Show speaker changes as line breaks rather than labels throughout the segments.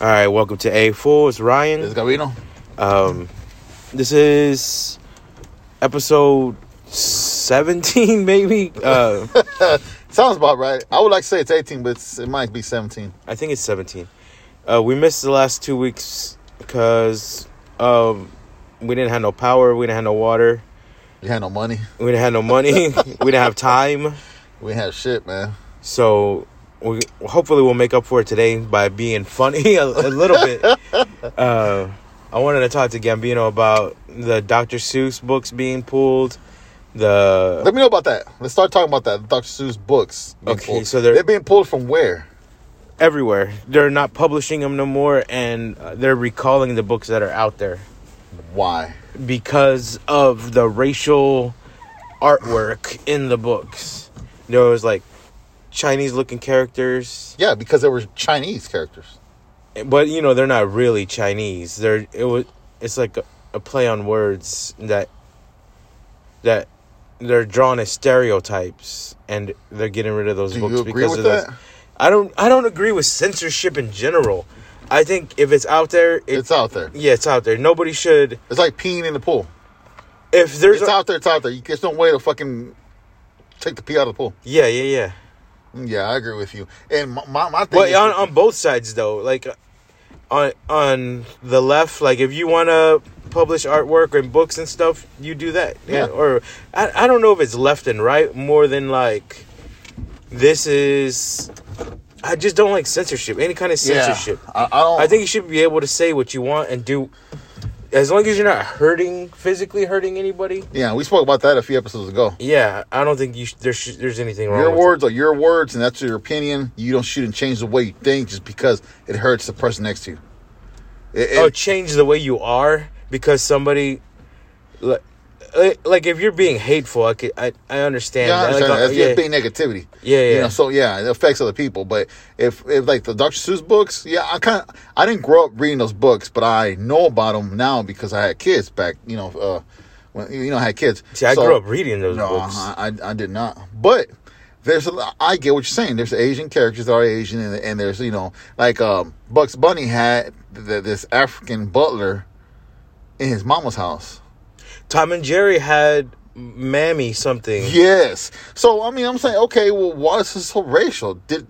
All right, welcome to A4. It's Ryan.
It's Gabino.
Um, this is episode 17, maybe. Uh,
Sounds about right. I would like to say it's 18, but it's, it might be 17.
I think it's 17. Uh, we missed the last two weeks because um, we didn't have no power, we didn't have no water,
We had no money.
we didn't have no money, we didn't have time.
We didn't have shit, man.
So we hopefully we'll make up for it today by being funny a, a little bit. Uh, I wanted to talk to Gambino about the Dr. Seuss books being pulled. The
Let me know about that. Let's start talking about that. Dr. Seuss books. being
Okay,
pulled.
so they're-
they're being pulled from where?
everywhere they're not publishing them no more, and uh, they're recalling the books that are out there
Why?
because of the racial artwork in the books. There was like Chinese-looking characters.
Yeah, because they were Chinese characters.
but you know they're not really Chinese. They're it was it's like a, a play on words that that they're drawn as stereotypes, and they're getting rid of those
Do
books
you agree
because
with
of those-
that?
I don't I don't agree with censorship in general. I think if it's out there, it,
It's out there.
yeah, it's out there. Nobody should
It's like peeing in the pool.
if there's
It's
a-
out there. It's out there. You- There's no way to fucking take the pee out of the pool.
yeah yeah yeah.
Yeah, I agree with you. And my, my, my thing is,
Well, on, on both sides though, like uh, on on the left, like if you want to publish artwork and books and stuff, you do that. Yeah.
Yeah.
Or I I don't know if it's left and right more than like this is. I just don't like censorship. Any kind of
yeah,
censorship.
I, I don't.
I think you should be able to say what you want and do. As long as you're not hurting, physically hurting anybody,
Yeah, we spoke about that a few episodes ago.
yeah, I don't think you sh- there sh- there's anything wrong.
Your
with it.
words are your words, and that's your opinion. You don't shoot and change the way you think just because it hurts the person next to you. It- it-
oh, change the way you are because somebody, like, like if you're being hateful, I could, I, I understand.
yeah, I
that. Like,
understand.
uh,
That's
yeah.
just being negativity.
Yeah, yeah.
You know, so yeah, it affects other people. But if, if like the Dr. Seuss books, yeah, I kind of I didn't grow up reading those books, but I know about them now because I had kids back. You know, uh, when you know I had kids.
See, I
So-
grew up reading those
No, uh-huh.
books.
I, I I did not. But there's a lot- I get what you're saying. There's Asian characters that are Asian, and, and there's you know like um, Bugs Bunny had th- this African butler in his mama's house.
Tom and Jerry had Mammy something.
Yes. So I mean, I'm saying, okay, well, why is this so racial? Did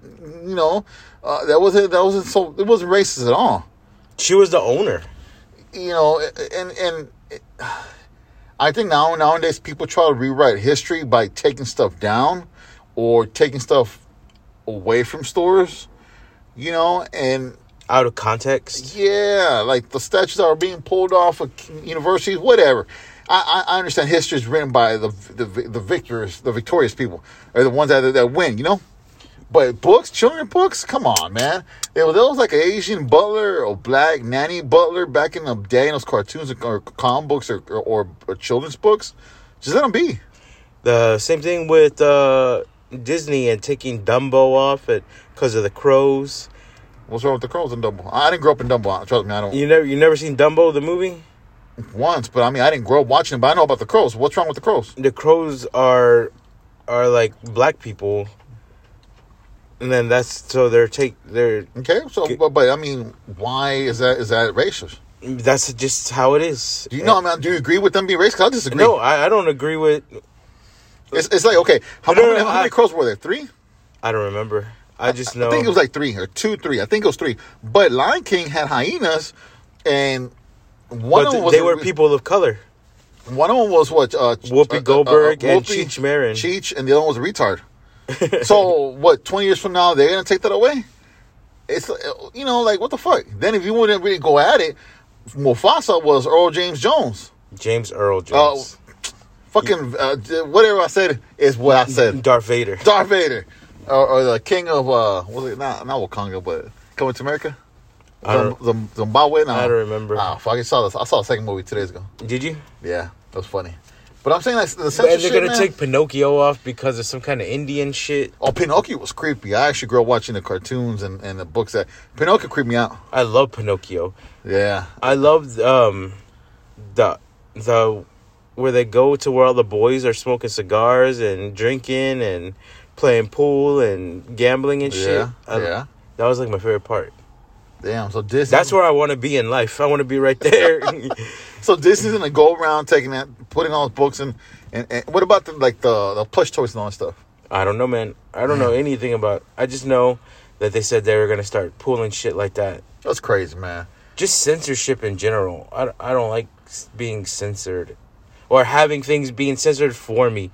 you know uh, that wasn't that wasn't so it wasn't racist at all.
She was the owner.
You know, and and. I think now nowadays people try to rewrite history by taking stuff down or taking stuff away from stores, you know, and
Out of context,
yeah, like the statues that are being pulled off of universities, whatever. I, I I understand history is written by the the the victors, the victorious people, or the ones that that win, you know. But books, children books, come on, man. There was, there was like an Asian butler or black nanny butler back in the day in those cartoons or, or comic books or, or, or, children's books. Just let them be.
the same thing with uh, Disney and taking Dumbo off it because of the crows.
What's wrong with the crows and Dumbo? I didn't grow up in Dumbo. Trust me, I don't.
You never you never seen Dumbo the movie?
Once, but I mean, I didn't grow up watching it, but I know about the crows. What's wrong with the crows?
the crows are are like black people and then that's so they're take they're
Okay, so but, but I mean, why is that is that racist?
that's just how it is
Do you know? I mean, do you agree with them being racist? I disagree.
no I, I don't agree with
it's, it's like okay, how,
No, no,
how many,
no,
how many
I-
crows were there? Three?
i don't remember i just know
I think it was like three or two, three. I think it was three. But Lion King had hyenas, and one
but
of them
th-
was
they were people of color
One of them was what uh,
Whoopi
uh, uh,
Goldberg and
Whoopi,
Cheech Marin.
Cheech, and the other one was a retard. so what? Twenty years from now, they're gonna take that away. It's uh, you know like what the fuck. Then if you wouldn't really go at it, Mufasa was Earl James Jones.
james earl
Oh,
jones
fucking uh, d- whatever I said is what I said.
darth vader
Darth Vader, or, or the king of uh, was it not not Wakanda, but coming to America.
I don't-
Zim- Zim- Zimbabwe. No.
I don't remember.
Ah, fuck! I saw this. I saw the second movie two days ago.
did you
Yeah, that was funny. But I'm saying like the
and
censorship.
they're gonna
man,
take pinocchio off because of some kind of indian shit
Oh, Pinocchio was creepy. I actually grew up watching the cartoons and, and the books that Pinocchio creeped me out.
i love pinocchio
Yeah.
I loved um the the where they go to where all the boys are smoking cigars and drinking and playing pool and gambling and shit.
Yeah,
I-
yeah.
That was like my favorite part.
Damn. So Disney.
That's where I want to be in life. I want to be right there.
So Disney's gonna go around taking that, putting all those books in, and, and what about the like the, the plush toys and all that stuff?
I don't know, man. I don't know anything about. I just know that they said they were gonna start pulling shit like that.
That's crazy, man.
Just censorship in general. I, I don't like s- being censored, or having things being censored for me.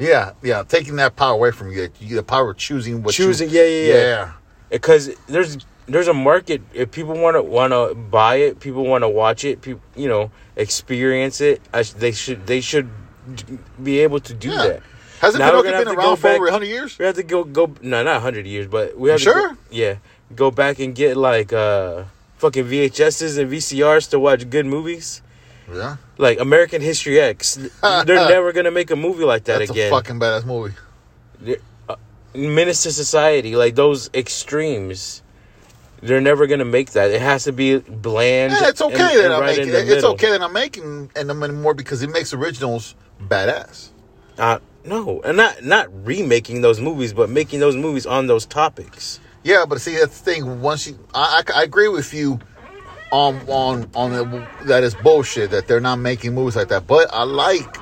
Yeah, yeah. Taking that power away from you, you get the power of choosing what
Choosing,
you,
yeah, yeah, yeah. because there's there's a market if people want to want to buy it people want to watch it people you know experience it I, sh- they should they should d- be able to do
Yeah.
that
Hasn't
Now we're gonna
Pinocchio been
have to go
around for
back-
over hundred years?
we have to go go no not 100 years but we have
You
to go-
sure?
yeah go back and get like uh fucking vhs's and vcrs to watch good movies
Yeah,
like american history x they're never gonna make a movie like that
that's
again
a fucking badass movie.
menace to society, like those extremes. They're never gonna make that. It has to be bland.
Yeah, it's okay
and-
that
and
I'm
right in
making.
the
It's
middle.
okay that I'm making and them anymore because it makes originals badass.
Uh, no, and not not remaking those movies, but making those movies on those topics.
Yeah, but see that's the thing. Once you, I, I, I agree with you on on on the, that is bullshit that they're not making movies like that. But I like,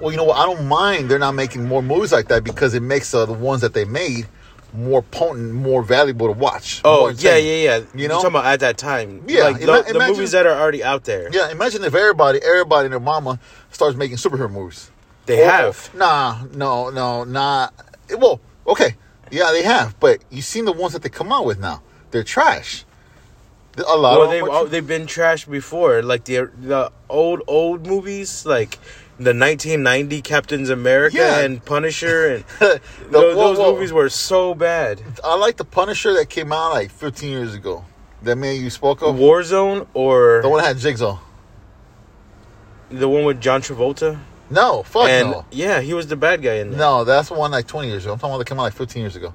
well, you know what? I don't mind they're not making more movies like that because it makes uh, the ones that they made more potent, more valuable to watch.
Oh
more
yeah,
entertaining.
yeah, yeah.
You
You're
know?
talking about at that time.
Yeah,
like the,
ima-
the
imagine-
movies that are already out there.
Yeah, imagine if everybody, everybody and their mama starts making superhero movies.
They
Or-
have.
Nah, no, no, nah. Well, okay, yeah, they have, but you seen the ones that they come out with now? They're trash. A lot
Well,
of them
they've
are
all, they've been trashed before. Like the the old old movies, like the 1990 Captain's America
Yeah.
and Punisher, and
The-
those,
whoa,
those
whoa.
movies were so bad.
I like the Punisher that came out like 15 years ago. That man you spoke of,
Warzone or
the one that had Jigsaw.
the one with John Travolta?
No, fuck
and
no,
yeah, he was the bad guy in that.
no, that's the one like 20 years ago. I'm talking about that came out like 15 years ago.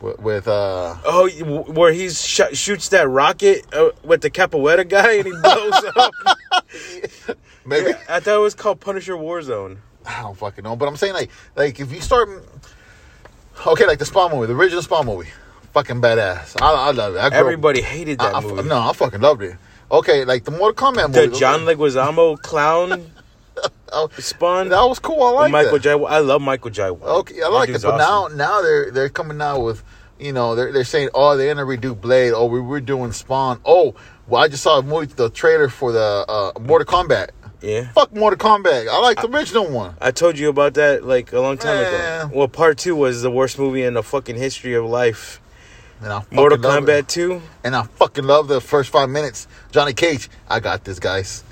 With, with uh,
Oh, you- where he sh- shoots that rocket uh, with the Capoeira guy and he blows up.
maybe
I thought it was called Punisher Warzone.
I don't fucking know, but I'm saying like, like if you start, okay, like the Spawn movie, the original Spawn movie, fucking badass. I, I love it. I grew up-
Everybody hated that
I- I fu-
movie.
no, I fucking loved it. Okay, like the Mortal Kombat
the
movie,
John Leguizamo clown
Oh,
spawn.
that was cool. I
with
like
Michael
that.
J. I love Michael J. White.
Okay, I
That
like it,
dude's
but
awesome.
now now they're they're coming out with you know they're they're saying oh they're gonna redo Blade oh we we're doing Spawn oh well I just saw a movie the trailer for the uh, Mortal Kombat
yeah.
fuck Mortal Kombat I like the original one
I told you about that like a long time
Man.
ago. Well, part two was the worst movie in the fucking history of life.
and I fucking
Mortal
love
Kombat
it.
Two.
and I fucking love the first five minutes Johnny Cage I got this guys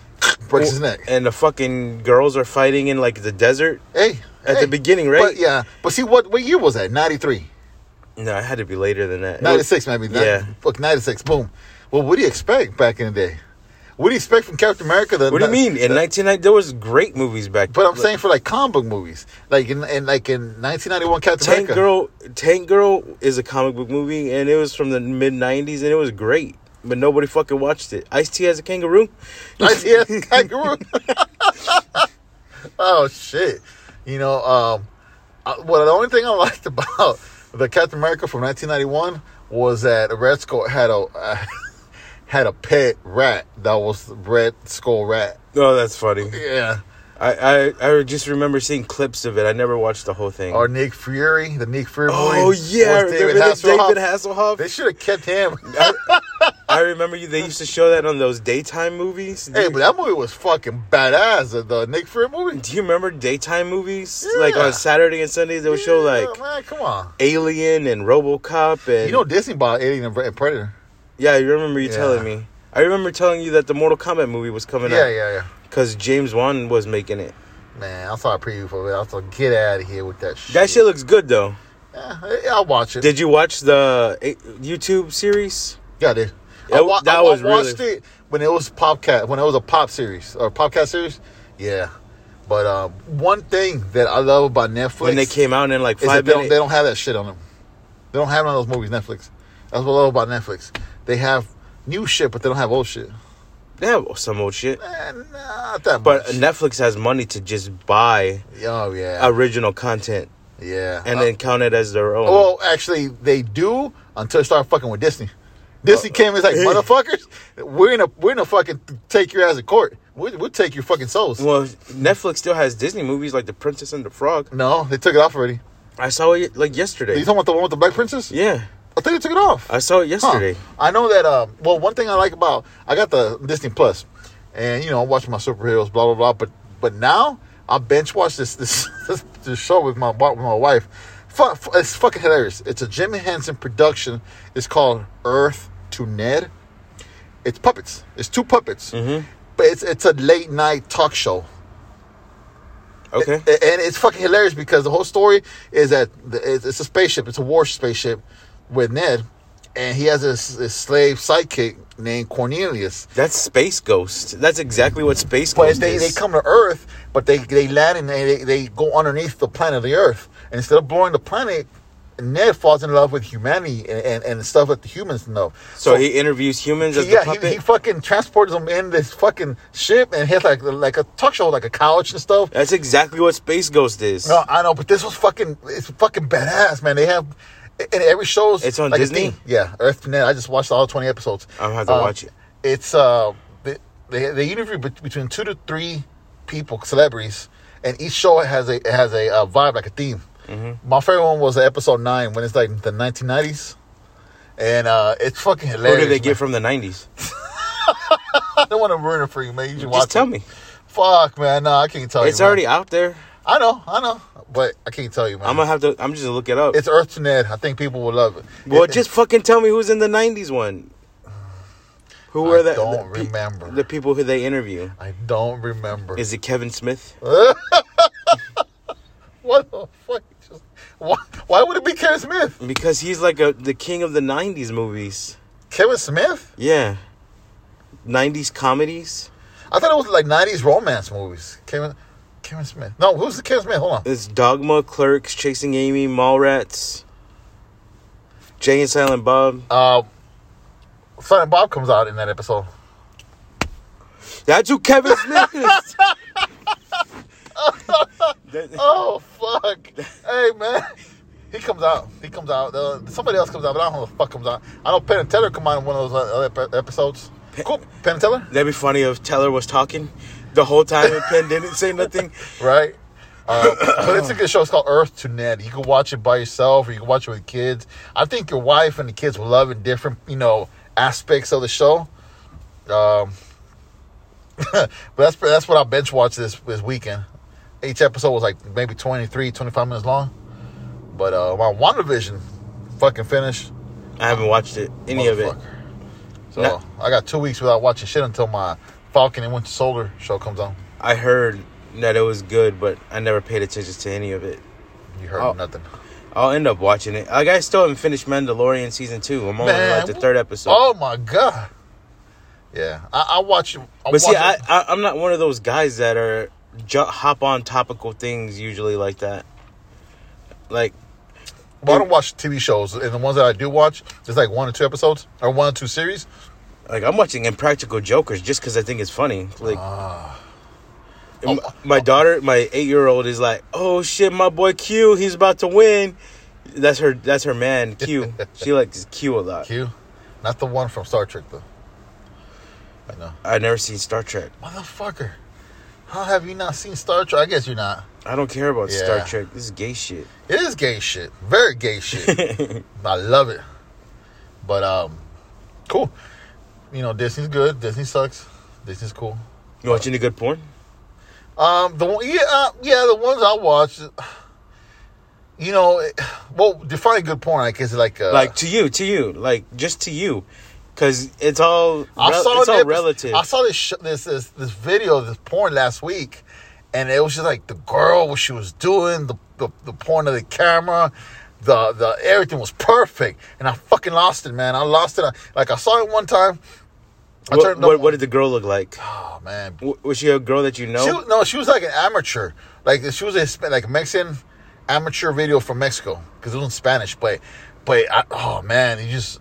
breaks his neck
And the fucking girls are fighting in like the desert.
hey
at the
hey.
beginning, right?
but, yeah but see what what year was that ninety three.
No, it had to be later than that. It was-
96 maybe.
Yeah.
Yeah. Fuck, 96. Boom. Well, what do you expect back in the day? What do you expect from Captain America? The,
What do you mean? In 1990, there was great movies back.
But I'm
like,
saying for like comic book movies, like in, in like in 1991 Captain
Tank
America.
Girl. Tank Girl is a comic book movie, and it was from the mid 90s, and it was great. But nobody fucking watched it. Ice T as a kangaroo.
I see it, kangaroo. oh shit! You know, um, I, well, the only thing I liked about the Captain America from 1991 was that Red Skull had a had a pet rat that was Red Skull rat.
Oh, that's funny.
Yeah.
I, I I just remember seeing clips of it. I never watched the whole thing.
or Nick Fury, the Nick Fury.
oh
movie,
yeah, I
was
remember that David Hasselhoff.
They should have kept him.
I remember you. They used to show that on those daytime movies.
hey, but that movie was fucking badass. The, the Nick Fury movie.
do you remember daytime movies? Like
Yeah.
on Saturday and Sunday, they would show
Yeah,
like
man, come on.
Alien and RoboCop and
You know Disney bought Alien and Pre- and Predator.
Yeah, I remember you
Yeah.
telling me. I remember telling you that the Mortal Kombat movie was coming
Yeah,
out.
yeah,
Because James Wan was making it.
yeah. Man, I saw a preview for it. I was like, get out of here with that shit.
That shit looks good though.
Yeah, I- I'll watch it.
Did you watch the eh, YouTube series?
Got it. I,
That-
wa-
that
I,
was
I watched
really-
it when it was Popcat, when it was a pop series or Popcat series. Yeah. But um, one thing that I love about Netflix
When they came out in like
is that
five
they don't,
minutes.
they don't have that shit on them. They don't have none of those movies. Netflix. That's what I love about Netflix. They have new shit, but they don't have old shit.
They have some old shit.
Eh, not that
But
much.
Netflix has money to just buy
oh yeah,
original content
yeah.
and
Uh,
then count it as their own.
well, actually, they do until they start fucking with Disney. Disney
Uh,
came and was like, motherfuckers, we're gonna we're gonna fucking take your ass to court. We'll, we'll take your fucking souls.
Well, Netflix still has Disney movies like The Princess and the Frog.
No, they took it off already.
I saw it like
You
yesterday.
talking about the one with the black princess?
Yeah,
I think they took it off.
I saw it
Huh.
yesterday.
I know that. Uh, well, one thing I like about I got the Disney Plus, and you know I watch my superheroes, blah blah blah. But but now I bench watch this this this, this show with my wa- with my wife. Fu- fu- It's fucking hilarious. It's a Jim Henson production. It's called Earth to Ned. It's puppets. It's two puppets. But it's it's a late night talk show.
Okay.
A- and it's fucking hilarious because the whole story is that the- it's it's a spaceship, it's a war spaceship with Ned, and he has this, this slave sidekick named Cornelius.
That's Space Ghost. That's exactly what Space
But
Ghost
they, they
is.
come to Earth, but they, they land and they, they, they go underneath the planet of the Earth. And instead of blowing the planet, Ned falls in love with humanity and, and, and stuff that the humans know.
so he interviews humans as the
yeah,
puppet.
he, he fucking transports them in this fucking ship and has like like a talk show, like a couch and stuff.
That's exactly what Space Ghost is.
No, I know, but this was fucking. It's fucking badass, man. They have, and every show's
It's on
like a
Disney?
theme. Yeah, Earth to Net. I just watched all twenty episodes.
I'm gonna have to
Uh,
watch it.
It's uh, they they, they interview bet- between two to three people, celebrities, and each show has a has a uh, vibe like a theme.
Mm-hmm.
My favorite one was episode nine when it's like the 1990s, and uh, it's fucking
Who
hilarious.
did they
man.
get from the '90s?
I don't want to ruin it for you, man. You should watch
Just tell
it.
me.
Fuck, man. No, I can't tell you.
It's
man.
already out there.
I know, I know, but I can't tell you, man.
I'm gonna have to. I'm just gonna look it up.
It's Earth to Ned. I think people will love it.
well,
It-
just fucking tell me who's in the '90s one. Who were the?
don't
the pe-
remember.
the people who they interview.
I don't remember.
Is it Kevin Smith?
what the fuck? Just, why, why would it be Kevin Smith?
Because he's like a the king of the '90s movies.
Kevin Smith?
Yeah, '90s comedies.
I thought it was like '90s romance movies. Kevin, Kevin Smith. No, who's the Kevin Smith? Hold on.
It's Dogma, Clerks, Chasing Amy, Mallrats, Jay and Silent Bob.
Uh, Son and Bob comes out in that episode.
That's who Kevin Smith is. That-
Oh fuck! hey man, he comes out. He comes out. Uh, somebody else comes out, but I don't know who the fuck comes out. I know Penn and Teller come out in one of those other ep- episodes. cool, Penn and Teller,
That'd be funny if Teller was talking the whole time and Penn didn't say nothing.
right? Uh, but it's a good show. It's called Earth to Ned. You can watch it by yourself, or you can watch it with kids. I think your wife and the kids will love it. Different, you know, aspects of the show. Um, but that's that's what I bench watched this this weekend. Each episode was like maybe 23, 25 minutes long. But uh, my WandaVision fucking finished.
I haven't watched it, any of it.
Motherfucker. So
Now-
I got two weeks without watching shit until my Falcon and Winter Soldier show comes on.
I heard that it was good, but I never paid attention to any of it.
You heard
Oh.
nothing.
I'll end up watching it. Like I still haven't finished Mandalorian season two. I'm only like the
wh-
third episode.
Oh my god. Yeah, I, I watch. I
but see,
watch-
I, I I'm not one of those guys that are ju- hop on topical things usually like that. Like
but I don't watch TV shows, and the ones that I do watch, there's like one or two episodes or one or two series.
like I'm watching Impractical Jokers just because I think it's funny. Like.
Ah.
and
Oh,
m- My daughter, my eight-year-old, is like, "Oh shit, my boy Q, he's about to win." That's her. That's her man, Q. she likes Q a lot.
Q, not the one from Star Trek though. I know,
I've never seen Star Trek.
motherfucker. How have you not seen Star Trek? I guess you're not.
I don't care about
Yeah.
Star Trek. This is gay shit.
It is gay shit. Very gay shit. I love it. But um, cool. You know, Disney's good. Disney sucks. Disney's cool.
You watching the good porn?
Um, the one, yeah, uh, yeah, the ones I watched. You know, it- well, define good porn. Like, is it like, uh,
like to you, to you, like just to you, because it's all
I
rel-
saw
it's
an
all
epi-
relative.
I saw this sh- this this this video of this porn last week, and it was just like the girl what she was doing, the the, the porn of the camera, the the everything was perfect, and I fucking lost it, man. I lost it. I, like I saw it one time. I
what,
turned
what,
up-
what did the girl look like?
Oh man,
W- Was she a girl that you know?
She was- no, she was like an amateur. Like she was a Hisp- like Mexican amateur video from Mexico because it was in Spanish. But but I, oh man, you just.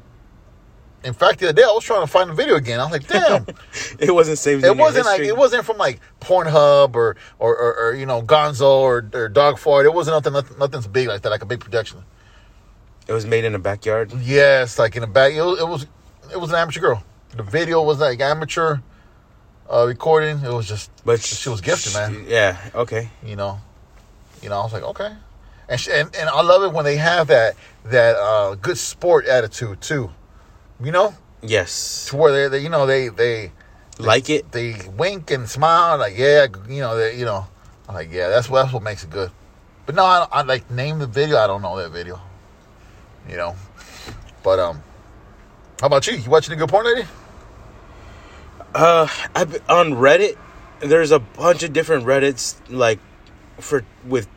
In fact, the other day I was trying to find the video again. I was like, damn,
it wasn't saved.
it wasn't like it wasn't from like Pornhub or or, or, or you know Gonzo or, or Dog Fart. It wasn't nothing, nothing nothing's big like that, like a big production.
It was made in the backyard.
Yes, like in the back. It was, it was it was an amateur girl. The video was like amateur uh, recording. It was just,
But
she was gifted, man.
Yeah. Okay.
You know, you know. I was like, okay, and she, and and I love it when they have that that uh, good sport attitude too. You know,
Yes.
to where they, they you know they they
Like it.
they wink and smile like yeah you know they you know I'm like yeah that's what that's what makes it good. But no, I, I like name the video. I don't know that video. You know, but um, how about you? You watching a good porn lady?
Uh, I on Reddit. There's a bunch of different Reddits like for with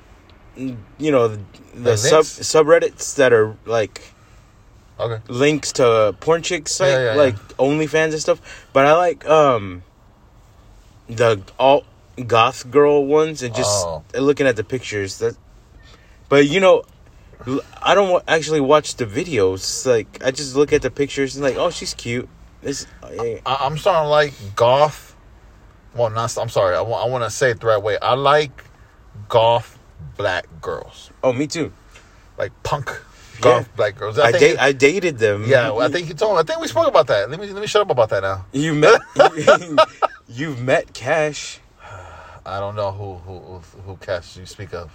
you know the, the
Like
sub
this?
subreddits that are like
Okay.
links to porn chick site
Yeah, yeah, yeah.
like OnlyFans and stuff. But I like um the alt goth girl ones and just
Oh.
looking at the pictures that. But you know, l- I don't wa- actually watch the videos. Like I just look at the pictures and like, oh, she's cute. This eh,
I, I'm starting to like goth. Well, not. I'm sorry. I want to say it the right way. I like goth black girls,
oh, me too.
like punk goth
Yeah.
black girls.
I,
think-
da- I dated them.
yeah, I think you told. I think we spoke about that. Let me let me shut up about that now.
you met you've met Cash.
I don't know who who who, who cast you speak of.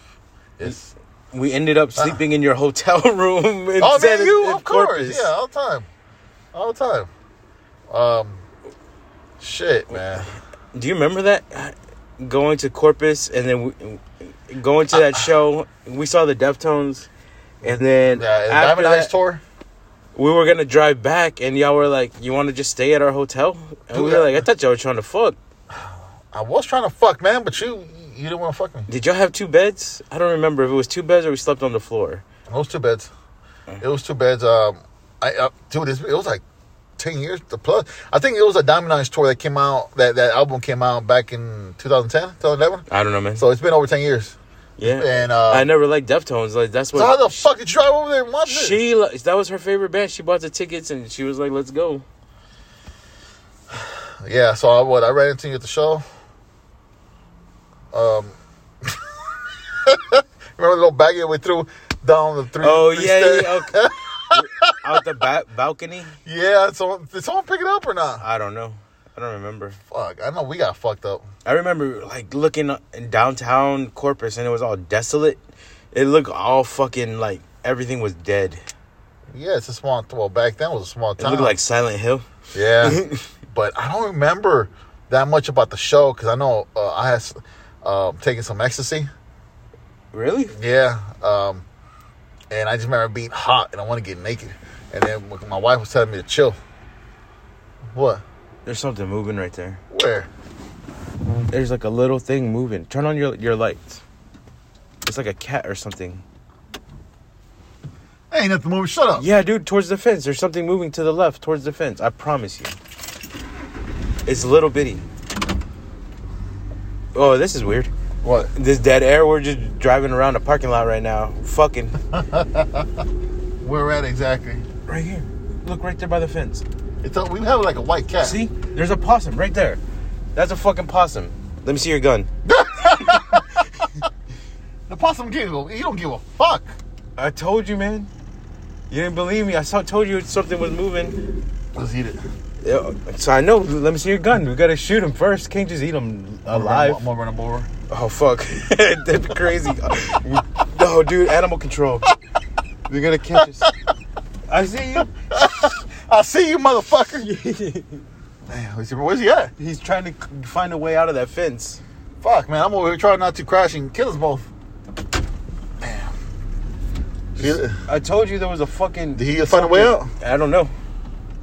It's
We ended up sleeping in your hotel room. In
Uh. oh
San-
man, you
in
of course,
Corpus.
yeah, all the time, all the time. Um, shit, man.
Do you remember that going to Corpus and then we, going to that show? We saw the Deftones, and then
Yeah,
after
Diamond Eyes
that,
tour.
we were gonna drive back, and y'all were like, "You want to just stay at our hotel?" And we
Dude,
were like, "I thought y'all were trying to fuck."
I was trying to fuck, man, but you you didn't want to fuck me.
Did y'all have two beds? I don't remember if it was two beds or we slept on the floor.
It was two beds. It was two beds. Um, I uh, dude, it's- it was like ten years to plus. I think it was a Diamond Eyes tour that came out. That that album came out back in 2010, 2011.
I don't know, man.
So it's been over ten years.
yeah,
and, uh,
I never liked Deftones. Like that's
So how
what
the fuck did you drive over there and watch this?
she li- that was her favorite band. She bought the tickets and she was like, "Let's go."
Yeah, so I what I ran into you at the show. Um, remember the little baggie we threw down the three?
Oh
three
yeah,
stairs?
yeah okay. out the ba- balcony.
yeah. So did someone pick it up or not?
I don't know. I don't remember.
Fuck, I know we got fucked up.
I remember like looking in downtown Corpus and it was all desolate. It looked all fucking like everything was dead.
Yeah, it's a small. Well, back then it was a small
It
town.
looked like Silent Hill.
yeah, but I don't remember that much about the show because I know uh, I had uh, taken some ecstasy.
Really?
Yeah. Um, and I just remember being hot and I want to get naked. And then my wife was telling me to chill. What?
There's something moving right there.
Where?
There's like a little thing moving. Turn on your your lights. It's like a cat or something.
Ain't nothing moving. Shut up.
Yeah, dude, towards the fence. There's something moving to the left, towards the fence. I promise you. It's little bitty. Oh, this is weird.
What?
This dead air. We're just driving around a parking lot right now. Fucking
Where at exactly?
right here. Look right there by the fence.
It's a, we have like a white cat.
See, there's a possum right there. That's a fucking possum. Let me see your gun.
The possum giggle. He don't give a fuck.
I told you, man. You didn't believe me. I saw, told you something was moving.
Let's eat it.
Yeah, So I know. Let me see your gun. We gotta shoot him first. Can't just eat him alive.
I'm gonna run him over.
Oh fuck! That'd be crazy. no, dude, animal control. They're gonna catch us. I see you.
I see you, motherfucker. Damn, where's he- where's he at?
He's trying to c- find a way out of that fence.
Fuck, man. I'm over here trying not to crash and kill us both. Damn. Did
I told you there was a fucking.
he, did he find a way out?
I don't know.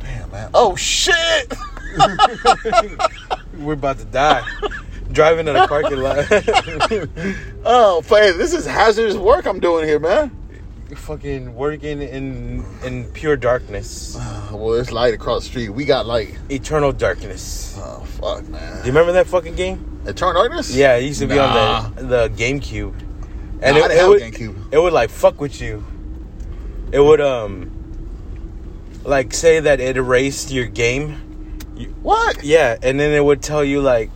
Damn, man. Oh, shit.
We're about to die. Driving in a parking lot.
Oh, play. This is hazardous work I'm doing here, man.
fucking working in in pure darkness,
Uh, well, there's light across the street. We got light.
eternal darkness.
Oh, fuck,
Do
man.
you remember that fucking game?
Eternal Darkness?
Yeah, it used to be
Nah.
on the the GameCube. And
Nah, I
it,
didn't
it
have
would
GameCube.
it would like fuck with you. It would um like say that it erased your game.
What?
Yeah, and then it would tell you like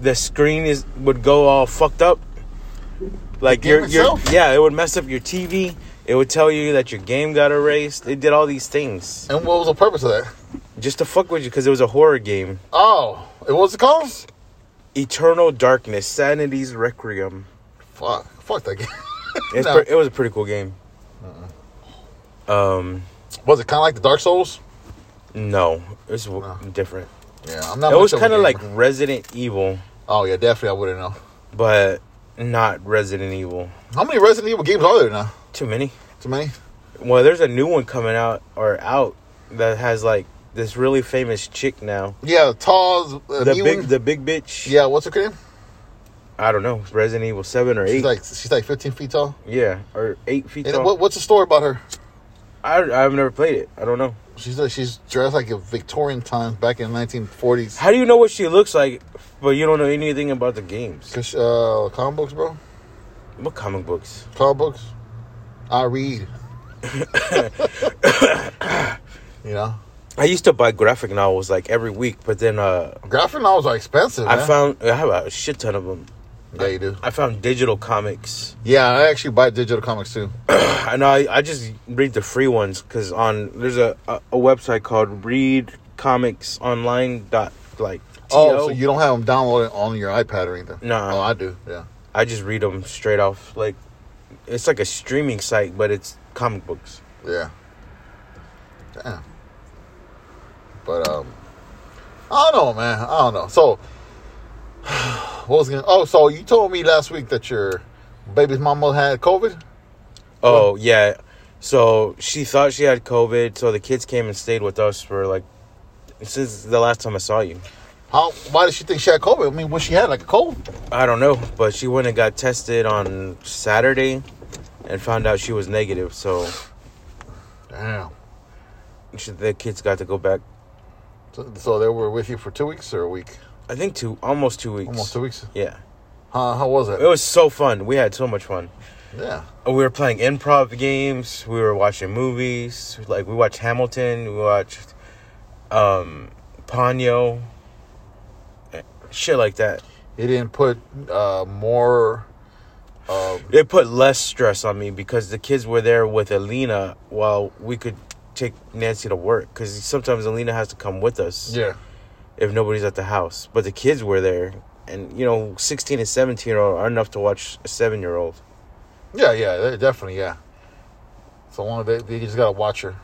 the screen is would go all fucked up. Like
game
your your
itself?
yeah, it would mess up your TV. It would tell you that your game got erased. It did all these things.
And what was the purpose of that?
just to fuck with you because it was a horror game.
Oh, it was it called?
Eternal Darkness, Sanity's Requiem.
Fuck, fuck that game.
It's
No.
pre- it was a pretty cool game. Um,
was it kind of like the Dark Souls?
no, it's w-
No.
different.
Yeah, I'm not.
It was
much a
kind of
gamer.
like Resident Evil,
Oh yeah, definitely. I wouldn't know.
but not Resident Evil.
How many Resident Evil games are there now?
Too many.
Too many.
Well, there's a new one coming out or out that has like this really famous chick now.
Yeah, the tall. Uh,
The
new
big,
one.
the big bitch.
yeah, what's her name?
I don't know. Resident Evil seven or eight.
She's like she's like 15 feet tall.
yeah, or eight feet
And
tall.
what, what's the story about her?
I I've never played it. I don't know.
She's like, she's dressed like a Victorian times back in the 1940s.
How do you know what she looks like, but you don't know anything about the games?
Cause, uh, comic books, bro.
What comic books?
Comic books. I read. you know,
I used to buy graphic novels like every week, but then uh,
graphic novels are expensive.
I
man.
found I have a shit ton of them.
Yeah, you do.
I found digital comics.
Yeah, I actually buy digital comics too.
and I, I just read the free ones because on there's a, a, a website called read comics online dot like
Oh, so
TO.
you don't have them downloaded on your iPad or anything?
Nah.
Oh, I do. Yeah.
i just read them straight off like it's like a streaming site but it's comic books
Yeah. Damn. But um, I don't know, man. I don't know. So, what was gonna? Oh, so you told me last week that your baby's mama had COVID.
oh yeah so she thought she had covid so the kids came and stayed with us for like since the last time i saw you
How? Why did she think she had COVID? I mean, what she had like a cold?
i don't know but she went and got tested on saturday and found out she was negative so
Damn.
she, the kids got to go back
So, so they were with you for two weeks or a week?
i think two almost two weeks
Almost two weeks.
yeah
Huh? How was
It
it?
was so fun. We had so much fun. Uh,
Yeah.
We were playing improv games. We were watching movies. Like we watched Hamilton. We watched um Ponyo. Shit like that.
It didn't put uh, more. Uh,
It put less stress on me because the kids were there with Alina while we could take Nancy to work. Because sometimes Alina has to come with us
yeah.
if nobody's at the house. But the kids were there, and you know, sixteen and seventeen year old are enough to watch a seven year old.
Yeah, yeah, they- definitely, yeah. So long as they, they just gotta watch her.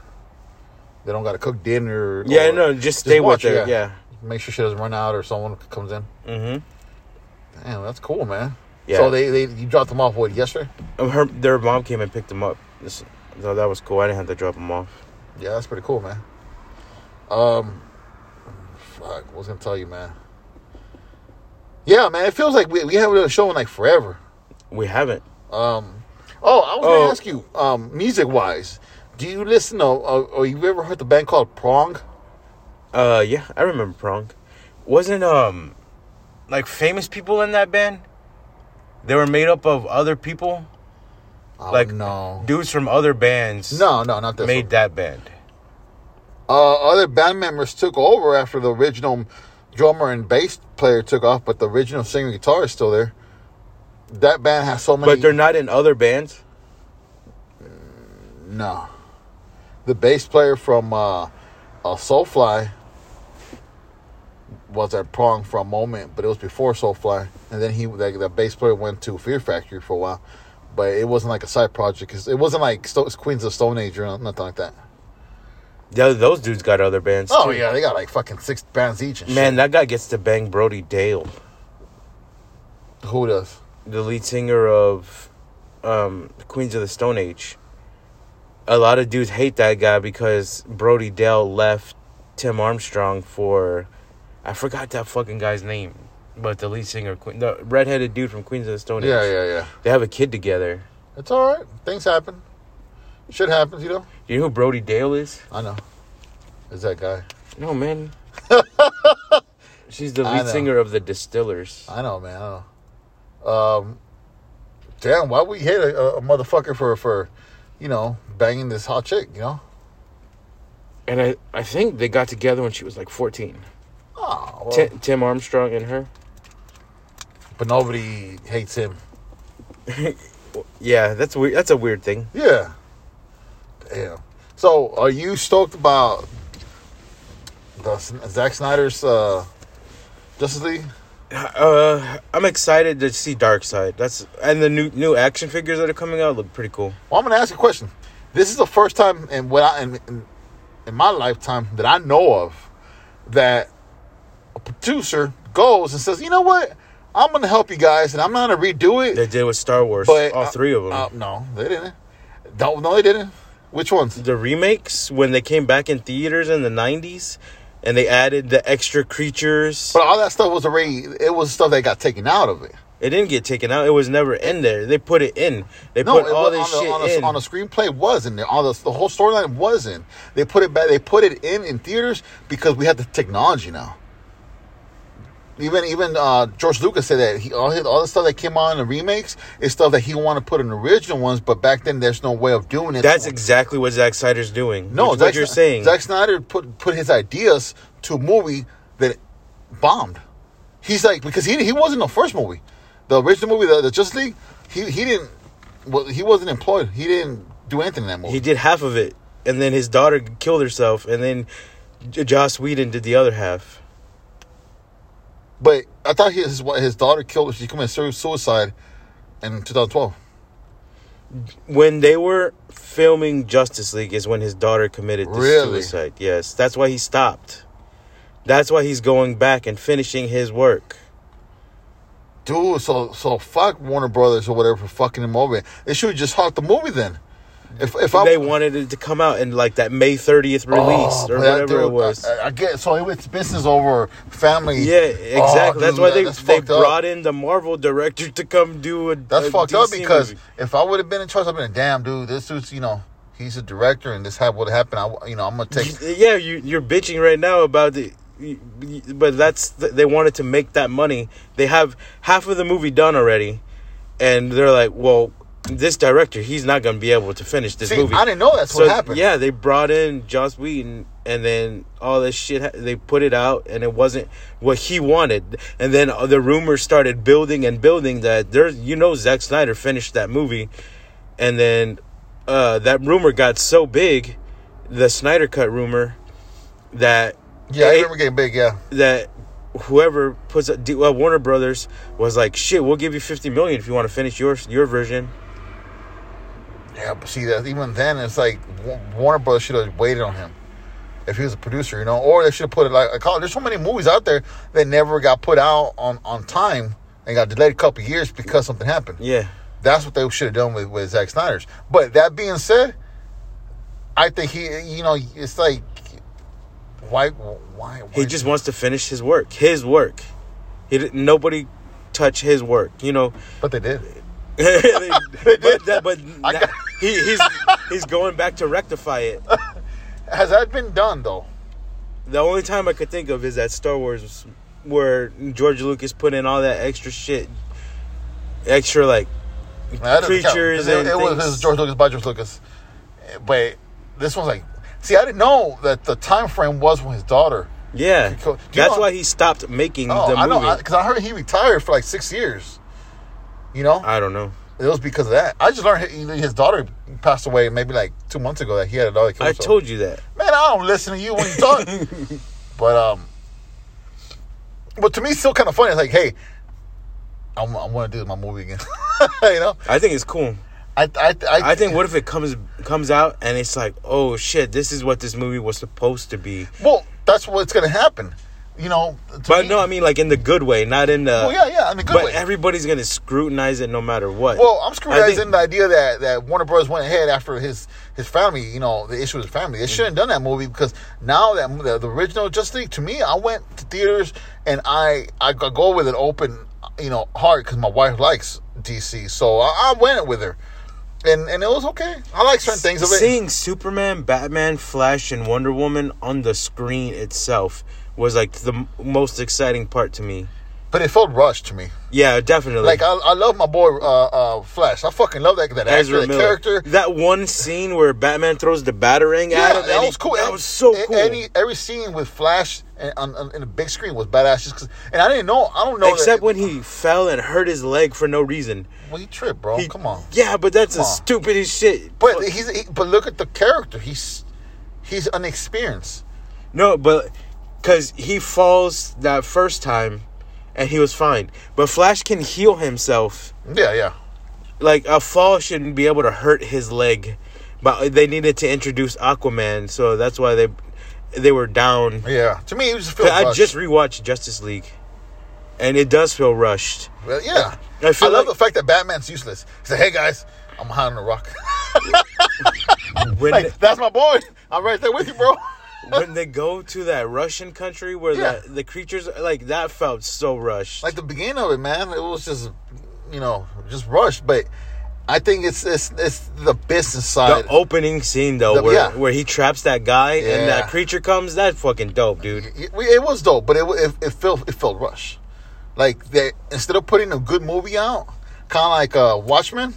They don't gotta cook dinner.
Yeah,
or-
no, just stay with
watch
her. Yeah.
Make sure she doesn't run out or someone comes in.
Mm-hmm.
Damn, that's cool, man.
Yeah.
So they, they you dropped them off what yesterday?
Um, her their mom came and picked them up. This- So that was cool. I didn't have to drop them off.
Yeah, that's pretty cool, man. Um, fuck, what was I gonna tell you, man? Yeah, man, it feels like we, we haven't done a show in like forever.
We haven't.
Um, oh, I was
Oh.
gonna ask you, um, music wise, do you listen to or, or you ever heard the band called Prong?
Uh, yeah, I remember Prong. Wasn't um, like famous people in that band. They were made up of other people,
Oh,
like
no,
dudes from other bands.
No, no, not this
made
one.
that band.
Uh, other band members took over after the original drummer and bass player took off, but the original singer and guitar is still there. That band has so many.
But they're not in other bands.
no. The bass player from uh, uh, Soulfly was at Prong for a moment, but it was before Soulfly, and then he like the bass player went to Fear Factory for a while, but it wasn't like a side project. 'cause It wasn't like Sto- Queens of Stone Age or nothing like that.
Th- those dudes got other bands.
Oh
too.
yeah, they got like fucking six bands each. And
man, that guy gets to bang Brody Dale,
shit. who does?
the lead singer of um, Queens of the Stone Age. a lot of dudes hate that guy because Brody Dale left Tim Armstrong for I forgot that fucking guy's name, but the lead singer, Queen, the redheaded dude from Queens of the Stone Age.
Yeah, yeah, yeah.
They have a kid together.
It's all right. Things happen. Shit happens, you know.
Do you know who Brody Dale is?
I know. Is that guy?
No, man. She's the
I
lead
know.
singer of the Distillers.
I know, man. I know. Um, damn. Why we hate a, a motherfucker for for, you know, banging this hot chick? You know.
And I, I think they got together when she was like 14.
Oh, well,
Ti- Tim Armstrong and her.
but nobody hates him.
Yeah, that's weird. That's a weird thing.
Yeah. Damn. So, are you stoked about the Zack Snyder's uh, Justice League.
Uh, I'm excited to see Dark Side. That's and the new new action figures that are coming out look pretty cool.
Well, I'm gonna ask you a question. This is the first time in what I, in, in, in my lifetime that I know of that a producer goes and says, "You know what? I'm gonna help you guys, and I'm not gonna redo it."
They did with Star Wars,
But
all
uh,
three of them.
Uh, no, they didn't. Don't, no, they didn't. Which ones?
the remakes when they came back in theaters in the 90s and they added the extra creatures.
But all that stuff was already. It was stuff that got taken out of it.
It didn't get taken out. It was never in there. They put it in. They
No,
put
it
all
was-
this
on,
shit
the, on, the,
in.
on the screenplay wasn't there. All the, the whole storyline wasn't. They put it back. They put it in in theaters because we had the technology now. Even even uh, George Lucas said that he, all his, all the stuff that came out in the remakes is stuff that he wanted to put in the original ones, but back then there's no way of doing it.
That's
So-
exactly what Zack Snyder's doing. Which-
no.
what
Zack
you're
Sny-
saying.
Zack Snyder put put his ideas to a movie that bombed. He's like because he he wasn't the first movie, the original movie, the, the Justice League. He he didn't. Well, he wasn't employed. He didn't do anything in that movie.
he did half of it, and then his daughter killed herself, and then J- Joss Whedon did the other half.
But I thought his his daughter killed. She committed serial suicide in 2012.
When they were filming Justice League, is when his daughter committed the
Really?
suicide. Yes, that's why he stopped. That's why he's going back and finishing his work.
Dude, so so fuck Warner Brothers or whatever for fucking him over. They should have just halt the movie then. If if I
they wanted it to come out in like that May 30th release
Oh,
or
but that
whatever
dude,
it was.
I, I get so it's business over family.
yeah,
Oh,
exactly. that's
dude,
why
that-
they
that's
they
fucked up.
brought in the Marvel director to come do a
That's
a
fucked up
DC
because
movie.
if I would have been in charge, I'd been damn dude. This dude's you know he's a director and this ha- would happen. I you know I'm gonna take
yeah, you you're bitching right now about the you- you- but that's they wanted to make that money. They have half of the movie done already and they're like, "Well, this director, he's not going to be able to finish this
See,
movie."
I didn't know that's what happened.
Yeah, they brought in Joss Whedon, and then all this shit ha- they put it out, and it wasn't what he wanted. And then uh, the rumors started building and building that there's you know Zack Snyder finished that movie, and then uh, that rumor got so big, the Snyder cut rumor, that
Yeah, I
it-
remember getting big. Yeah,
that whoever puts D- well, Warner Brothers was like, "Shit, we'll give you fifty million if you want to finish your your version."
yeah. But see that even then it's like Wa- Warner Brothers should have waited on him if he was a producer, you know, or they should have put it like a call. There's so many movies out there that never got put out on on time and got delayed a couple years because something happened.
Yeah,
That's what they should have done with with Zack Snyder's. But that being said, I think he, you know, it's like why, why, why
he just wants to finish his work, his work. He didn't, nobody touch his work, you know.
But they did.
They- but that, but now- he, he's he's going back to rectify it.
Has that been done though?
The only time I could think of is that Star Wars, where George Lucas put in all that extra shit, extra like
That doesn't count.
Creatures
It,
and
it was, it was
things.
George Lucas by George Lucas, but this one's like. See, I didn't know that the time frame was when his daughter.
yeah.
Cool. Do you
That's
know-
why he stopped making
Oh,
the
I know,
movie. I,
because I, heard he retired for like six years. You know,
don't know.
it was because of that. I just learned his, his daughter passed away maybe like two months ago. That he had a daughter. that killed
I
herself.
told you that.
man, I don't listen to you when you talk. but um, but to me, it's still kind of funny. It's like, hey, I'm, I want to do my movie again. you know,
I think it's cool.
I I I,
I think what if it comes comes out and it's like, oh shit, this is what this movie was supposed to be.
well, that's what's gonna happen. You know, to
But
me-
no, I mean like in the good way, not in the.
well, yeah, yeah, in a good
but
way.
everybody's gonna scrutinize it no matter what.
well,
I
I'm
think-
scrutinizing the idea that, that Warner Bros. went ahead after his his family, you know, the issue with his family. They
Mm.
shouldn't have done that movie because now that the, the original Justice League, to me, I went to theaters and I I go- go with an open, you know, heart because my wife likes DC, so I, I went with her, and and it was okay. I like certain things of it.
Seeing Superman, Batman, Flash, and Wonder Woman on the screen itself was like the m- most exciting part to me.
but it felt rushed to me.
Yeah, definitely.
Like I, I love my boy uh, uh, Flash. I fucking love that that actor,
Ezra
that
Miller.
character.
That one scene where Batman throws the batarang at him. and
that
he-
was cool.
That
And-
was so
and
cool.
Any, every scene with Flash and, on, on, in the big screen was badass. Just 'cause- and I didn't know. I don't know.
Except
that,
when he fell and hurt his leg for no reason.
well, he tripped, bro.
He-
Come on.
Yeah, but that's the
on.
stupidest shit.
But he's he, but look at the character. He's he's inexperienced.
No, but because he falls that first time, and he was fine. But Flash can heal himself.
Yeah, yeah.
Like a fall shouldn't be able to hurt his leg, but they needed to introduce Aquaman, so that's why they they were down.
Yeah. To me, it was a film.
I
rush.
just rewatched Justice League, and it does feel rushed.
Well, yeah.
I
I,
feel
love
like-
the fact that Batman's useless. He said, "Hey guys, I'm hiding a rock.
When
like, that's my boy. I'm right there with you, bro."
when they go to that Russian country where
Yeah.
the, the creatures like that felt so rushed.
like the beginning of it, man, it was just you know just rushed. But I think it's it's it's the business
the
side.
opening scene though,
uh, The-
where
yeah.
where he traps that guy
Yeah.
and that creature comes, that's fucking dope, dude.
it, it was dope, but it, it it felt it felt rushed. Like they instead of putting a good movie out, kind of like uh, Watchmen.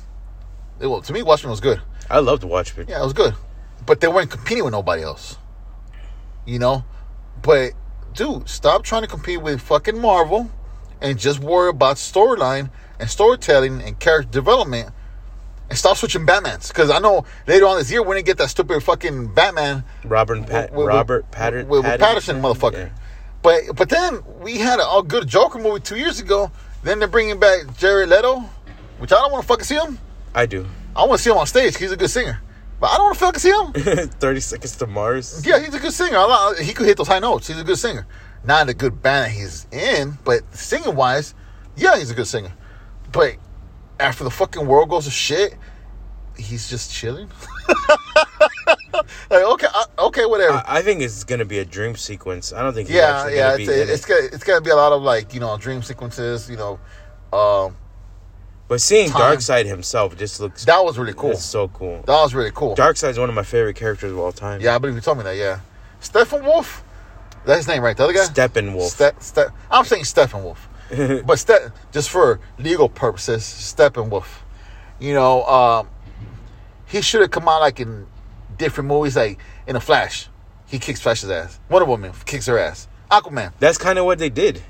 It, well, to me, Watchmen was good.
I loved Watchmen.
Yeah, it was good, but they weren't competing with nobody else. You know, but dude, stop trying to compete with fucking Marvel, and just worry about storyline and storytelling and character development, and stop switching Batmans. Because I know later on this year we're gonna get that stupid fucking Batman
Robert Pat
with- with-
Robert Patter-
with, with Patterson, motherfucker.
Yeah.
But but then we had a, a good Joker movie two years ago. Then they're bringing back Jared Leto, which I don't want to fucking see him.
I do.
I want to see him on stage. 'cause He's a good singer, but I don't want to fucking see him.
Thirty Seconds to Mars.
yeah, he's a good singer. I like- he could hit those high notes. He's a good singer. Not a good band that he's in, but singing wise, yeah, he's a good singer. But after the fucking world goes to shit, he's just chilling. like okay, I, okay, whatever.
I, I think it's gonna be a dream sequence. I don't think he's
Yeah,
actually
yeah,
gonna
it's
be in
it's
it.
gonna it's gonna be a lot of like you know dream sequences. You know, um,
But seeing
time.
Darkseid himself just looks
that was really cool.
It's so cool.
That was really cool.
Darkseid's one of my favorite characters of all time.
yeah, I believe you told me that. Yeah, Stephen Wolf, that's his name, right? The other guy,
Steppenwolf.
Ste- Ste- I'm saying Stephen Wolf, but Ste- just for legal purposes, Stephen Wolf. You know, um, he should have come out like in different movies, like in a Flash. He kicks Flash's ass. Wonder Woman kicks her ass. Aquaman.
That's kind of what they did.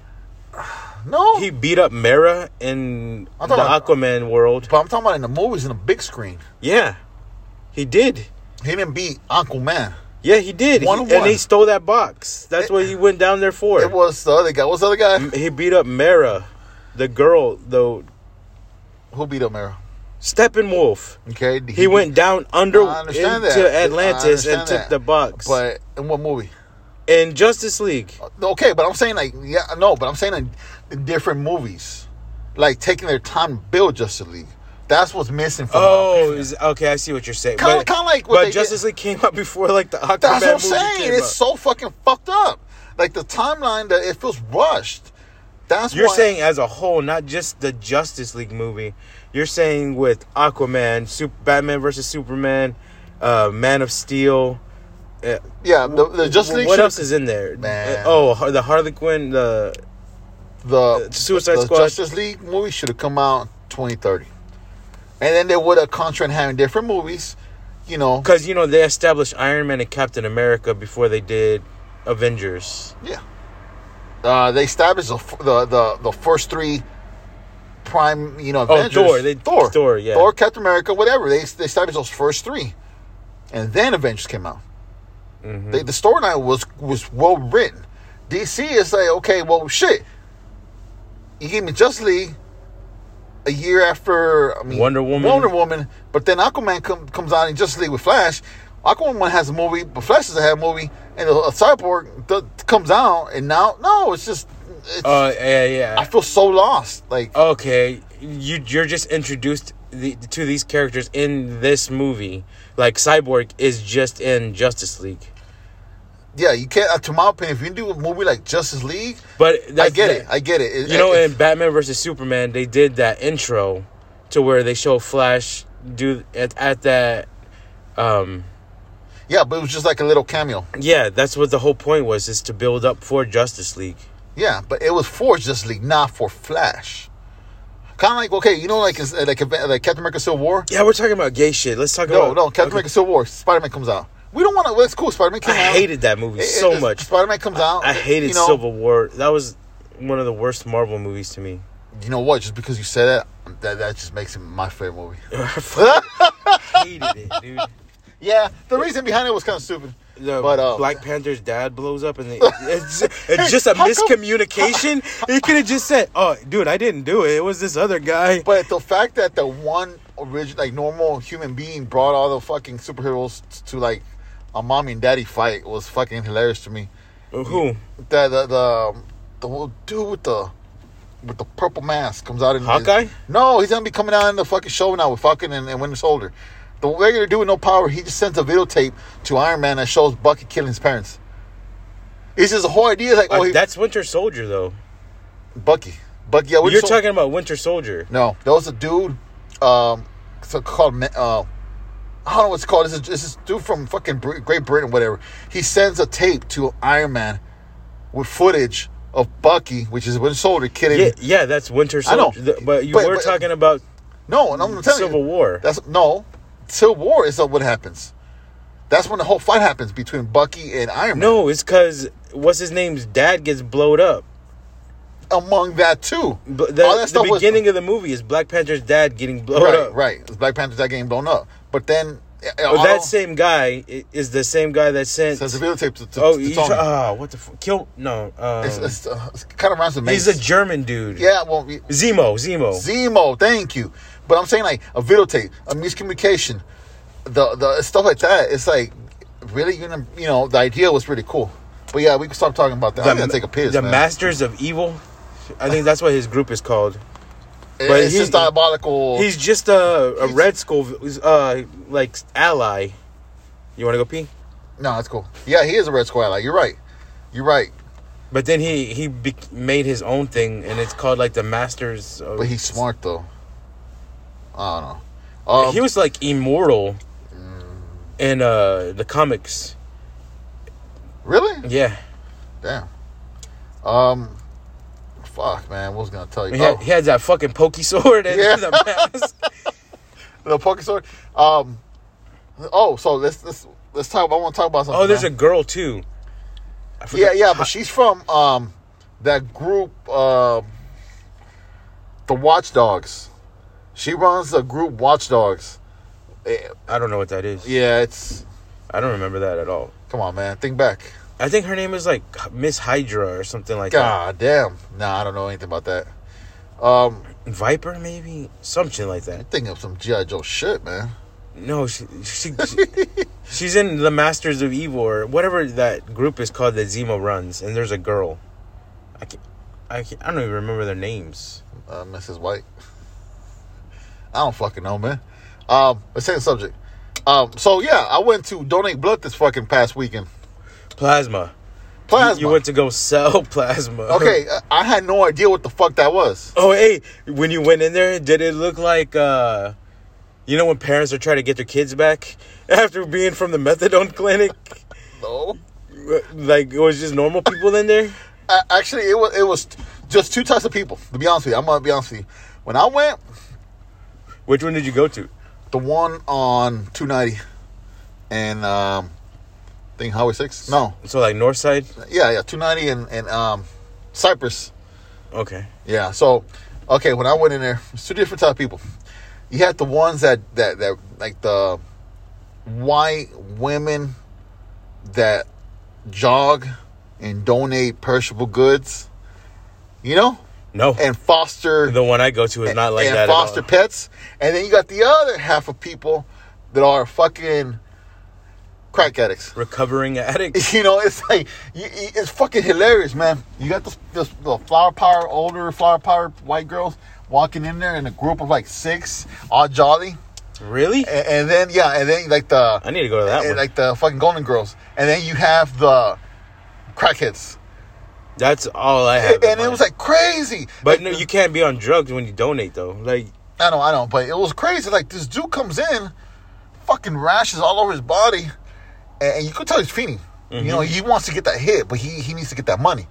No,
He beat up Mera in the
I'm talking about-
Aquaman world.
but I'm talking about in the movies in the big screen.
Yeah, he did.
He didn't beat Uncle Man.
Yeah, he did. He-
One on
and he
one.
stole that box. That's what he went down there for.
It was the other guy. What's the other guy?
he beat up Mera, the girl, the
Who beat Omero?
Steppenwolf.
Okay. did
He went down under
I understand that.
into
I
Atlantis and
understand
took
that.
the box.
But in what movie?
in Justice League,
Okay, but I'm saying like yeah, no, but I'm saying in the different movies, like taking their time to build Justice League. That's what's missing from.
oh, is, okay, I see what you're saying.
Kinda-
but
kinda like what
but
they did-
Justice League came out before like the Aquaman
That's what I'm
movie
saying.
came
It's
out.
so fucking fucked up. Like the timeline that it feels rushed. That's
You're
why-
saying as a whole, not just the Justice League movie. You're saying with Aquaman, Sup Batman versus Superman, uh, Man of Steel. Uh,
yeah. The, the Justice League.
what
should-
else is in there?
Man.
Uh, Oh, Har- the Harley Quinn. The
the
Suicide
the
Squad.
Justice League movie should have come out 2030, and then they would have contra and having different movies, you know.
because you know they established Iron Man and Captain America before they did Avengers.
Yeah, uh, they established the, f- the the the first three prime, you know, Avengers.
Oh, Thor, they-
Thor,
Thor, yeah.
Thor, Captain America, whatever. They they established those first three, and then Avengers came out.
Mm-hmm.
They, the storyline was was well written. DC is like, okay, well, shit. You gave me Justice League a year after I mean,
Wonder Woman.
Wonder Woman, but then Aquaman com- comes out in Justice League with Flash. Aquaman has a movie, but Flash doesn't have a movie, and a, a cyborg th- comes out, and now no, it's just it's,
Oh yeah, yeah.
I feel so lost. Like
okay you you're just introduced the, to these characters in this movie like cyborg is just in justice league
yeah, you can't. uh, To my opinion, if you do a movie like Justice League,
but
I
that's
get
the-
it. I get it. It-
you know
it-
in batman versus superman they did that intro to where they show flash do at, at that um
yeah, but it was just like a little cameo.
yeah that's what the whole point was is to build up for justice league
Yeah, but it was for Justice League, not for Flash. Kind of like okay, you know, like it's, uh, like uh, like Captain America: Civil War.
yeah we're talking about gay shit let's talk
No,
about
no, Captain America: Civil War. Spider Man comes out. We don't want to. It's cool. Spider Man came
i
out.
hated that movie so much
Spider Man comes out.
i hated
you know,
civil war that was one of the worst marvel movies to me
You know what? Just because you said that, that that just makes it my favorite movie.
I fucking hated it dude
Yeah, the reason behind it was kind of stupid.
the
But, uh,
Black Panther's dad blows up, and they, it's, it's just a
How come-
miscommunication. he could have just said, "Oh, dude, I didn't do it. It was this other guy."
But the fact that the one original, like normal human being, brought all the fucking superheroes to like a mommy and daddy fight was fucking hilarious to me.
Who?
The the the, the little dude with the with the purple mask comes out in
Hawkeye?
no, he's gonna be coming out in the fucking show now with Falcon and, and Winter Soldier. The regular dude with no power, he just sends a videotape to Iron Man that shows Bucky killing his parents. It's just a whole idea, like oh,
Uh,
he,
that's Winter Soldier, though.
Bucky, Bucky. Yeah, Winter
You're
Sol-
talking about Winter Soldier.
No, there was a dude, um, so called Ma- uh, I don't know what's called. This is this is dude from fucking Br- Great Britain, whatever. He sends a tape to Iron Man with footage of Bucky, which is when soldier kidding.
Yeah, yeah, that's Winter
I know.
Soldier. The- But you
But-
were
but-
talking about
No, and I'm telling you,
Civil War.
That's no, Civil War is what happens. That's when the whole fight happens between Bucky and Iron Man.
no. It's because what's his name's dad gets blowed up.
among that too.
But the,
All that
the
stuff was-
beginning of the movie is Black Panther's dad getting blown
right,
up.
right. It's Black Panther's that game blown up, but then uh,
But Oh, that same guy i- is the same guy that sent.
Says the videotape to, to,
oh,
to
you
Tony.
tra- ah, what the fuck? Kill no. Um,
it's, it's, uh, it's kind of rhymes with
he's
Mace.
a German dude.
Yeah, well, we-
Zemo. Zemo.
Zemo, thank you. But I'm saying like a videotape, a miscommunication, the the stuff like that. It's like really, you know, you know, the idea was pretty cool. But yeah, we can stop talking about that. I'm gonna take a piss.
the
man.
Masters of Evil. I think that's what his group is called.
It-
but
it's
he-
just diabolical.
He's just a, a Red Skull, uh, like ally. You want to go pee?
no, that's cool. Yeah, he is a Red Skull ally. You're right. You're right.
But then he he be- made his own thing, and it's called like the Masters. Of-
But he's smart though. I don't know. Um,
he was like immortal
Mm.
in uh the comics.
really?
Yeah,
Damn. Um, fuck, man. What was I gonna tell you?
he, had,
Oh.
he had that fucking pokey sword and
Yeah.
the mask.
the pocket sword. Um, oh, so let's let's let's talk. I want to talk about something.
Oh, there's a
man.
girl too. I
yeah,
forgot-
yeah, but she's from um that group, um the Watchdogs. She runs the group Watchdogs. Eh,
I don't know what that is.
Yeah, it's
I don't remember that at all.
come on, man. Think back.
I think her name is like Miss Hydra or something like
God damn. Nah, I don't know anything about that. Um,
that. Viper, maybe something like that.
I'm thinking of some GI Joe shit, man.
No, she, she, she she's in the Masters of Evil or whatever that group is called that Zemo runs, and there's a girl. I can't, I, can't, I don't even remember their names.
uh, Mrs. White. I don't fucking know, man. Um, let's change the subject. Um, so yeah, I went to donate blood this fucking past weekend.
Plasma.
Plasma.
You, you went to go sell plasma.
okay, uh, I had no idea what the fuck that was.
Oh hey, when you went in there, did it look like uh you know when parents are trying to get their kids back after being from the methadone clinic?
No,
like it was just normal people in there?
I, actually, it was it was just two types of people. To be honest with you, I'm gonna be honest with you. When I went,
Which one did you go to?
the one on 290 and um, I think Highway Six. No,
So like north side?
yeah, yeah, 290 and and um, Cypress.
Okay.
Yeah. So, okay, when I went in there, it's two different type of people. You had the ones that that that like the white women that jog and donate perishable goods, you know,
No.
and foster
the one I go to is not like
and
that. at all.
foster pets, and then you got the other half of people that are fucking crack addicts.
recovering addict.
You know, it's like you, you- it's fucking hilarious, man. You got this, this the flower power, older flower power white girls walking in there in a group of like six, all jolly,
Really?
and, and then yeah, and then like
I
the
need to go to that
and,
one.
like the fucking Golden Girls, and then you have the crackheads,
That's all I have.
and,
in
it
mind.
was like crazy.
but
Like,
no, you can't be on drugs when you donate though. Like,
I know, I know, but it was crazy. Like this dude comes in, fucking rashes all over his body, and, and you could tell he's fiending. You know, he wants to get that hit, but he he needs to get that money.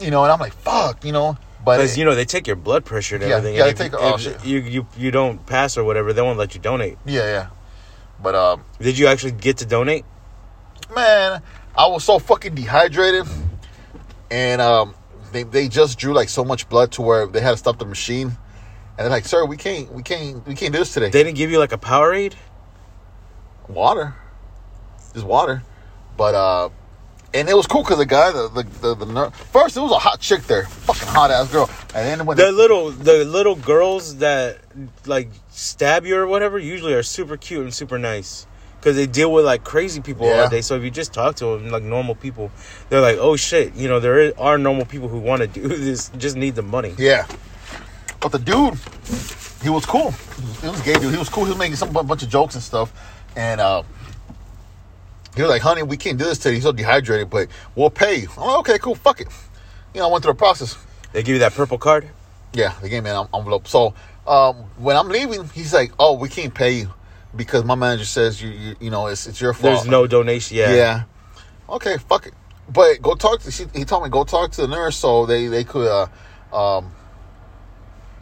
You know, and I'm like, fuck, you know, but
because you know they take your blood pressure and
Yeah,
everything.
yeah,
and
they
if-
take- oh,
if
shit.
You you you don't pass or whatever, they won't let you donate.
yeah, yeah, but um,
Did you actually get to donate?
man, I was so fucking dehydrated, and um, they they just drew like so much blood to where they had to stop the machine, and they're like, sir, we can't, we can't, we can't do this today.
They didn't give you like a Powerade.
Water. just water. But uh, and it was cool because the guy, the the the, the ner- first it was a hot chick there, fucking hot ass girl, and then when
The little the little girls that like stab you or whatever usually are super cute and super nice because they deal with like crazy people
Yeah.
all day. So if you just talk to them like normal people, they're like, oh shit, you know there i- are normal people who want to do this, just need the money.
Yeah. But the dude, he was cool. He was a gay dude. He was cool. He was making some bu- bunch of jokes and stuff. And uh, he was like, honey, we can't do this today. He's so dehydrated, but we'll pay you. I'm like, okay, cool. Fuck it. You know, I went through the process.
They give you that purple card.
Yeah, they gave me an en- envelope. So um, when I'm leaving, he's like, oh, we can't pay you because my manager says, you you, you know, it's, it's your fault.
There's no donation. Yeah.
Yeah. Okay, fuck it. But go talk to. She, he told me go talk to the nurse so they they could uh, um,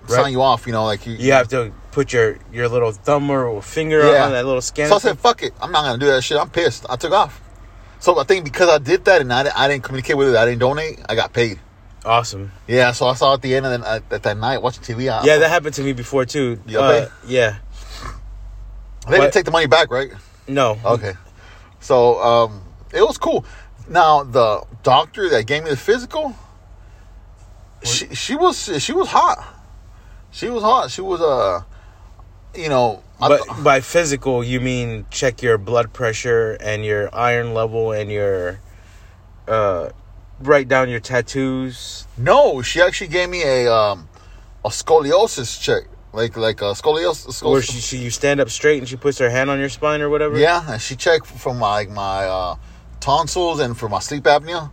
Right.
sign you off. You know, like you.
You have to put your your little thumb or finger
Yeah.
on that little scanner.
So I said, fuck it. I'm not gonna do that shit. I'm pissed. I took off. So I think because I did that and I, di- I didn't communicate with it, I didn't donate. I got paid.
awesome.
Yeah. So I saw at the end and then uh, at that night watching TV. I,
Yeah, that happened to me before too.
You got
Uh,
paid?
yeah.
they didn't
what-
take the money back, right?
No.
Okay. So um, it was cool. Now the doctor that gave me the physical, she she was she was hot. She was hot. She was uh, you know, I
But
th-
by physical, you mean check your blood pressure and your iron level and your uh write down your tattoos.
no, she actually gave me a um a scoliosis check, like like a scoliosis.
Where
scoliosis.
she, she you stand up straight and she puts her hand on your spine or whatever.
Yeah, and she checked for my like, my uh, tonsils and for my sleep apnea,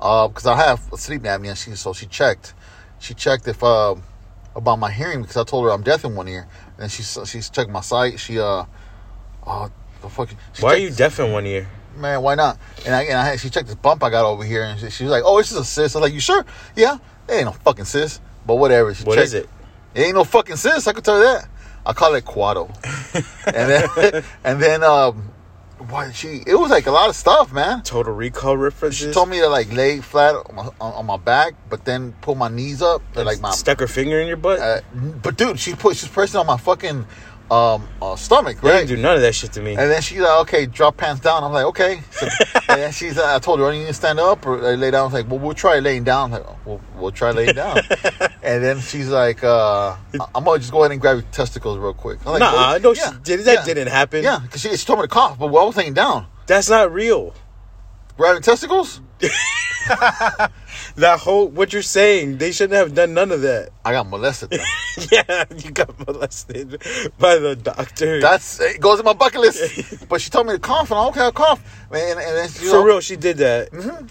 because I have sleep apnea. She so she checked, she checked if uh, about my hearing because I told her I'm deaf in one ear, and she s- she's checked my sight. She uh, oh the fucking. She
Why are you
checked-
deaf in one ear?
man? Why not? And I and I had, she checked this bump I got over here, and she, she was like, oh, it's just a cyst. I was like, you sure? Yeah, it ain't no fucking cyst, but whatever. She
What
checked-
is it?
it ain't no fucking sis. I can tell you that. I call it Quado. and then, and then, um, why she? It was like a lot of stuff, man.
Total recall references.
She told me to like lay flat on my, on, on my back, but then pull my knees up, and, like my.
stuck her finger in your butt.
Uh, but dude, she put she's pressing on my fucking um uh, stomach,
they
right?
didn't do none of that shit to me.
And then she's like, "Okay, drop pants down." I'm like, "Okay." So- and then she's like, "I told her, "Are you gonna stand up or uh, lay down?" I was like, "Well, we'll try laying down." I'm like, we'll, we'll try laying down. and then she's like, uh, I- "I'm gonna just go ahead and grab your testicles real quick." I'm like,
Nah,
"Oh,
no, she
yeah,
did that
yeah,
didn't happen.
Yeah, because she, she told me to cough, but while I was laying down,
That's not real.
grabbing testicles,
That whole what you're saying, they shouldn't have done none of that.
I got molested. Then.
yeah, you got molested by the doctor.
That's it goes in my bucket list. but she told me to cough, and I'm okay, I cough. And, and then she,
For real, she did that.
Mm-hmm.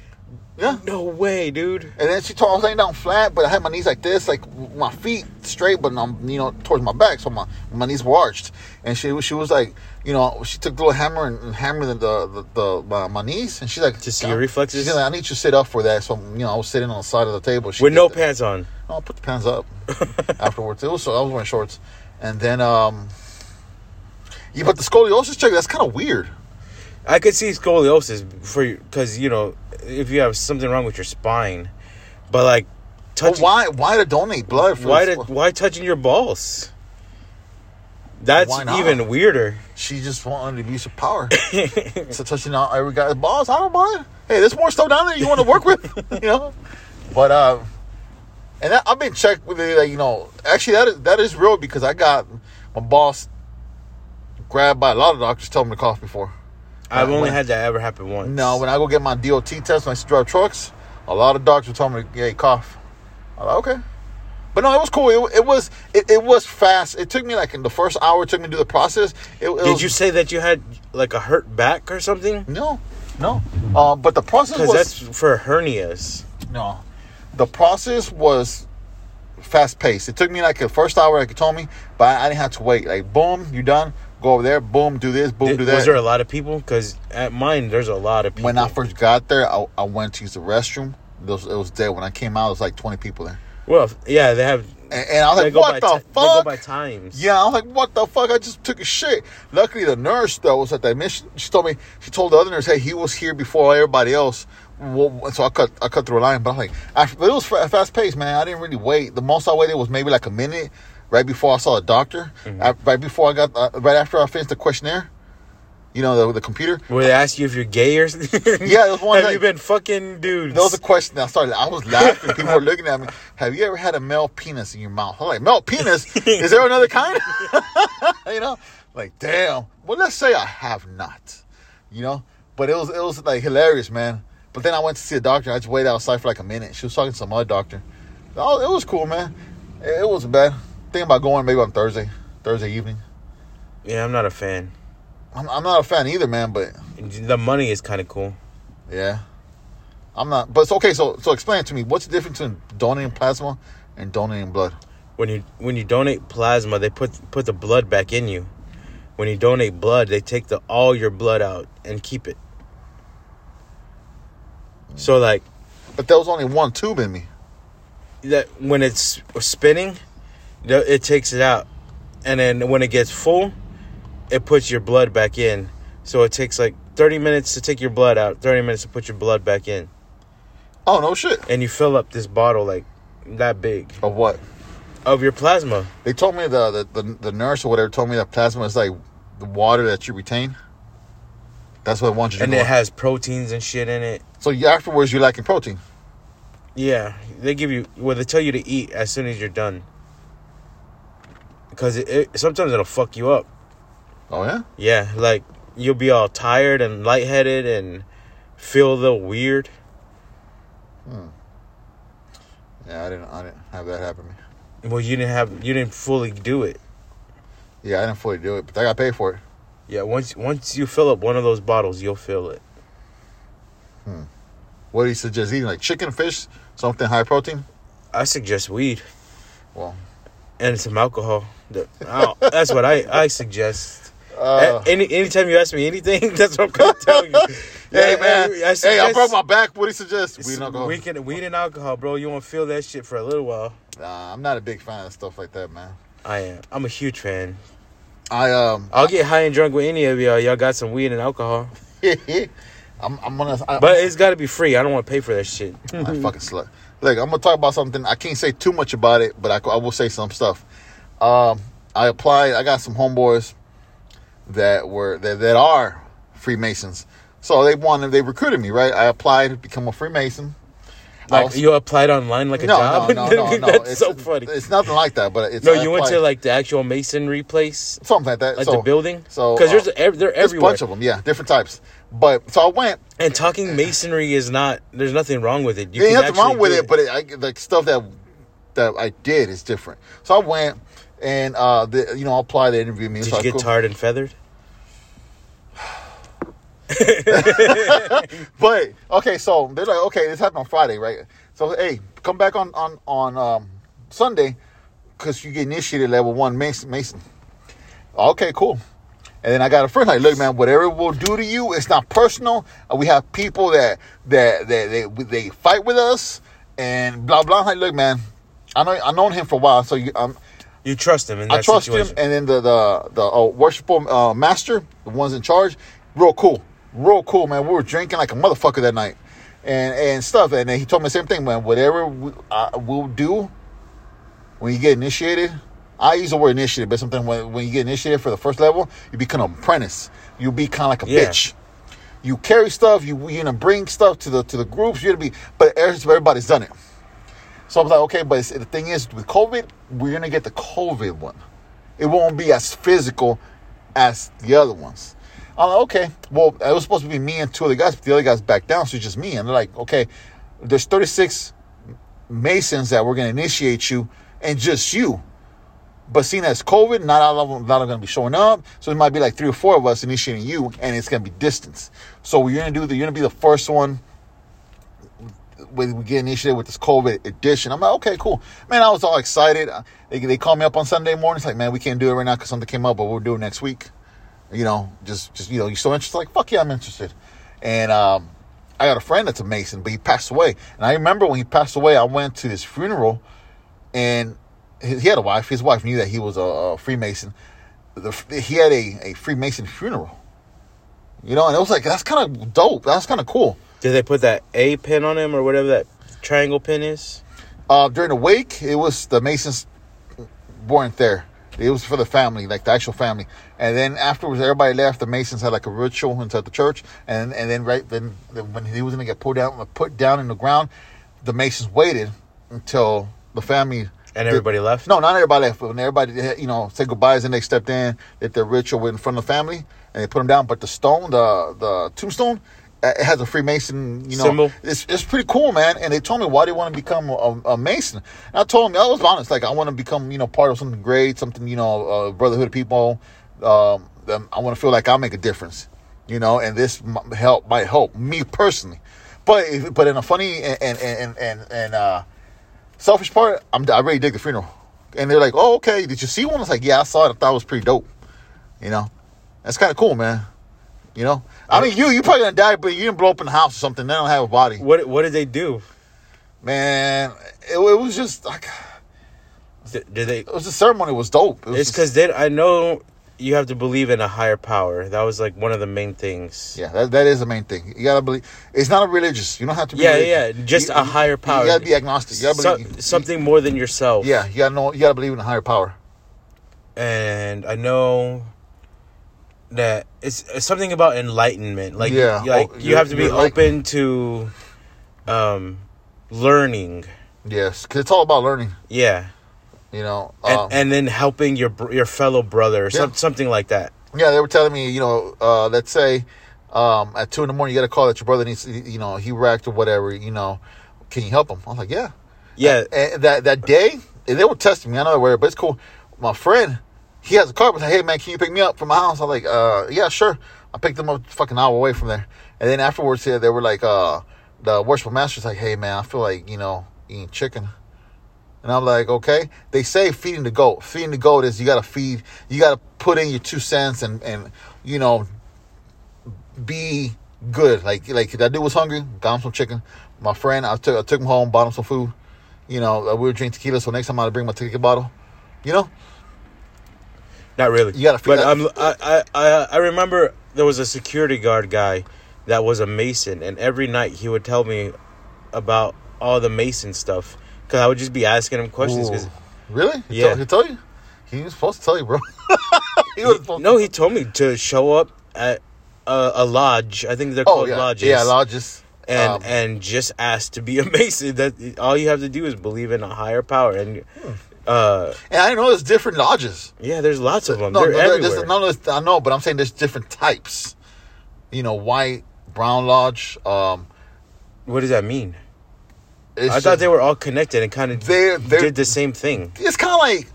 yeah.
No way, dude.
And then she told I was laying down flat, but I had my knees like this, like my feet straight, but I'm you know towards my back, so my my knees were arched. And she was- she was like, you know, she took the little hammer and, and hammered the the, the, the my, my knees, and she's like,
To see your reflexes?
She's like, I need you to sit up for that. So you know, I was sitting on the side of the table She
With
did
no
that.
pants on.
No, I put the pants up afterwards. It was so I was wearing shorts, and then um, yeah, but the scoliosis check that's kind of weird.
I could see scoliosis for because you know if you have something wrong with your spine, but like
But
touching
why why to donate blood? For
why
this-
did why touching your balls? That's
Why not?
even weirder.
She just wanted abuse of power. so touching on every guy's balls, I don't mind. Hey, there's more stuff down there you want to work with, you know. But uh, and that, I've been checked with it, like, you know. Actually, that is that is real because I got my boss grabbed by a lot of doctors telling me to cough before.
I've
Uh,
only
when-
had that ever happen once.
No, when I go get my DOT test, when I used to drive trucks, a lot of doctors told me, "Hey, cough." I'm like, okay. But no, it was cool. It, it was it, it was fast. It took me like in the first hour. It took me to do the process. It, it
did
was,
you say that you had like a hurt back or something?
No, no. Uh, but the process
Because
was
that's for hernias.
no. The process was fast paced. It took me like the first hour, like you told me, but I didn't have to wait. Like boom, you done. Go over there. Boom, do this. Boom,
Did-
do that.
was there a lot of people? Because at mine, there's a lot of people.
when I first got there, I, I went to use the restroom. It was, it was dead. When I came out, it was like twenty people there,
well, yeah, they have.
and, and I was
They
like,
go, by
"What
ti-
the
they go
fuck?"
by times.
Yeah, I was like, what the fuck? I just took a shit. Luckily, the nurse that was at that mission, she told me, she told the other nurse, hey, he was here before everybody else. Well, so I cut, I cut through a line. But I'm like, I, but it was fa- fast paced, man. I didn't really wait. The most I waited was maybe like a minute, right before I saw a doctor, I, right before I got, uh, right after I finished the questionnaire. you know, the, the computer.
Where they ask you if you're gay or something?
Yeah, there's one
Have
that-
you been fucking dudes?
That was a question that I started. I was laughing. People were looking at me. Have you ever had a male penis in your mouth? I'm like, male penis? Is there another kind? you know, like damn. Well, let's say I have not. You know, but it was it was like hilarious, man. But then I went to see a doctor. I just waited outside for like a minute. She was talking to some other doctor. Oh, it was cool, man. It, it wasn't bad. Thinking about going maybe on Thursday, Thursday evening.
yeah, I'm not a fan.
I'm, I'm not a fan either, man. But
The money is kind of cool.
Yeah. I'm not, but it's okay. So, so explain to me what's the difference between donating plasma and donating blood?
When you when you donate plasma, they put put the blood back in you. When you donate blood, they take the all your blood out and keep it. So like
But there was only one tube in me.
that when it's spinning, the- it takes it out, and then when it gets full, it puts your blood back in. So it takes like thirty minutes to take your blood out, thirty minutes to put your blood back in,
Oh no, shit.
and you fill up this bottle like that big
Or what?
of your plasma.
They told me the the, the the nurse or whatever told me that plasma is like the water that you retain. That's what I want you to
and
do.
it has proteins and shit in it.
so you, afterwards, you're lacking protein.
Yeah, they give you well, they tell you to eat as soon as you're done. Because it, it sometimes it'll fuck you up.
Oh yeah.
Yeah, like you'll be all tired and lightheaded and feel a little weird.
Yeah, I didn't. I didn't have that happen to me.
Well, you didn't have you didn't fully do it.
Yeah, I didn't fully do it, but I got paid for it.
Yeah, once once you fill up one of those bottles, you'll feel it.
What do you suggest eating? Like chicken, fish, something high protein?
I suggest weed
Well,
and some alcohol. The- I don't- that's what I I suggest.
uh,
A- any anytime you ask me anything, that's what I'm gonna tell you.
hey
Yeah,
man,
eh, I
hey, I
suggest-
broke my back. What do you suggest? We
It's
don't go.
Weed and, weed and alcohol, bro. You won't feel that shit for a little while.
Nah, I'm not a big fan of stuff like that, man.
I am. I'm a huge fan.
I um,
I'll get high and drunk with any of y'all. Y'all got some weed and alcohol,
I'm, I'm gonna. I,
but it's got to be free. I don't want to pay for that shit.
I fucking slut. Look, I'm gonna talk about something. I can't say too much about it, but I, c- I will say some stuff. Um, I applied. I got some homeboys that were that, that are Freemasons. So they wanted. They recruited me, right? I applied, to become a Freemason. I
Like
was-
you applied online like a
no,
job.
no, no, no, no.
That's
it's,
so funny.
It's nothing like that, but it's
No,
I
you went to
applied.
like the actual masonry place,
something like that.
like
so,
the building.
So
because there's
uh,
ev- they're
there's a
everywhere.
bunch of them, yeah, different types. But so I went.
and talking masonry is not. There's nothing wrong with it. You
ain't
can
nothing wrong
actually
with
do
it, but it, I, like stuff that that I did is different. So I went and uh, the, you know, I applied. They interviewed me.
did
so
you
I
get
cool.
tarred and feathered?
But okay, so they're like, okay, this happened on Friday, right? So hey, come back on on on um, Sunday because you get initiated level one Mason. Mason. Okay, cool. And then I got a friend like, look, man, whatever we'll do to you, it's not personal. Uh, We have people that that that they they fight with us and blah blah. I'm like, look, man, I know I known him for a while, so you, um,
You trust him in that
I trust
situation.
him. And then the the the uh, worshipful uh, master, the ones in charge, real cool, real cool, man. We were drinking like a motherfucker that night, and and stuff. And then he told me the same thing, man. Whatever we, uh, we'll do when you get initiated. I use the word initiated, but sometimes when, when you get initiated for the first level, you become an apprentice. You be kind of like a
Yeah.
bitch. You carry stuff. You you gonna bring stuff to the to the groups. You're gonna be, but everybody's done it. So I was like, okay, but it's- the thing is, with COVID, we're gonna get the COVID one. It won't be as physical as the other ones. I'm like, okay, well, it was supposed to be me and two other guys, but the other guys backed down, so it's just me. And they're like, okay, there's 36 masons that we're gonna initiate you, and just you. But seeing as COVID, not all of them, not all gonna be showing up, so it might be like three or four of us initiating you, and it's gonna be distance. So you're gonna do the, you're gonna be the first one when we get initiated with this COVID edition. I'm like, okay, cool. Man, I was all excited. Uh, They, they called me up on Sunday morning. It's like, man, we can't do it right now because something came up, but we'll do it next week. You know, just, just you know, you so interested? Like, fuck yeah, I'm interested. And um, I got a friend that's a Mason, but he passed away. And I remember when he passed away, I went to his funeral and his, he had a wife. His wife knew that he was a, a Freemason. The, he had a, a Freemason funeral. You know, and it was like, that's kind of dope. That's kind of cool.
Did they put that A pin on him or whatever that triangle pin is?
Uh, during the wake, it was the Masons weren't there. It was for the family, like the actual family. And then afterwards, everybody left. The Masons had like a ritual inside the church, and and then right then then when he was gonna get put down put down in the ground, the Masons waited until the family
And everybody left?
No, not everybody left. But when everybody you know said goodbyes and they stepped in, did their ritual in front of the family, and they put him down. But the stone, the the tombstone. uh, It has a Freemason, you know.
Symbol?
It's, it's pretty cool, man. And they told me why they want to become a, a Mason. And I told them I was honest, like I want to become, you know, part of something great, something, you know, uh, brotherhood of people. Um, um, I want to feel like I make a difference, you know. And this m- help might help me personally, but if- but in a funny and and and and, and uh, selfish part, I'm I really dig the funeral. And they're like, oh okay, did you see one? I was like, yeah, I saw it. I thought it was pretty dope, you know. That's kind of cool, man. You know, I mean, you you probably gonna die, but you didn't blow up in the house or something. They don't have a body
What what did they do?
man, it, it was just like
Did, did they?
it was the ceremony was dope. It
It's
was just-
because they. I know you have to believe in a higher power. That was like one of the main things.
yeah, that, that is the main thing. You gotta believe it's not a religious. You don't have to. be
Yeah,
religious.
yeah, just
You-
a
you-
higher power.
You gotta be agnostic. You gotta
So-
believe.
something more than yourself.
yeah, you gotta know. You gotta believe in a higher power.
and I know that it's, it's something about enlightenment. Like,
Yeah.
you- like
Oh,
you
you're-
have to be
you're enlightened.
open to um, learning.
Yes, because it's all about learning.
Yeah,
You know.
and,
um,
and then helping your br- your fellow brother, or some,
Yeah.
something like that.
yeah, they were telling me, you know, uh, let's say um, at two in the morning, you got a call that your brother needs, you know, he wrecked or whatever. You know, can you help him? I was like, yeah.
Yeah.
And that that day, and they were testing me. I know they were, but it's cool. My friend, he has a car. But hey, man, can you pick me up from my house? I'm like, uh, yeah, sure. I picked him up fucking hour away from there. And then afterwards, yeah, they were like, uh, the worshipful master's like, hey, man, I feel like you know eating chicken. And I'm like, okay. They say feeding the goat. Feeding the goat is you gotta feed, you gotta put in your two cents and and you know be good. Like like that dude was hungry, got him some chicken. My friend, I took I took him home, bought him some food. You know, uh, we would drink tequila, so next time I'll bring my tequila bottle. You know,
Not really.
You gotta feel
But
that-
I'm, I, I, I- I remember there was a security guard guy that was a Mason, and every night he would tell me about all the Mason stuff. Because I would just be asking him questions. 'cause-
Ooh. really? He
Yeah.
tell, he tell you. He was supposed to tell you, bro. he was supposed
no, he told me to show up at a, a lodge. I think they're
oh
called
yeah,
lodges.
yeah, lodges.
and
Um,
and just ask to be a Mason. That all you have to do is believe in a higher power. And
Hmm.
uh,
and I didn't know there's different lodges.
yeah, there's lots of them.
No,
They're
no, there-
everywhere.
there's- no, there's- I know, but I'm saying there's different types. You know, white, brown lodge. Um,
what does that mean?
it's
I thought they were all connected and kind of
They're- they're-
did the same thing.
It's kind of like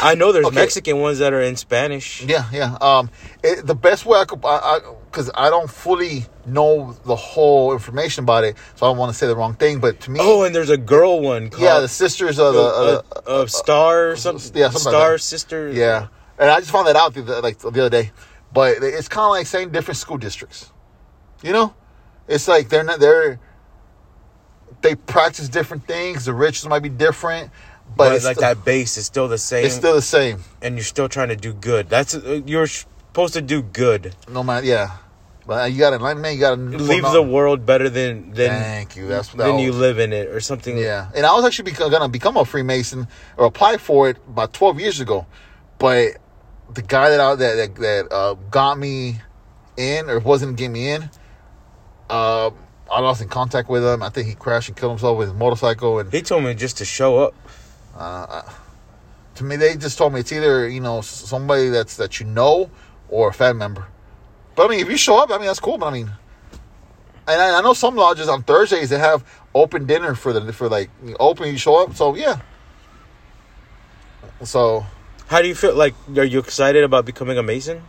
I know there's
Okay.
Mexican ones that are in Spanish.
yeah, yeah. Um, it, the best way I could, I, because I, don't fully know the whole information about it, so I don't want to say the wrong thing. But to me,
Oh, and there's a girl one called
yeah, the sisters of the, uh,
a, a Star or something.
yeah, something like
Star
that.
Sister.
yeah, and I just found that out the, the- like the other day. But it's kind of like saying different school districts. You know, it's like they're not they're they practice different things. The rituals might be different, but,
But,
it's
like
still,
that base is still the same,
it's still the same.
and you're still trying to do good. That's uh, you're supposed to do good.
No matter, yeah. But uh, you got enlightenment. You got to
Leave the world better than than
Thank you. That's
than you
that-
live in it or something.
Yeah, and I was actually bec- gonna become a Freemason or apply for it about twelve years ago, but the guy that I, that that, that uh, got me in or wasn't getting me in, uh, I lost in contact with him. I think he crashed and killed himself with his motorcycle, and
They told me just to show up.
to me they just told me it's either you know s- somebody that's that you know or a family member. But I mean, if you show up, I mean that's cool. But I mean, and I, I know some lodges on Thursdays they have open dinner for the for like open. You show up, so yeah. So
How do you feel? Like, are you excited about becoming a Mason?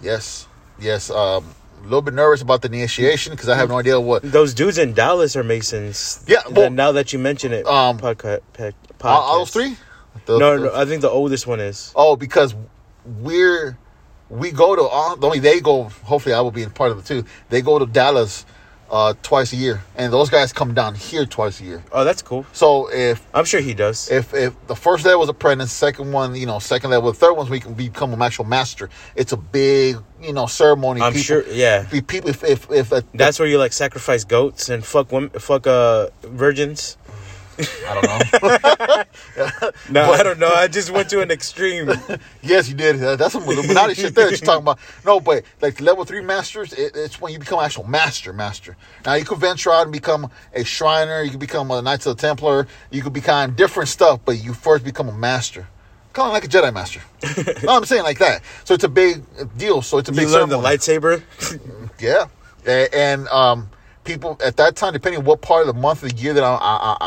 yes, yes. Um, a little bit nervous about the initiation because I have no idea what.
Those dudes in Dallas are Masons.
Yeah,
Th-
well,
now that you mention it,
um,
podca- pe- podcast.
All, all those three? The-
No,
the-
no, I think the oldest one is.
Oh, because we're we go to all, only they go. Hopefully, I will be in part of it too. They go to Dallas uh, twice a year, and those guys come down here twice a year.
Oh, that's cool.
So if
I'm sure he does.
if if the first level was apprentice, second one, you know, second level, the third one's we can become an actual master. It's a big, you know, ceremony.
I'm sure. Yeah,
Be people, if if, if a,
that's where you like sacrifice goats and fuck women, fuck uh virgins.
I don't know.
No, I don't know. I just went to an extreme.
yes, you did. That- That's some Illuminati shit there that you're talking about. No, but like level three masters, it, it's when you become actual master, master. Now you could venture out and become a Shriner. You could become a Knights of the Templar. You could become different stuff, but you first become a master. Kind of like a Jedi master. no, I'm saying like that. So it's a big deal. So it's a
You
big.
learned the
ceremony.
lightsaber.
Yeah, A- and um, people at that time, depending on what part of the month of the year that I I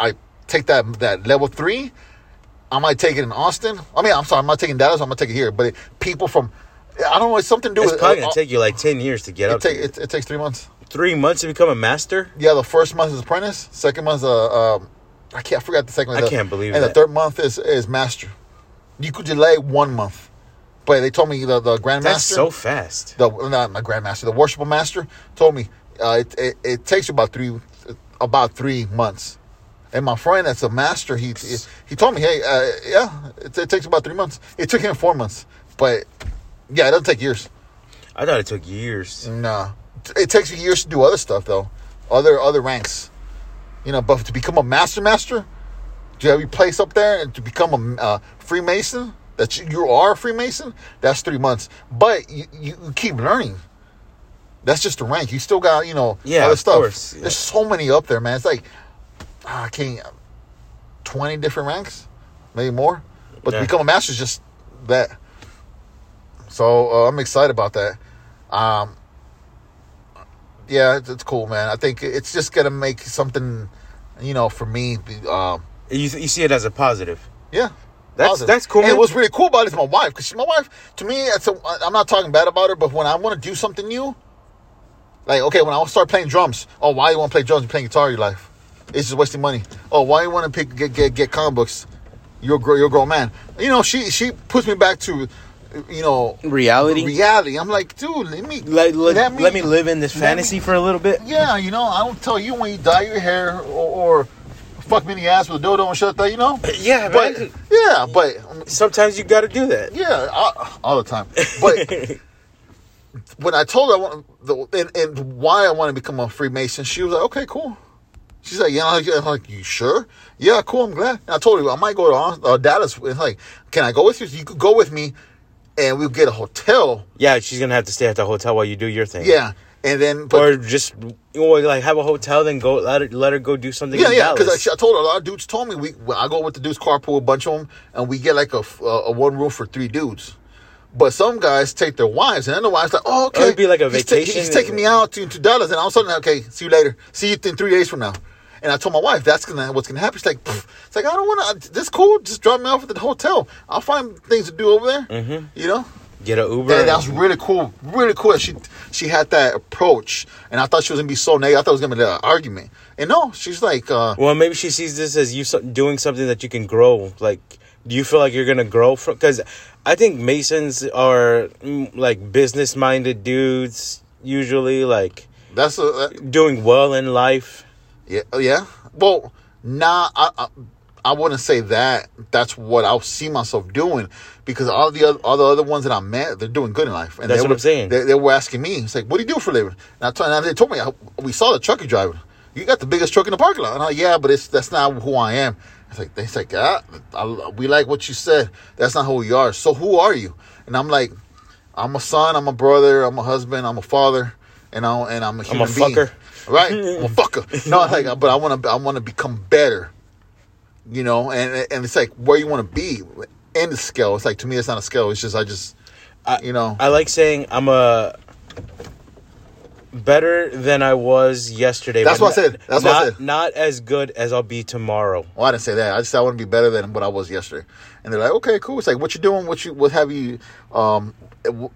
I, I take that that level three, I might take it in Austin. I mean, I'm sorry, I'm not taking Dallas. I'm gonna take it here. But it, people from I don't know, it's something to do
It's
with
probably gonna
uh,
take you like ten years to get
It,
up. to
take, it, it takes three months.
Three months to become a master.
Yeah, the first month is apprentice. Second month is uh, um, I can't I forgot the second. one.
I
The-
can't believe
And the
that.
third month is is master. You could delay one month, but they told me the the grandmaster.
That's so fast.
the not my grandmaster, the worshipful master told me uh, it, it it takes you about three about three months. And my friend that's a master, he he, he told me, hey, uh, yeah, it, it takes about three months. It took him four months, but yeah, it doesn't take years.
I thought it took years.
Nah, it takes you years to do other stuff though, other other ranks, you know. But to become a master master, to have your place up there and to become a uh, Freemason, that you, you are a Freemason, that's three months. But you, you, you keep learning. That's just the rank. You still got you know
Yeah,
other
of
stuff.
course, yeah.
There's so many up there, man. It's like ah, I can't twenty different ranks, maybe more. But
Yeah.
to become a master is just that. So uh, I'm excited about that. Um, yeah, it's, it's cool, man. I think it's just gonna make something, you know, for me. be- Um,
You, you see it as a positive.
yeah,
That's-
Positive.
that's cool,
And
man.
what's really cool about it is my wife, because my wife, to me, it's a, I- I'm not talking bad about her, but when I want to do something new, like okay, when I start playing drums, oh, why you want to play drums? You playing guitar your life? It's just wasting money. Oh, why you want to pick get get get comic books? You're a grow you're a grown man. You know, she she puts me back to, you know,
Reality.
reality. I'm like, dude, let me
let, let, let, me, live in this
let me-
fantasy for a little bit.
yeah, you know, I don't tell you when you dye your hair or, or fuck me in the ass with a dildo and shit like that, you know?
Yeah,
But,
man.
yeah, but,
Sometimes you got to do that.
yeah, I, all the time. But when I told her I want, the, and, and why I want to become a Freemason, she was like, okay, cool. She's like, yeah, I'm like- I'm like, you sure? Yeah, cool, I'm glad. And I told her, I might go to Aus- uh, Dallas. And like, can I go with you? You could go with me and we'll get a hotel.
yeah, she's gonna have to stay at the hotel while you do your thing.
Yeah. And then, but
or just or like have a hotel, then go let her, let her go do something.
Yeah,
in
yeah.
Dallas.
Because I, I told her, a lot of dudes told me we. Well, I go with the dudes carpool a bunch of them, and we get like a, f- a- a one room for three dudes. But some guys take their wives, and then the wives like, oh, okay.
it'd be like a
he's ta-
vacation.
he's taking me out to, to Dallas, and all of a sudden, okay, see you later. See you in three days from now. And I told my wife that's gonna what's gonna happen. She's like, "Pff." it's like I don't want to. This cool. Just drop me off at the hotel. I'll find things to do over there. Mm-hmm. You know.
get an Uber.
Yeah, that
and-
was really cool. Really cool. that She she had that approach, and I thought she was gonna be so negative. I thought it was gonna be an argument, and no, she's like, uh,
well, maybe she sees this as you so- doing something that you can grow. Like, do you feel like you're gonna grow from? Because I think Masons are mm, like business minded dudes usually, like
That's a uh,
doing well in life.
yeah, oh, yeah. Well, nah, I, I I wouldn't say that. That's what I'll see myself doing because all the other, all the other ones that I met, they're doing good in life. And
That's
they
what
were,
I'm saying.
They, they were asking me, it's like, "What do you do for a living?" And I told, and they told me, I, "We saw the truck you driving. You got the biggest truck in the parking lot." And I, yeah, but it's that's not who I am. It's like they like, ah, I, we like what you said. That's not who you are. So who are you? And I'm like, I'm a son. I'm a brother. I'm a husband. I'm a father. And I and I'm a
I'm a
human being.
fucker.
right? I'm a fucker. No, like, but I want to. I want to become better. You know, and and it's like where you want to be in the scale. It's like to me, it's not a scale. It's just I just, you know,
I like saying I'm a better than I was yesterday.
That's
but
what I
not-
said. That's what I
not-
said.
Not as good as I'll be tomorrow.
well, Oh, I didn't say that. I just said I want to be better than what I was yesterday. And they're like, okay, cool. It's like what you doing? What you? What have you? Um,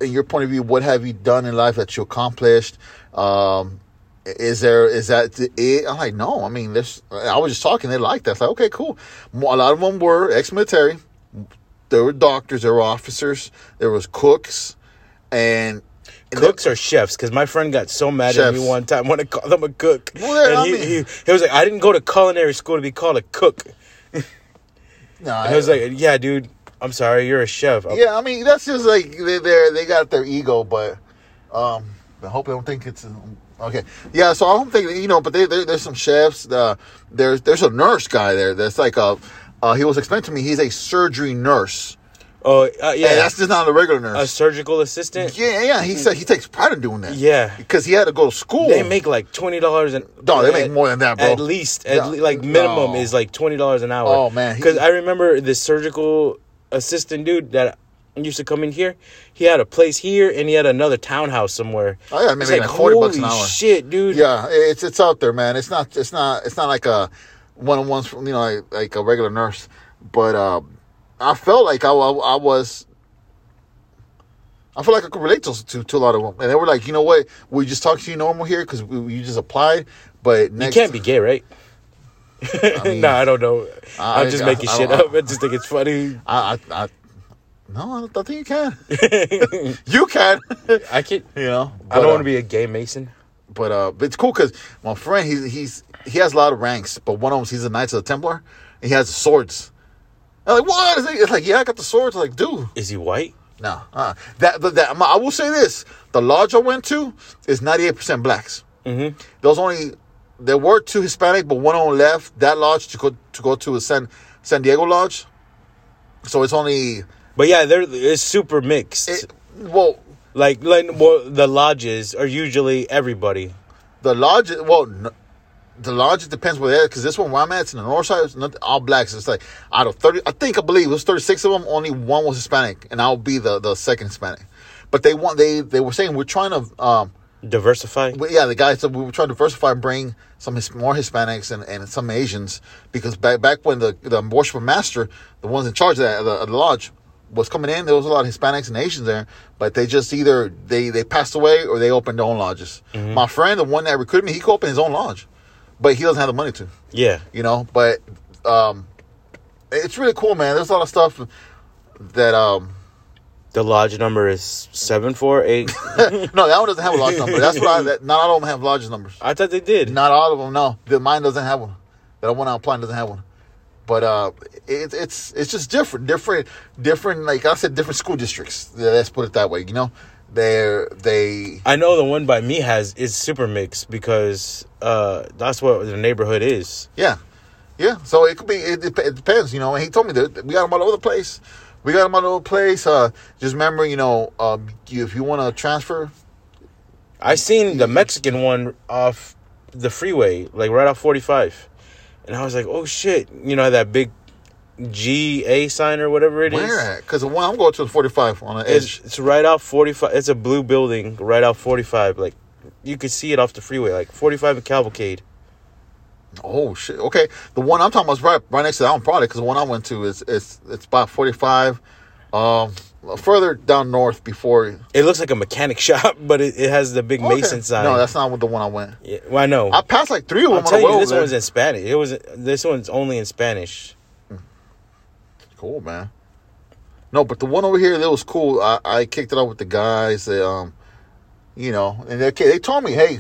in your point of view, what have you done in life that you accomplished? Um. Is there is that it? I'm like no. I mean, there's. I was just talking. They like that. It's like okay, cool. Mo- A lot of them were ex-military. There were doctors. There were officers. There was cooks, and and
Cooks or chefs? Because my friend got so mad at me
Chefs.
one time when I called him a cook.
Well, yeah,
and
I
he,
mean-
he, he was like, I didn't go to culinary school to be called a cook.
they- nah,
And I was like, Yeah, dude, I'm sorry, you're a chef. I'm-
Yeah, I mean that's just like they they they got their ego, but um, I hope they don't think it's um, Okay. Yeah. So I'm thinking, you know, but they, they, there's some chefs. Uh, there's there's a nurse guy there that's like a. Uh, he was explained to me he's a surgery nurse.
Oh, uh, yeah.
Yeah, that's just not a regular nurse.
a surgical assistant.
yeah, yeah. He said he takes pride in doing that.
Yeah.
Because he had to go to school.
They make like twenty dollars an.
No, they
at-
make more than that, bro.
At least, at
No,
le- like minimum
no.
is like twenty dollars an hour.
Oh, man, he-
because I remember this surgical assistant dude that used to come in here. He had a place here, and he had another townhouse somewhere.
Oh, yeah,
It's
maybe like 40 bucks an
holy
hour.
Shit, dude.
Yeah, it's it's out there, man. It's not it's not it's not like a one on ones, you know, like, like a regular nurse. But uh, I felt like I, wa- I was. I feel like I could relate to, to to a lot of them, and they were like, you know what, we just talked to you normal here because you just applied, but
You
next
can't be gay, right?
mean,
nah, I don't know.
I-
I, am just
I-
making
I
shit
don't-
up. I just think it's funny.
I, I, I no, I, don't, I think you can. you can,
I can.
you know.
I don't
but,
want
uh,
to be a gay Mason.
but uh, but it's cool because my friend he's he's he has a lot of ranks, but one of them he's a Knights of the Templar, and he has the swords. I'm like, what? Is it? It's like, yeah, I got the swords. I'm like, dude,
Is he white?
no. Uh, that that, that I will say this: the lodge I went to is 98 percent blacks. Mm-hmm. There was only there were two Hispanic, but one only left that lodge to go to go to a San San Diego lodge. So it's only
But yeah, they're it's super mixed.
it, well
Like, like well, the lodges are usually everybody.
The lodge, well, n the lodge it depends where they're because this one where I'm at, it's in the north side, it's not all blacks. It's like out of 30, I think I believe it was 36 of them, only one was Hispanic, and I'll be the, the second Hispanic. But they want, they, they were saying, we're trying to, um,
Diversify.
but yeah, the guy said we were trying to diversify and bring some his, more Hispanics and, and some Asians because back back when the the worship master, the ones in charge of, that, of the, of the lodge, was coming in, there was a lot of Hispanics and Asians there, but they just either they they passed away or they opened their own lodges. My friend, the one that recruited me, he could open his own lodge, but he doesn't have the money to
Yeah.
you know but um it's really cool man there's a lot of stuff that um
The lodge number is seven four eight.
no that one doesn't have a lodge number that's what i that, not all of them have lodge numbers
I thought they did.
not all of them no the mine doesn't have one that one i'm applying doesn't have one but uh it, it's it's just different different different like i said different school districts Yeah, let's put it that way you know they're they
I know the one by me has is super mixed because uh, that's what the neighborhood is.
Yeah, yeah. So it could be. It, dep- it depends, you know. And he told me that we got him all over the place. We got him all over the place. Uh, just remember, you know, um, you, if you want to transfer,
I seen the Mexican one off the freeway, like right off forty five, and I was like, oh shit! You know that big G A sign or whatever it is.
where? Because the one I'm going to is 45 on the
It's,
edge.
it's right out 45. It's a blue building right out 45. Like, you could see it off the freeway, like 45 and Cavalcade.
Oh shit. Okay, the one I'm talking about is right right next to that one, probably because the one I went to is it's it's about 45. Um, further down north before
It looks like a mechanic shop, but it, it has the big mason
Okay.
sign.
No, that's not what the one I went.
Yeah, well, I know.
I
i
passed like three of
am
them on the
telling
way
you,
over
this
there.
one's in Spanish. It was this one's only in Spanish.
Cool, man. No, but the one over here that was cool. I, I kicked it out with the guys. That, um, you know, and they they told me, hey,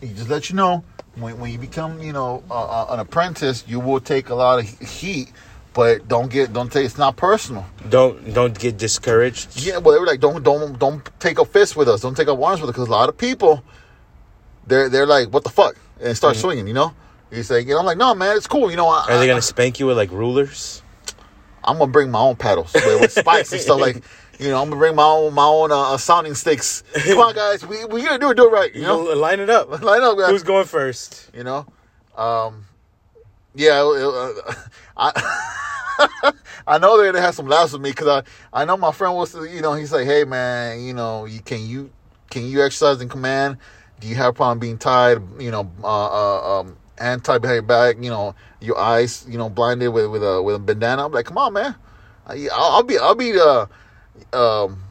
you just let you know when when you become you know uh, uh, an apprentice, you will take a lot of heat, but don't get don't take it's not personal.
Don't don't get discouraged.
Yeah, well, they were like, don't don't don't take up fists with us, don't take up arms with us, because a lot of people, they're they're like, what the fuck, and start swinging, you know. He's like, you know, I'm like, no, man, it's cool, you know. I,
Mm-hmm. Are
I-
they gonna spank you with like rulers?
I'm gonna bring my own paddles with, with spikes and stuff like. You know, I'm gonna bring my own my own uh, uh, sounding sticks. Come on, guys, we we gonna do it, do it right. You know,
line it up.
line up, guys.
Who's going first?
You know, um, yeah, it- it- uh, I I know they're gonna have some laughs with me because I I know my friend was you know he's like, hey man, you know, you can you can you exercise in command? Do you have a problem being tied? You know, uh, uh, um, hand tied behind your back. You know, your eyes you know blinded with with a with a bandana. I'm like, come on, man, I, I'll, I'll be I'll be the um.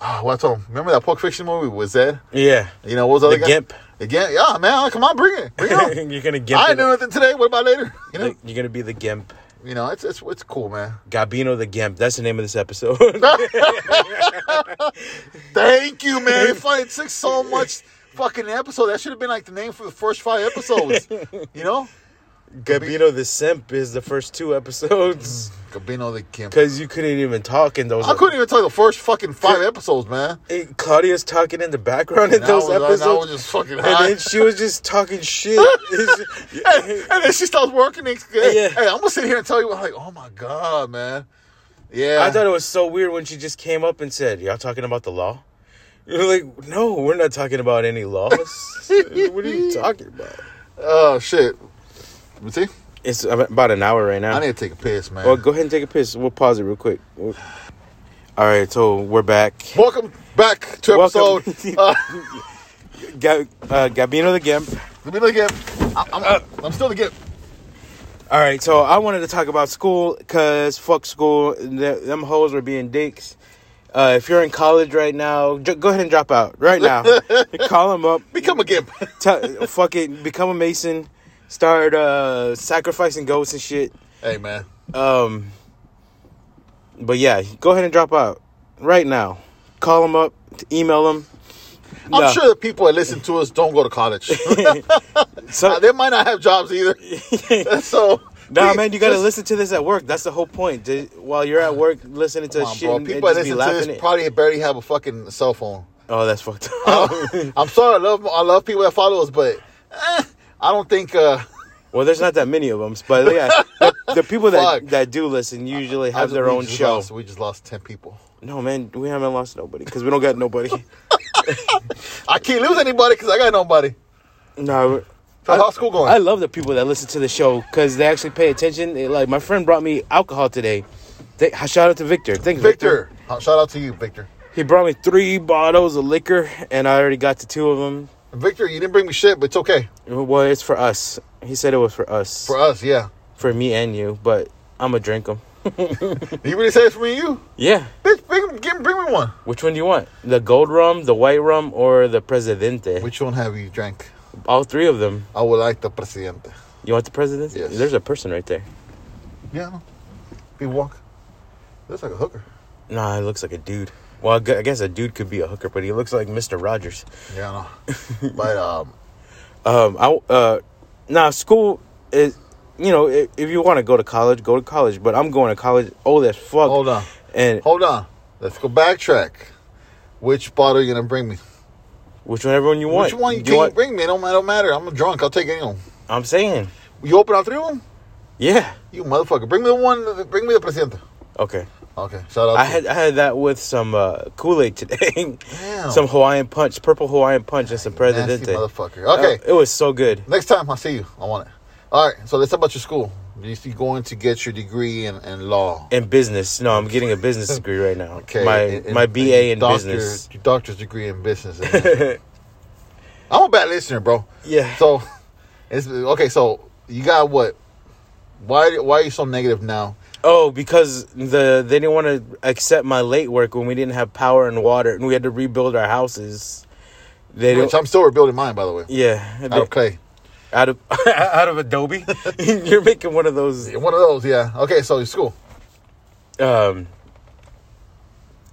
Oh, what I told him. Remember that Pulp Fiction movie with Zed?
Yeah,
You know, what was the other
The
guy?
gimp.
The Gimp. Yeah, man. Come on, bring it. Bring it on.
you're gonna gimp.
I
it
ain't doing
up.
nothing today. What about later? You know,
You're gonna be the gimp.
you know, it's it's it's cool, man.
Gabino the gimp. That's the name of this episode.
Thank you, man. It fucking took so much fucking episode. That should have been like the name for the first five episodes. You know,
Gabino the simp is the first two episodes
Gabino the Gimp.
because you couldn't even talk in those.
Mm. I couldn't even tell you the first fucking five episodes, man.
Eh, Claudia's talking in the background in
And I
those
was- and I was
episodes,
just fucking
and
high.
then she was just talking shit.
and, and then she starts working. And,
Yeah.
Hey, I'm gonna sit here and tell you, I'm like, oh my god, man. Yeah,
I thought it was so weird when she just came up and said, "Y'all talking about the law?" You're like, "No, we're not talking about any laws. what are you talking about?"
Oh shit. Let me see.
It's about an hour right now.
I need to take a piss, man.
Well, go ahead and take a piss. We'll pause it real quick. We'll- All right, so we're back.
Welcome back to
Welcome.
episode. uh,
Ga- uh, Gabino the Gimp.
let me look at. I'm, I'm,
Uh,
I'm still the gimp.
All right, so I wanted to talk about school because fuck school. Th- Them hoes were being dicks. Uh, if you're in college right now, j- go ahead and drop out right now. Call them up.
Become a gimp.
Tell, fuck it. Become a mason. Start uh, sacrificing goats and shit.
hey man,
Um, but yeah, go ahead and drop out right now. Call them up. Email them.
I'm sure the people that listen to us don't go to college. Uh, they might not have jobs either. so.
Nah,
we-
man, you gotta
just-
listen to this at work. That's the whole point. Th- While you're at work, listening to
Come on,
shit
bro.
and and
People that
just be
listen to
laughing.
this
at-
probably barely have a fucking cell phone.
oh, that's fucked up.
I'm sorry, I love I love people that follow us, but eh, I don't think uh,
well, there's not that many of them, but yeah, the, the people that,
Fuck.
that do listen usually
I
have
just-
their
we
own
just
show.
lost- we just lost ten people.
No, man, we haven't lost nobody because we don't got nobody.
I can't lose anybody because I got nobody.
no.
So how's school going?
I love the people that listen to the show because they actually pay attention. They- like my friend brought me alcohol today. They, shout out to Victor. Thanks,
Victor. Uh, Shout out to you, Victor.
He brought me three bottles of liquor, and I already got to two of them.
Victor, you didn't bring me shit, but it's okay.
Well, it's for us. He said it was for us,
For
for,
us, yeah.
me and you. But I'm gonna drink them.
You really say it's for me and you?
Yeah.
Bitch, bring, get, bring me one.
Which one do you want? The gold rum, the white rum, or the Presidente?
Which one have you drank?
All three of them.
I would like the Presidente.
You want the Presidente?
Yes.
There's a person right there.
Yeah, I know. He walk. Looks like a hooker.
Nah, it looks like a dude. Well, I gu- I guess a dude could be a hooker, but he looks like Mr. Rogers.
Yeah, I know. but, um,
Um, I uh, now school is, you know, if, if you want to go to college, go to college. But I'm going to college old as fuck.
hold on.
And
Hold on. Let's go backtrack. Which bottle you going to bring me?
which one, everyone you want?
Which one you
Do you
can
want-
bring me? It don't, it don't matter. I'm drunk. I'll take any of them.
I'm saying,
You open all three of them?
yeah.
You motherfucker. Bring me the one. Bring me the Presidente.
Okay.
Okay. Shout out
I
to you.
had I had that with some uh, Kool Aid today.
Damn.
some Hawaiian punch, purple Hawaiian punch, and some
Nasty
Presidente.
motherfucker. Okay.
Uh, it was so good.
Next time I see you, I want it. All right, so let's talk about your school. You see, going to get your degree in, in law.
In business, no, I'm getting a business degree right now.
Okay,
My
and- and-
my
and
BA in
doctor-
business.
your doctor's degree in business. I'm a bad listener, bro.
Yeah.
So, it's, okay, so you got what? Why why are you so negative now?
Oh, because the they didn't want to accept my late work when we didn't have power and water, and we had to rebuild our houses. They
Which
didn't.
I'm still rebuilding mine, by the way.
yeah, they-
Out of clay.
out of out of Adobe. You're making one of those.
One of those, yeah. Okay, so your school.
Um,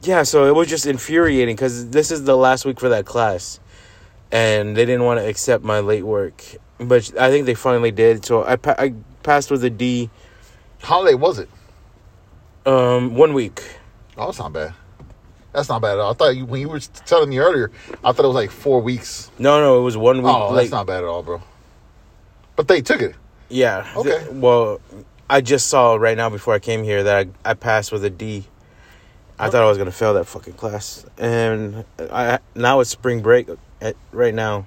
yeah, so it was just infuriating because this is the last week for that class, and they didn't want to accept my late work. But I think they finally did. So I pa- I passed with a D.
How late was it?
Um, one week.
Oh, that's not bad. That's not bad at all. I thought you, when you were telling me earlier, I thought it was like four weeks.
No, no, it was one week.
Oh,
late.
that's not bad at all, bro. But they took it.
Yeah. th-
Okay.
well, I just saw right now before I came here that I, I passed with a D. I thought I was gonna fail that fucking class, and I now it's spring break at, right now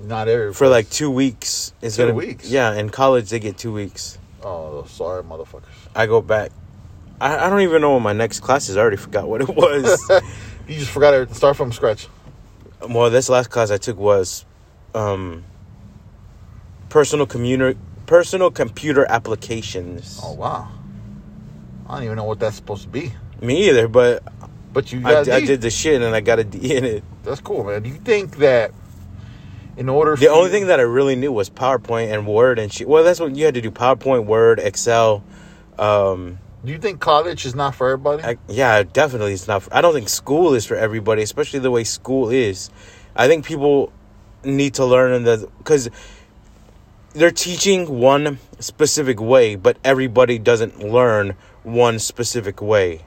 Not every
for like two weeks. It's
Two
gonna,
weeks?
Yeah, in college they get two weeks.
Oh, sorry, motherfuckers.
I go back. I, I don't even know what my next class is. I already forgot what it was.
You just forgot everything. Start from scratch.
well, this last class I took was um, personal commuter personal computer applications.
Oh wow. I don't even know what that's supposed to be.
Me either, but
But you
I,
got
d- I did the shit and I got a D in it.
That's cool, man. Do you think that in order
The only thing that I really knew was PowerPoint and Word and shit. Well, that's what you had to do: PowerPoint, Word, Excel. Um,
do you think college is not for everybody?
I, yeah, definitely, it's not. For, I don't think school is for everybody, especially the way school is. I think people need to learn in the because they're teaching one specific way, but everybody doesn't learn one specific way.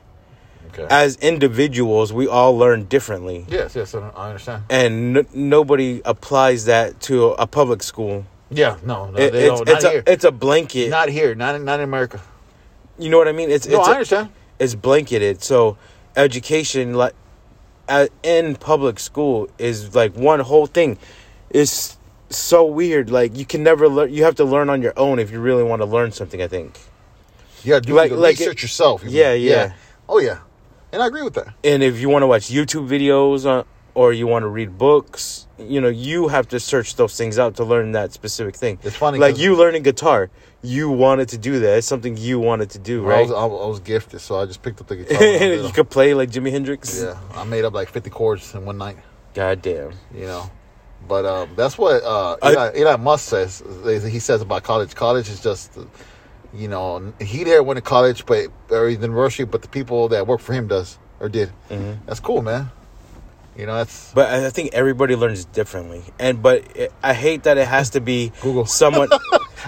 Okay.
As individuals, we all learn differently,
yes, yes, I I understand.
and n- nobody applies that to a public school.
Yeah, no, no
It-
they
it's,
don't.
it's
not
a
here.
it's a blanket.
not here. Not in, not in America.
you know what I mean? It's
No,
it's
I
a-
understand.
is blanketed. So education, like a- in public school, is like one whole thing. Is so weird. Like you can never learn. You have to learn on your own if you really want to learn something. I think.
Yeah, do
Like-
the
like it-
research yourself. You
Yeah,
mean.
yeah.
Oh yeah, and I agree with that.
And if you want to watch YouTube videos on, or you want to read books, you know, you have to search those things out to learn that specific thing.
It's funny
Like
'cause-
you learning guitar, you wanted to do that. It's something you wanted to do,
I
right?
was I, was- I was gifted, so I just picked up the guitar. when I was
And you
little.
could play like Jimi Hendrix.
yeah, I made up like fifty chords in one night.
God damn.
You know. But um, that's what uh, Eli, Eli Musk says. He says about college. College is just, you know, he didn't went to college, but or the university, but the people that work for him does or did. That's cool, man. You know, that's
But I I think everybody learns differently, and but it, I hate that it has to be
Google.
someone,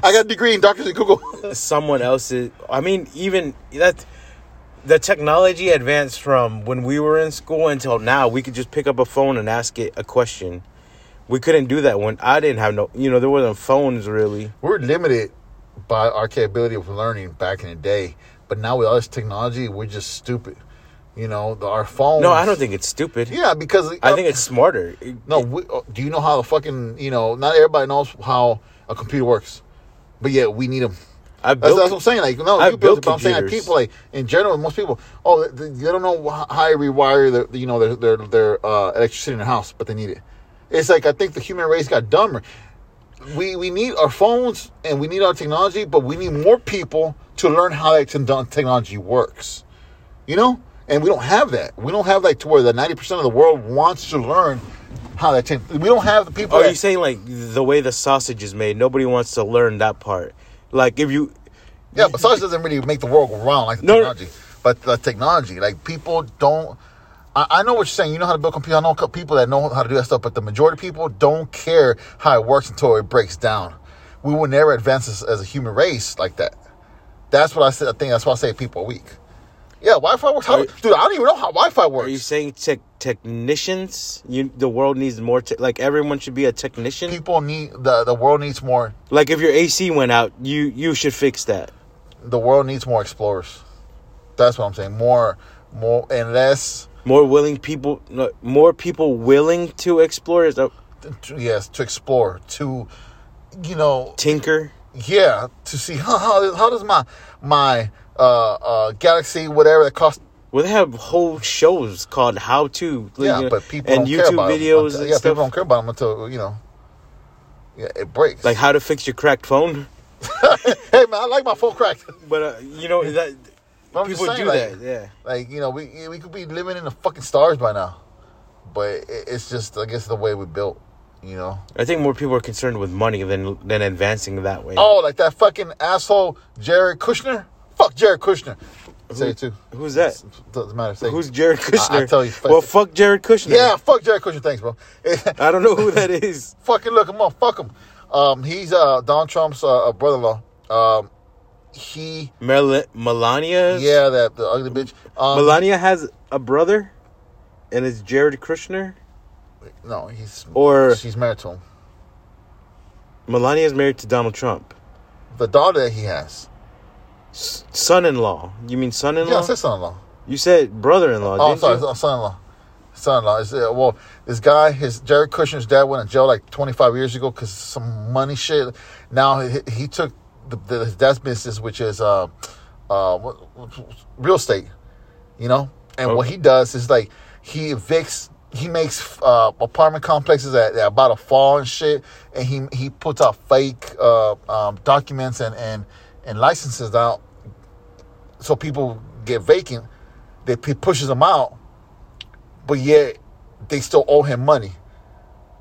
I got a degree in doctors at Google.
someone else's. I mean, even that the technology advanced from when we were in school until now. We could just pick up a phone and ask it a question. We couldn't do that when I didn't have no. You know, there wasn't phones really.
we're limited by our capability of learning back in the day, but now with all this technology, we're just stupid. You know, the, our phones.
No, I don't think it's stupid.
Oh. Yeah, because
I think it's smarter.
no. We, uh, do you know how the fucking you know? Not everybody knows how a computer works, but yet we need them.
I
That's,
built.
that's what I'm saying. Like no,
I
you built
built
it, but I'm saying like,
computers.
people like in general, most people. Oh, they, they don't know wh- how to rewire their you know their their, their uh, electricity in their house, but they need it. It's like I think the human race got dumber. We we need our phones and we need our technology, but we need more people to learn how that te- technology works. You know, and we don't have that. We don't have like to where the ninety percent of the world wants to learn how that. Te- we don't have the people.
Are
that-
Oh, you saying like the way the sausage is made? Nobody wants to learn that part. Like if you
Yeah, but sausage doesn't really make the world go round like the
No, no.
technology. But the technology, like people don't. I, I know what you're saying. You know how to build computers. I know co- people that know how to do that stuff, but the majority of people don't care how it works until it breaks down. We will never advance as, as a human race like that. That's what I said. I think that's why I say people are weak. Yeah, Wi-Fi works. How,
Are you-
dude, I don't even know how Wi-Fi
Are you
works.
saying tech technicians? You the world needs more tech. Like everyone should be a technician.
People need the the world needs more.
like if your AC went out, you you should fix that.
The world needs more explorers. That's what I'm saying. More, more, and less.
More willing people, no, more people willing to explore is a
to, yes to explore to you know
tinker.
yeah to see how how, how does my my uh uh galaxy whatever that costs
Well, they have whole shows called "How to," like,
yeah
you know,
but people
and
don't
YouTube
care about 'em
videos
until-
and
yeah people
stuff,
don't care about them until you know yeah it breaks
like how to fix your cracked phone.
hey man i like my phone cracked
But uh, you know that
But I'm just
people
saying,
do
like-
that. Yeah,
like you know we we could be living in the fucking stars by now but it, it's just i guess the way we built you know
I think more people are concerned with money than than advancing that way.
oh like that fucking asshole jared kushner fuck jared kushner say it too
Who's that?
doesn't matter say it.
Who's Jared Kushner?
I- I tell you, fuck-
Well, fuck Jared Kushner.
yeah fuck jared kushner thanks bro
I don't know who that is.
fucking look him up. Fuck him. Um, he's uh, Donald Trump's uh, uh, brother-in-law. Um, he,
Mel- Melania.
yeah, that the ugly bitch. Um,
Melania has a brother, and it's Jared Kushner.
No, he's
Or-
she's married to him.
Melania is married to Donald Trump.
The daughter that he has.
S- son-in-law. You mean
Yeah,
son-in-law?
it's his son-in-law.
you said brother-in-law.
Oh, I'm
didn't
sorry,
you?
it's- son-in-law. Son-in-law. It's, uh, well, this guy, his Jared Kushner's dad went in jail like 25 years ago because some money shit. Now he, he took the, the, his dad's business, which is uh, uh, what, what- real estate. you know. And what he does is like he evicts, he makes uh, apartment complexes that, that about to fall and shit, and he he puts out fake uh, um, documents and and and licenses out, so people get vacant. That he pushes them out, but yet they still owe him money.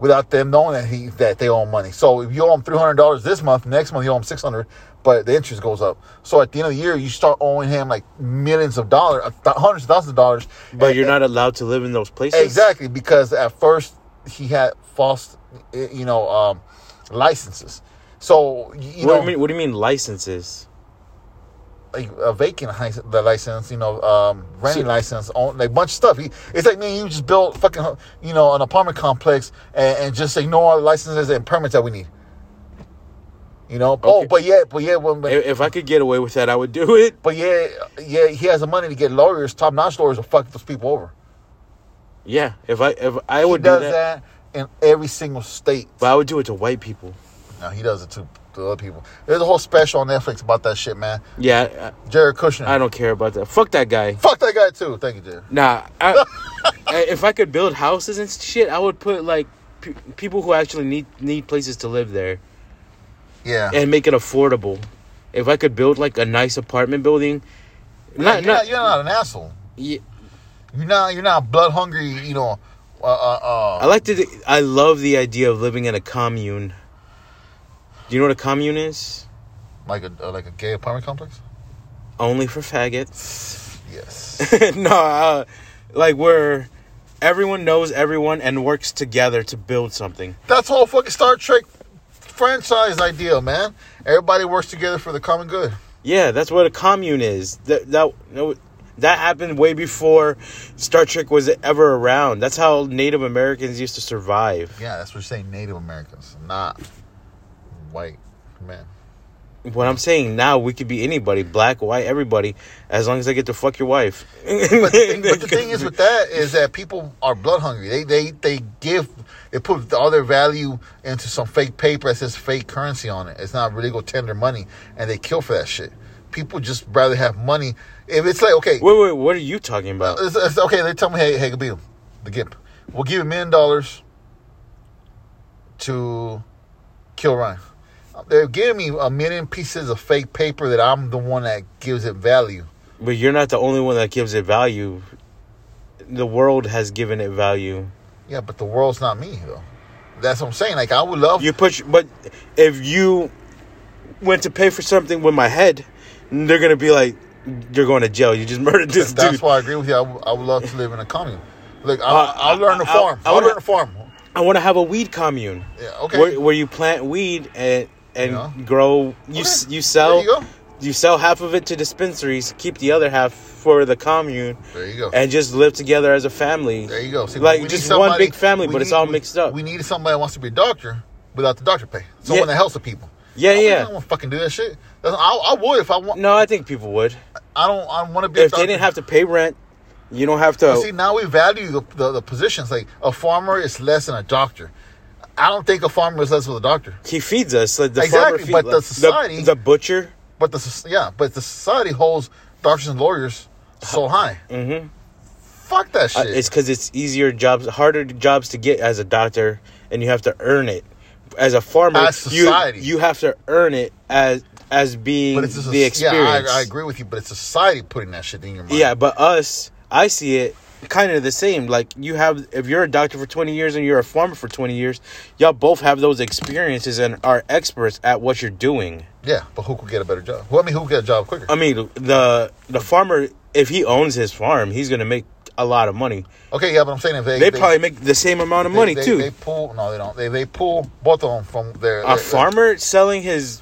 Without them knowing that he that they owe him money, so if you owe him three hundred dollars this month, next month you owe him six hundred, but the interest goes up. So at the end of the year, you start owing him like millions of dollars, uh, th- hundreds of thousands of dollars.
But you're not allowed to live in those places.
Exactly, because at first he had false, eh, you know, um, licenses. So you
what,
know,
do you mean, what do you mean licenses?
like a vacant hi- the license, you know, um, renting
See-
license, on like bunch of stuff. He- It's like man, you just built fucking, you know, an apartment complex and, and just ignore all the licenses and permits that we need. You know, oh,
Okay.
but yeah, but yeah, when,
If, if I could get away with that, I would do it.
but yeah, yeah, he has the money to get lawyers, top notch lawyers, to fuck those people over.
Yeah, if I if I
He
would do
does
that,
that. in every single state.
but I would do it to white people.
No, he does it to, to other people. There's a whole special on Netflix about that shit, man.
Yeah,
Jared Kushner.
I, I don't care about that. Fuck that guy.
Fuck that guy too. Thank you, Jared.
Nah, I, I- if I could build houses and shit, I would put like pe- people who actually need need places to live there
Yeah.
and make it affordable. If I could build like a nice apartment building, not
you're, not,
not
you're not an asshole.
yeah,
You're not. You're not blood hungry. You know. Uh, uh,
I
uh,
like to. I love the idea of living in a commune. Do you know what a commune is?
like a uh, like a gay apartment complex.
Only for faggots.
Yes.
no, uh, like where everyone knows everyone and works together to build something.
That's whole fucking Star Trek franchise idea, man. Everybody works together for the common good.
Yeah, that's what a commune is. That that no, that happened way before Star Trek was ever around. That's how Native Americans used to survive.
Yeah, that's what you're saying. Native Americans, not white men.
What I'm saying now, we could be anybody, black, white, everybody, as long as I get to fuck your wife.
But the, thing, but the thing is with that is that people are blood hungry. They they they give they put all their value into some fake paper that says fake currency on it. It's not legal tender money, and they kill for that shit. People just rather have money. If it's like okay,
wait, wait, what are you talking about?
it's, it's okay. They tell me hey hey Gabil, the Gimp, we'll give you a million dollars to kill Ryan. They're giving me a million pieces of fake paper that I'm the one that gives it value.
But you're not the only one that gives it value. The world has given it value.
Yeah, but the world's not me though. That's what I'm saying. Like I would love.
You push, but if you went to pay for something with my head, they're gonna be like, "You're going to jail. You just murdered this
that's
dude."
why I agree with you. I would- I would love to live in a commune. Look, I,
Uh,
I'll learn to
I- I-
farm.
I
I, will
wanna-
learn to farm.
I want to have a weed commune.
Yeah, okay.
Where, where you plant weed and and
Yeah.
grow. You s
Okay.
you sell.
There you go.
you sell half of it to dispensaries. Keep the other half for the commune.
There you go.
And just live together as a family.
there you go. See,
like
we need
just one
somebody-
big family,
we
but it's
need-
all
we-
mixed up.
We need somebody that wants to be a doctor without the doctor pay. Someone
Yeah.
that helps the people.
yeah,
I, wouldn't- I
yeah.
don't want to fucking do that shit. That's, I, I would if I want.
No, I think people would.
I don't. I want to be. a
if
doctor.
they didn't have to pay rent, you don't have to.
But see, now we value the, the, the positions. Like a farmer is less than a doctor. I don't think a farmer is less than a doctor.
he feeds us. Like the
Exactly,
farmer feed-
but the
like,
society-
the, butcher.
But the soc- yeah, but the society holds doctors and lawyers so high. Mm-hmm. Fuck that
Uh-huh. uh,
shit.
it's because it's easier jobs, harder jobs to get as a doctor, and you have to earn it. As a farmer,
As society.
you you have to earn it as as being
but it's a,
the experience.
Yeah, I, I agree with you. But it's society putting that shit in your mind.
Yeah, but us, I see it kind of the same. Like you have, if you're a doctor for twenty years and you're a farmer for twenty years, y'all both have those experiences and are experts at what you're doing.
yeah. But who could get a better job? Who I mean, who could get a job quicker?
I mean, the the farmer, if he owns his farm, he's gonna make a lot of money.
okay, yeah, but I'm saying if they
They, probably make the same amount of
they-
money
they-
too.
They pull no, they don't. They they pull both of them from their
a
their-
farmer selling his,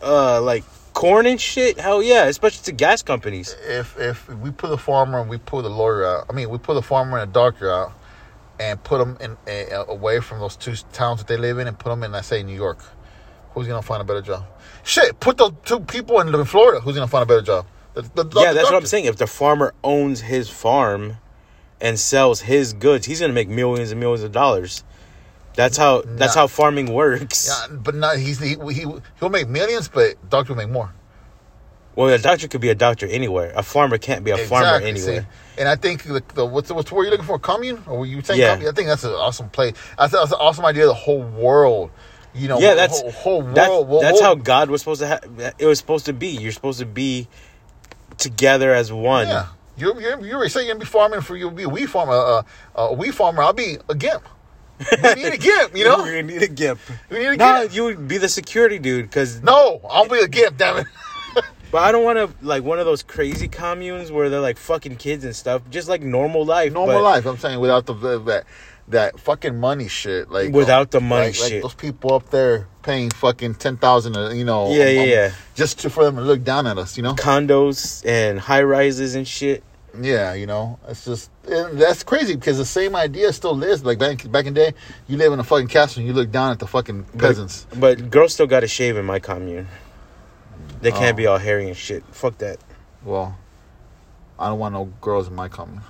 uh, like corn and shit. Hell yeah, especially to gas companies.
If if we put the farmer and we pull the lawyer out, I mean, we pull the farmer and the doctor out, and put them in, uh, away from those two towns that they live in, and put them in, let's say, New York. Who's gonna find a better job? Shit, put those two people in, in Florida. Who's gonna find a better job? The- the- the
yeah, that's what I'm
doctor.
saying. If the farmer owns his farm and sells his goods, he's gonna make millions and millions of dollars. That's how that's
Nah.
how farming works.
Yeah, but not he's he, he he'll make millions, but doctor will make more.
Well, a doctor could be a doctor anywhere. A farmer can't be a farmer
Exactly, see?
anywhere.
And I think the, the what's the, what's the word you looking for? Commune? Or were you saying
Yeah.
commune? I think that's an awesome play. I think that's an awesome idea. The whole world, you know,
Yeah,
whole-
that's
whole, whole world.
that's,
whole-
that's how
whole-
God was supposed to ha- it was supposed to be. You're supposed to be together as one.
Yeah, you're you're, you're saying you're gonna be farming for you'll be a wheat farmer, uh, uh, a wheat farmer. I'll be a gimp. We need a gimp, you know.
we need a gimp.
We need a
No,
gimp.
you would be the security dude because
No, I'll be a gimp. Damn it.
But I don't want to like one of those crazy communes where they're like fucking kids and stuff, just like normal life.
Normal
but
life. I'm saying without the, the that that fucking money shit. Like
Without the money
like- like
shit.
those people up there paying fucking ten thousand, uh, you know,
Yeah,
a
yeah,
month
yeah.
just to, for them to look down at us, you know.
Condos and high rises and shit.
Yeah, you know, it's just and that's crazy because the same idea still lives. Like back back in the day, you live in a fucking castle and you look down at the fucking peasants.
But girls still got to shave in my commune. They can't
Oh.
be all hairy and shit. Fuck that.
Well, I don't want no girls in my company.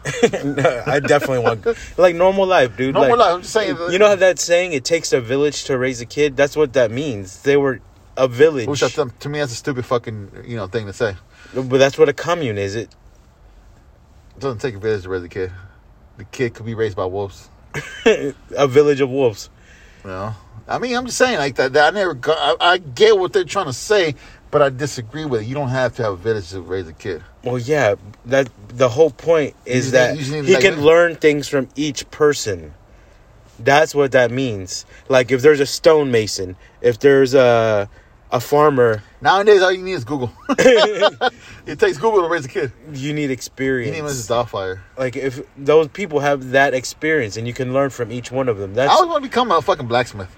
no, I definitely want like normal life, dude.
Normal
like,
life, I'm just saying that-
You know how that saying? It takes a village to raise a kid. That's what that means. They were a village,
Which I, think- to me, that's a stupid fucking you know thing to say.
but that's what a commune is. It
It doesn't take a village to raise a kid. The kid could be raised by wolves.
a village of wolves.
You know, I mean, I'm just saying like that. that I never, got, I, I get what they're trying to say, but I disagree with it. You don't have to have a village to raise a kid.
Well, yeah, that the whole point is
just
that
need- you just need,
he
like,
can
what-
learn things from each person. That's what that means. Like if there's a stonemason, if there's a a farmer,
Nowadays, all you need is Google. it takes Google to raise a kid.
you need
You
experience.
need Mrs. Doubtfire.
like if those people have that experience and you can learn from each one of them.
I
That's
always want to become a fucking blacksmith,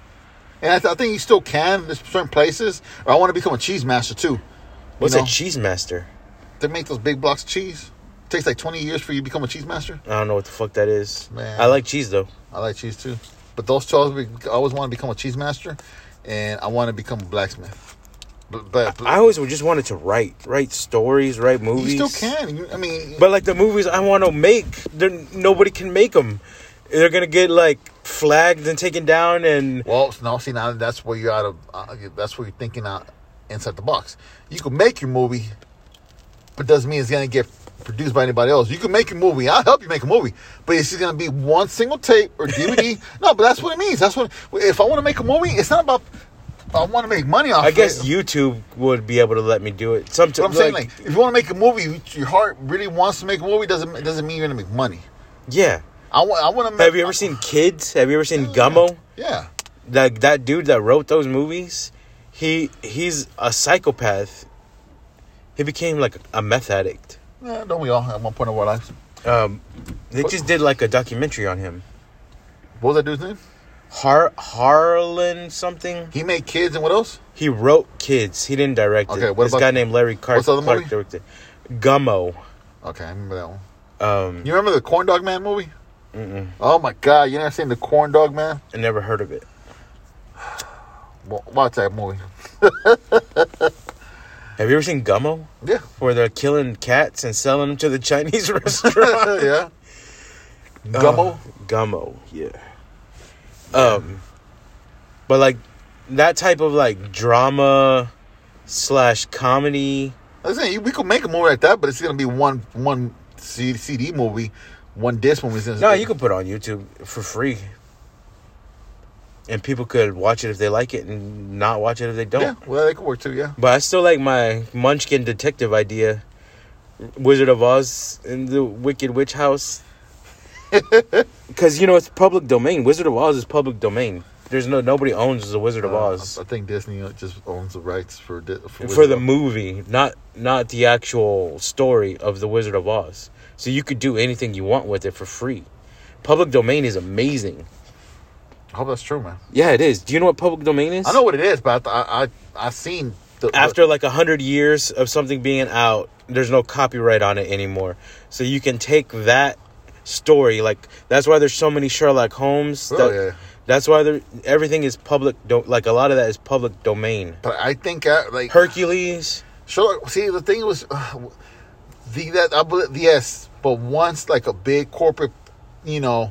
and I, th- I think you still can. There's certain places, or I want to become a cheese master too.
what's
you know?
a cheese master?
They make those big blocks of cheese. takes like 20 years for you to become a cheese master.
I don't know what the fuck that is.
Man.
I like cheese though.
I like cheese too. But those two, I always be- I always want to become a cheese master, and I want to become a blacksmith. But, but,
I always would just wanted to write, write stories, write
you
movies.
still can. You- I mean,
But like the movies I want to make, there nobody can make them. They're gonna get like flagged and taken down, and
well, no, see now that's where you're out of. Uh, that's where you're thinking out inside the box. You can make your movie, but doesn't mean it's gonna get produced by anybody else. You can make your movie. I'll help you make a movie, but it's just gonna be one single tape or DVD. no, but that's what it means. That's what. If I want to make a movie, it's not about. I want to make money off.
I guess
it.
YouTube would be able to let me do it. Sometimes
But I'm saying, like, if you want to make a movie, your heart really wants to make a movie. Doesn't doesn't mean you're gonna make money.
yeah.
I want. I want to. Make,
Have you ever seen Kids? Have you ever seen Gummo?
Yeah.
Like that dude that wrote those movies, he he's a psychopath. He became like a meth addict.
yeah. Don't we all at one point of our lives?
Um, they just did like a documentary on him.
What was that dude's name?
Har Harlan something.
He made kids and what else?
He wrote Kids. He didn't direct it.
Okay, what
this
about-
guy named Larry Clark,
what's the other
Clark
movie?
directed. Gummo.
Okay, I remember that one.
Um,
You remember the Corn Dog Man movie? Mm-mm. Oh my God! You never seen the Corn Dog Man?
I never heard of it.
Wa- Watch that movie.
Have you ever seen Gummo?
Yeah.
Where they're killing cats and selling them to the Chinese restaurant. Uh,
yeah. Gummo.
Gummo. Yeah. Um, but like that type of like drama slash comedy.
I'm saying we could make a movie like that, but it's gonna be one one C- CD movie, one disc movie. It's gonna-
No, you could put it on YouTube for free. And people could watch it if they like it and not watch it if they don't.
Yeah. Well, they could work too. Yeah.
But I still like my Munchkin detective idea. Wizard of Oz in the Wicked Witch House. Because, you know, it's public domain. Wizard of Oz is public domain. There's no nobody owns the Wizard of Oz
I think Disney just owns the rights for di-
for the movie, not not the actual story of the Wizard of Oz. So you could do anything you want with it for free. Public domain is amazing.
I hope that's true, man.
Yeah, it is. Do you know what public domain is?
I know what it is, but I I, I, I seen the
after like a hundred years of something being out, there's no copyright on it anymore. So you can take that story, like that's why there's so many Sherlock Holmes.
Oh,
that-
yeah.
That's why there everything is public. Do, like a lot of that is public domain.
But I think I, like
Hercules.
Sherlock. See, the thing was, uh, the that I believe yes, but once like a big corporate, you know,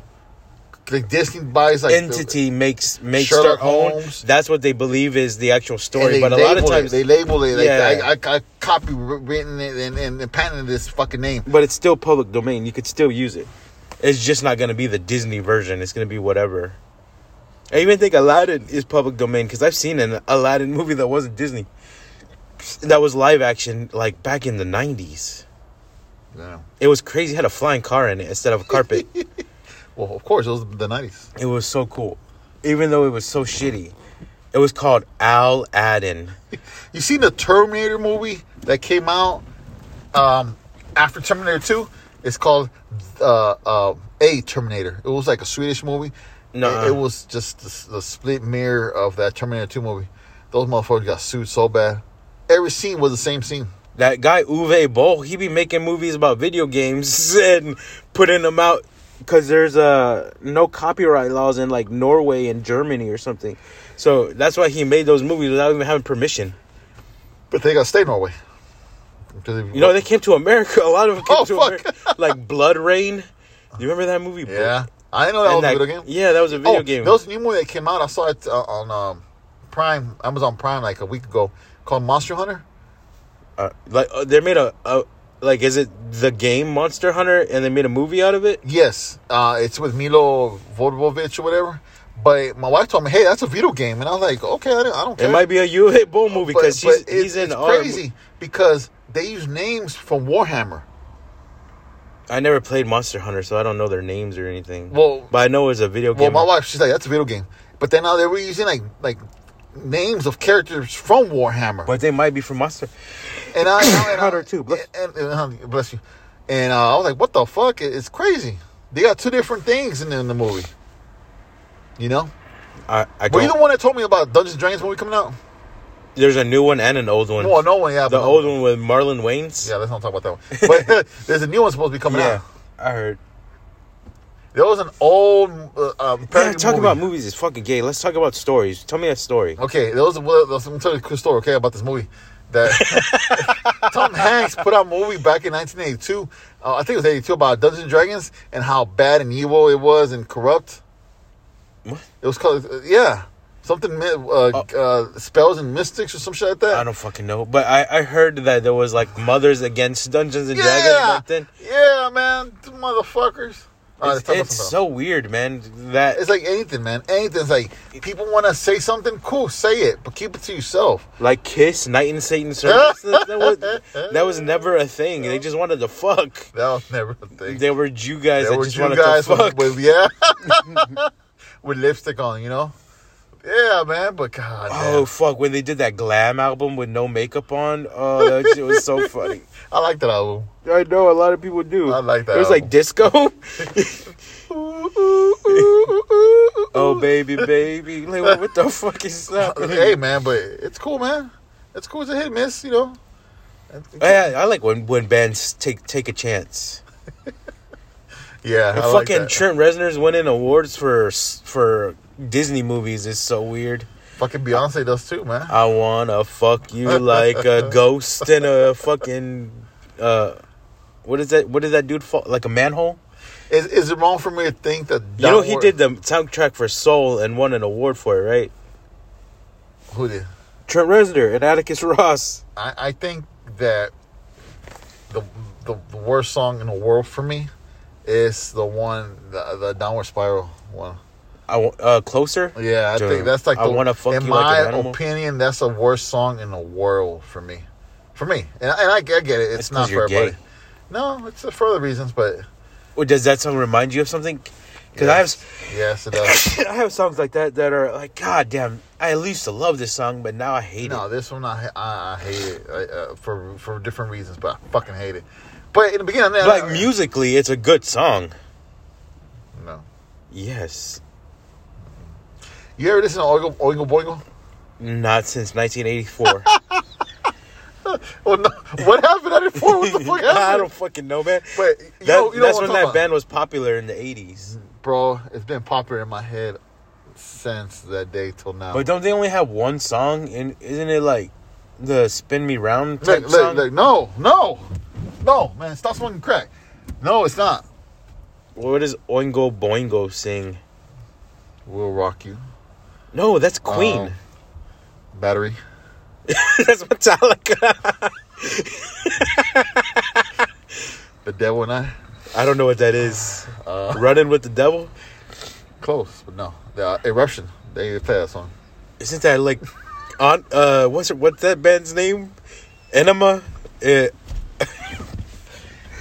like Disney buys like the-
Entity makes makes
Sherlock
their own.
Holmes.
That's what they believe is the actual
and
story.
they
But a lot of
label it-
times,
they label it like
Yeah.
I, I, I copywritten it and, and, and patented this fucking name.
but it's still public domain. You could still use it. It's just not going to be the Disney version. It's going to be whatever. I even think Aladdin is public domain because I've seen an Aladdin movie that wasn't Disney, that was live action, like back in the '90s.
Yeah.
It was crazy. It had a flying car in it instead of a carpet.
Well, of course, it was the nineties.
it was so cool, even though it was so shitty. It was called Al Aladdin.
You seen the Terminator movie that came out um, after Terminator Two? It's called uh, uh, a Terminator. It was like a Swedish movie.
Nuh-uh.
It, it was just the, s- the split mirror of that Terminator 2 movie. Those motherfuckers got sued so bad. Every scene was the same scene.
That guy Uwe Boll, he be making movies about video games and putting them out because there's uh no copyright laws in like Norway and Germany or something. So that's why he made those movies without even having permission.
But they got to stay Norway. Because they-
You know, they came to America. A lot of them came
Oh,
to
fuck.
America, like Blood Rain. You remember that movie? bro?
yeah. I didn't know that
And
was
that-
a video game.
Yeah, that was a video
oh,
game.
There was a new movie that came out. I saw it uh, on um, Prime, Amazon Prime, like a week ago, called Monster Hunter.
Uh, like uh, they made a, a like is it the game Monster Hunter and they made a movie out of it?
Yes, uh, it's with Milo Vodovich or whatever. But my wife told me, "Hey, that's a video game," and I was like, "Okay, I don't, I don't care."
It might be a Uwe Boll movie
But-
because
but
he's,
it-
he's in um,
it's
our-
crazy because they use names from Warhammer.
I never played Monster Hunter, so I don't know their names or anything.
Well-
but I know it's a video
Well,
game.
my wife, she's like, "That's a video game," but then now they were using like like names of characters from Warhammer.
but they might be from Monster.
and I and I- and I-
Hunter too, bless-
and, and- and- bless you. And uh, I was like, "What the fuck? It- It's crazy." They got two different things in the, in the movie. You know,
I, I
were you
don't-
the one that told me about Dungeons and Dragons movie coming out?
There's a new one and an old one.
Well, no one. Yeah,
the
but-
old one with Marlon Wayans.
Yeah, let's not talk about that one. But there's a new one supposed to be coming
yeah,
out.
I heard.
There was an old uh, um,
Yeah,
parody
talk
movie.
about movies is fucking gay. Let's talk about stories. Tell me a story.
Okay, there was. Well, there was- I'm gonna tell you a quick story. Okay, about this movie that Tom Hanks put out a movie back in 1982. Uh, I think it was 82 about Dungeons and Dragons and how bad and evil it was and corrupt.
What?
It was called uh, yeah something mi- uh, uh, spells and mystics or some shit like that.
Oh. I don't fucking know, but I, I heard that there was like mothers against Dungeons and Dragons or
yeah,
something.
yeah, man, Them motherfuckers. All right, let's
It's,
talk about
it's
something else.
so weird, man. That
It's like anything, man. Anything's like people want to say something, cool, say it, but keep it to yourself.
like Kiss, Night and Satan service. that, that was, that was never a thing. They just wanted to fuck.
That was never a thing.
There were Jew guys
There
that
were
just
you
wanted
guys
to fuck.
with, with yeah, with lipstick on, you know. Yeah, man. But God,
Oh
man.
fuck! When they did that glam album with no makeup on, oh, that shit was so funny.
I like that album.
I know a lot of people do.
I like that
It was
album.
like disco. oh baby, baby, like what- what the fuck is that?
hey, man, but it's cool, man. It's cool as a hit, miss. You know.
I, I like when when bands take take a chance.
Yeah, I
And
like
fucking
that.
Trent Reznor's winning awards for s- for Disney movies is so weird.
fucking Beyonce does too, man.
I wanna fuck you like a ghost in a fucking uh, what is that? What did that dude fall like a manhole?
Is, is it wrong for me to think that?
You know
Don
he
Wor-
did the soundtrack for Soul and won an award for it, right?
Who did?
Trent Reznor and Atticus Ross.
I, I think that the, the the worst song in the world for me is the one the, the downward spiral one.
I wa- uh, closer.
Yeah, I
Dude,
think that's like the
I wanna fuck
in
you
my
like an animal.
opinion that's the worst song in the world for me. For me, and, and I, I get it.
That's
It's
'cause
not for
you're
everybody.
gay.
No, it's for other reasons, but
Or does that song remind you of something? Because
yes, it does.
I have I have songs like that that are like, God damn, I used to love this song, but now I hate
No,
it.
this one I I, I hate it I, uh, for for different reasons, but I fucking hate it. But in the beginning, I-
But like, musically, it's a good song.
No,
Yes,
you ever listen to Oingo Oingo Boingo?
not since 1984.
Well, Oh, no, what happened? I didn't form. What the fuck happened?
I don't fucking know, man.
But
That,
you know, you know
that's
what
when
I'm talking
that
about.
band was popular in the 80s.
bro. It's been popular in my head since that day till now.
But don't they only have one song? And isn't it like the "Spin Me Round" type
look, look,
song?
look, no, no, no, man, stop smoking crack. No, it's not.
What does Oingo Boingo sing?
We'll rock you,
No, that's Queen.
battery. Oh.
that's Metallica.
The devil and I.
I don't know what that is.
Uh,
Running with the Devil?
close, but no. The uh, eruption. They play that song.
Isn't that like on uh what's what's that band's name? Enema? Uh,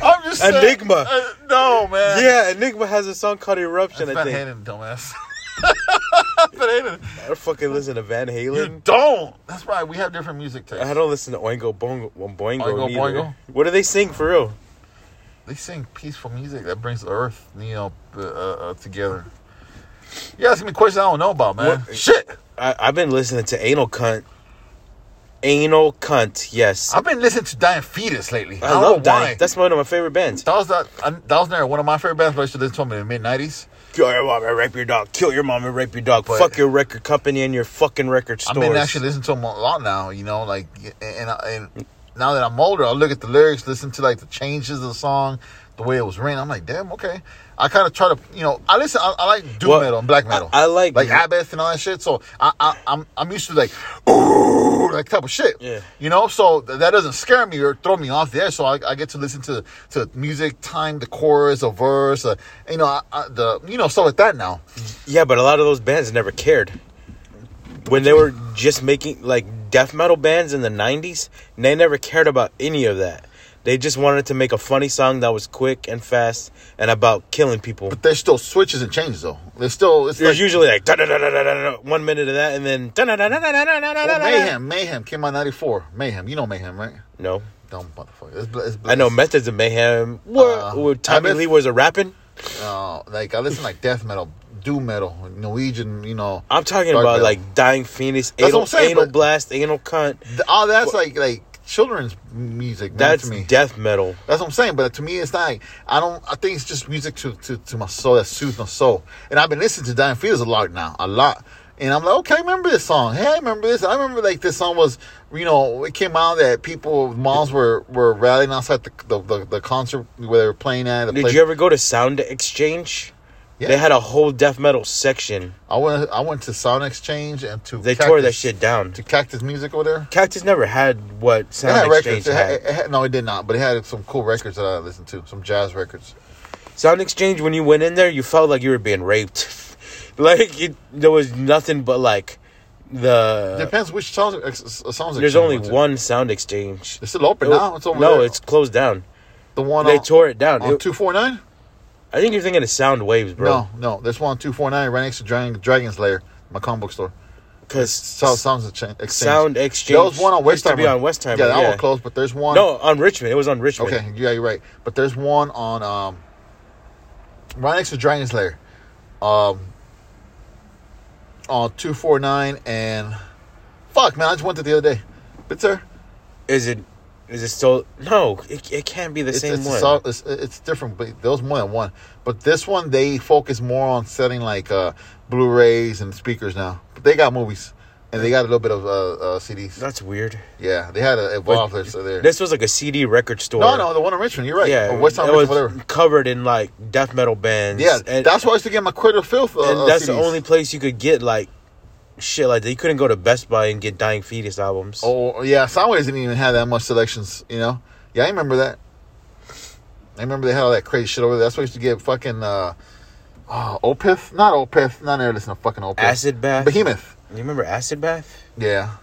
I'm just
saying- Enigma.
Uh, no, man.
yeah, Enigma has a song called Eruption,
That's
I
Van
think.
Halen, dumbass. Van Halen.
I don't fucking listen to Van
You
Halen.
don't. That's right. We have different music tastes.
I don't listen to Oingo Boingo, Boingo,
Oingo
neither.
Boingo?
What do they sing for real?
They sing peaceful music that brings the earth, you know, uh, uh, together. You asking me questions I don't know about, man.
What-
Shit,
I, I've been listening to Anal Cunt. Anal Cunt, yes.
I've been listening to Dying Fetus lately.
I love
don't know why.
Dying. That's one of my favorite bands.
That was that. I, that was never one of my favorite bands, but I should listen to them in the mid '90s.
Kill your mom and rape your dog. Kill your mom and rape your dog.
But-
Fuck your record company and your fucking record
I've
stores.
been actually listening to them a lot now. You know, like and and and now that I'm older, I look at the lyrics, listen to like the changes of the song, the way it was written. I'm like, damn, okay. I kind of try to, you know, I listen. I, I like doom
Well,
metal and black metal.
I- I like-
like Abbeth and all that shit. So I, I I'm I'm used to like. Ooh, that type of shit.
Yeah.
You know, so th- that doesn't scare me or throw me off there. So I, I get to listen to to music, time, the chorus, a verse, uh, you know, I, I, the you know, stuff like that. Now,
Yeah, but a lot of those bands never cared. When they were just making like death metal bands in the 90s, they never cared about any of that. They just wanted to make a funny song that was quick and fast and about killing people.
there's still switches and changes though. There's still it's
There's
like-
usually like da da da da da da one minute of that and then da da da da da da da da
Well,
da.
Mayhem, Mayhem came out '94. Mayhem, you know Mayhem, right?
No,
Dumb motherfucker. It's, bl- it's, bl-
I know methods of mayhem. What?
Uh,
where Tommy
Abbott?
Lee was a rapping.
Uh, like I listen like death metal, doom metal, Norwegian. You know,
I'm talking
dark
about
metal.
like dying phoenix,
That's what
anal,
I'm saying,
anal
but-
blast, anal cunt.
Th- all that's like like children's music. man,
That's
to me.
death metal.
That's what I'm saying. But to me, it's not. Like, I don't. I think it's just music to, to, to my soul that soothes my soul. And I've been listening to Dying Fetus a lot now, a lot. And I'm like, okay, I remember this song. Hey, I remember this. I remember like this song was, you know, it came out that people moms were were rallying outside the the, the, the concert where they were playing at. The
Did
place.
you ever go to Sound Exchange?
Yeah.
They had a whole death metal section.
I went. I went to Sound Exchange and to
They
Cactus,
tore that shit down.
to Cactus Music over there.
Cactus never had what
It had
Sound Exchange
records. It had,
had.
it had- no, it did not. But it had some cool records that I listened to. Some jazz records.
Sound Exchange, when you went in there, you felt like you were being raped. like it, there was nothing but like the.
Depends which songs. uh, Songs.
Uh, There's only one Sound Exchange.
It's still open
It was-
now. It's over
no,
there.
it's closed down.
the one
they
on,
tore it down.
Oh, on
It-
two four nine.
I think you're thinking of Sound Waves, bro.
No, no, there's one on two four nine right next to Dragon Dragon's Lair, my comic book store.
Because
So, sounds Ex- exchange.
Sound Exchange.
There was one on
used to
Westheimer.
be on Westheimer.
Yeah, that
yeah.
one closed, but there's one.
No, on Richmond. It was on Richmond.
Okay, yeah, you're right. But there's one on um, right next to Dragon's Lair, um, on two four nine and fuck man, I just went to the other day. But sir,
Is it? Is it still? No, it, it can't be the
it's,
same
it's,
one.
it's, all- it's, it's different, but there was more than one. But this one, they focus more on selling like uh, Blu-rays and speakers now. But they got movies, and they got a little bit of uh, uh, CDs.
That's weird.
yeah, they had a evolve there. So there.
This was like a CD record store.
no, no, the one in Richmond. You're right.
Yeah,
or West Town,
it
Richmond,
was
whatever.
covered in like death metal bands.
Yeah,
and,
that's why I used to get my Critter Filth. Uh, uh,
and that's the
CDs.
only place you could get like shit like that. You couldn't go to Best Buy and get Dying Fetus albums.
Oh yeah, Soundwaves didn't even have that much selections. You know. Yeah, I remember that. I remember they had all that crazy shit over there. That's why I used to get fucking uh, uh Opeth, not Opeth, not ever listen to fucking Opeth.
Acid Bath.
Behemoth.
You remember Acid Bath?
Yeah.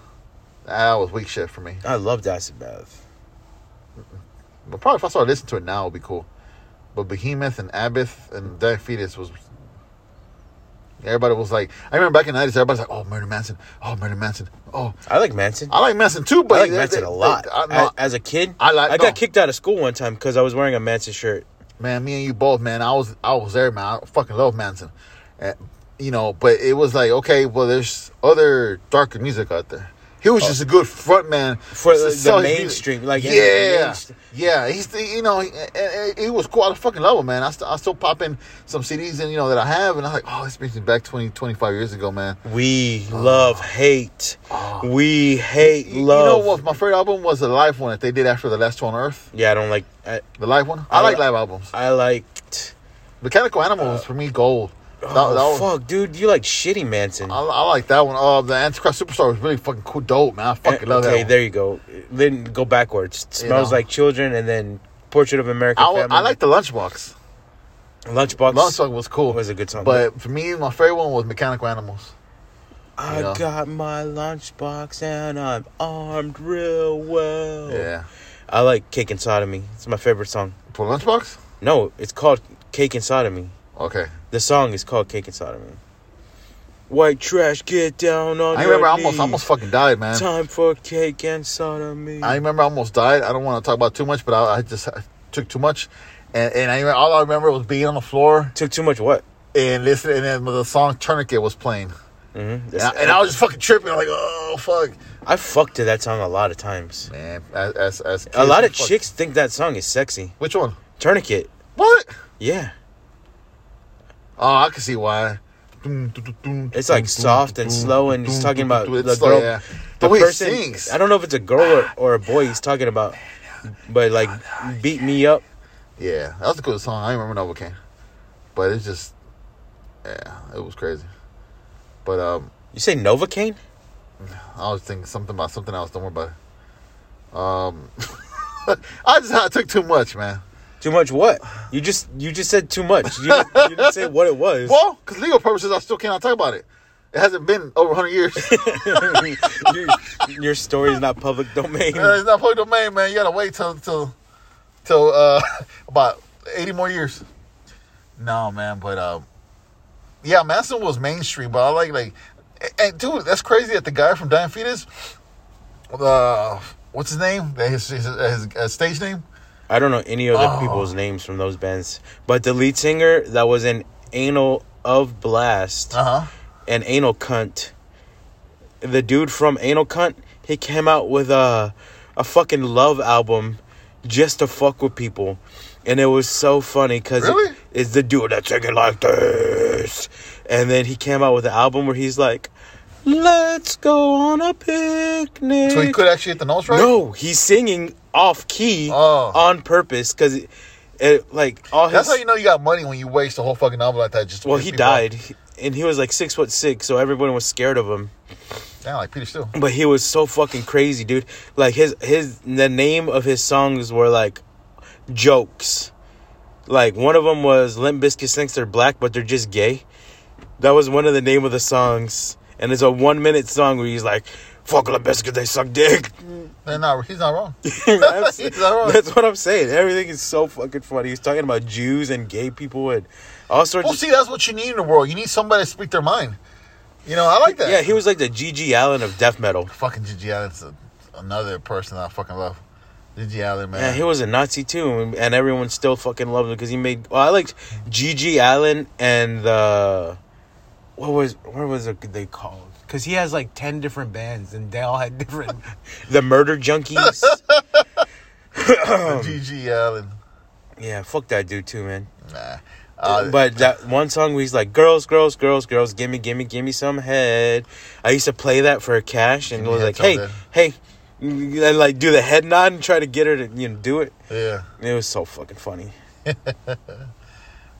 That was weak shit for me.
I loved Acid Bath.
But probably if I started listening to it now, it would be cool. But Behemoth and Abbott and Dying Fetus was. Everybody was like, I remember back in the 90s, everybody's like, oh, Murder Manson. Oh, Murder Manson. Oh,
I like Manson.
I like Manson too, but.
I like
they-
Manson
they-
a lot.
they- I- no,
A- As a kid,
I like-
I got
no.
kicked out of school one time because I was wearing a Manson shirt.
man, me and you both, man. I was I was there, man. I fucking love Manson, Uh, you know. But it was like, okay, well, there's other darker music out there. He was just a good front man
For the-
to
the
sell his
mainstream, like, in the
yeah,
mainst-
yeah. He's the- you know, he, he- he was cool. I fucking love him, man. I, st- I still pop in some CDs and you know that I have, and I'm like, oh, this brings me back 20, 25 years ago, man.
We love hate. We hate
Oh. You-
love.
You know what? My favorite album was the live one that they did after the last two on Earth.
Yeah, I don't like. I,
The live one. I,
I
like
li-
live albums.
I liked.
Mechanical Animal was for me gold. That-
Oh,
that was-
fuck, dude, you like shitty Manson.
I, I like that one. Uh, the Antichrist Superstar was really fucking cool, dope, man. I fucking love
Eh, okay,
that. One.
there you go. Then go backwards.
You
Smells
know.
like children, and then Portrait of American
I, wa-
Family.
I like the Lunchbox.
Lunchbox.
Lunchbox was cool.
was a good song.
but for me, my favorite one was Mechanical Animals.
I
you know.
got my lunchbox and I'm armed real well.
Yeah.
I like Cake and Sodomy. It's my favorite song.
For Lunchbox?
No, it's called Cake and Sodomy.
Okay.
The song is called Cake and Sodomy. White trash, get down on
I
your
remember I almost,
knees.
almost fucking died, man.
Time for cake and sodomy.
I remember I almost died. I don't want to talk about it too much, but I, I just I took too much. And, and I all I remember was being on the floor
Took too much what?
and listening, and then the song "Tourniquet" was playing,
Mm-hmm.
and I, and I was just fucking tripping. I'm like, oh fuck,
I fucked to that song a lot of times.
man. As, as, as
A lot
kids,
of
we fuck-
chicks think that song is sexy.
Which one?
Tourniquet.
What?
Yeah.
Oh, I can see why.
It's like soft and slow, and he's talking about the
It's
girl.
like, yeah.
The,
The way he
person,
sings.
I don't know if it's a girl or, or a boy he's talking about, but like, beat me up.
Yeah, that was a cool song. I remember Novocaine, but it's just, yeah, it was crazy. But um,
You say Novocaine?
I was thinking something about something else. Don't worry about it. Um, I just I took too much, man.
Too much what? You just you just said too much. You, didn't- you didn't say what it was.
Well, because legal purposes, I still cannot talk about it. It hasn't been over 100 years. Uh,
your, your story's not public domain.
it's not public domain, man. You gotta wait till till till uh, about 80 more years. No, man, but um, yeah, Manson was mainstream, but I like like, and- and dude, that's crazy that the guy from Dying Fetus, uh, what's his name? That His his, his, uh stage name?
I don't know any other
Oh.
people's names from those bands, but the lead singer that was in Anal of Blast
Uh huh.
and Anal Cunt, the dude from Anal Cunt, he came out with a a fucking love album just to fuck with people, and it was so funny because
Really?
it's the dude that's singing like this, and then he came out with an album where he's like, "Let's go on a picnic."
So he could actually hit the notes right.
No, he's singing off key
Oh.
on purpose because it, it like all his.
That's how you know you got money when you waste a whole fucking album like that. Just to
well,
piss
he
people off.
died, and he was like six foot six, so everyone was scared of him.
Yeah, like Peter Steele.
But he was so fucking crazy, dude. Like his his the name of his songs were like jokes. Like one of them was Limp Bizkit thinks they're black, but they're just gay. That was one of the name of the songs, and it's a one minute song where he's like, "Fuck Limp Bizkit, they suck dick."
They're not. He's not wrong.
that's,
Is that right?
that's what I'm saying. Everything is so fucking funny. He's talking about Jews and gay people and all sorts
Well,
of.
see, that's what you need in the world. You need somebody to speak their mind. You know, I like that.
Yeah, he was like the G.G. Allen of death metal.
fucking Gigi Allen's a, another person I fucking love. Gigi Allen, man.
Yeah, he was a Nazi too, and everyone still fucking loved him because he made. Well, I liked G.G. Allen and the. What was what was it they called?
Because he has like 10 different bands and they all had different.
The Murder Junkies.
Gigi Allen.
yeah, fuck that dude too, man.
Nah. Uh,
but that one song where he's like, "Girls, girls, girls, girls, gimme, gimme, gimme some head." I used to play that for cash, and
Gimme
was
head
like, "Hey,
someday.
hey," and like do the head nod and try to get her to you know do it.
yeah.
It was so fucking funny.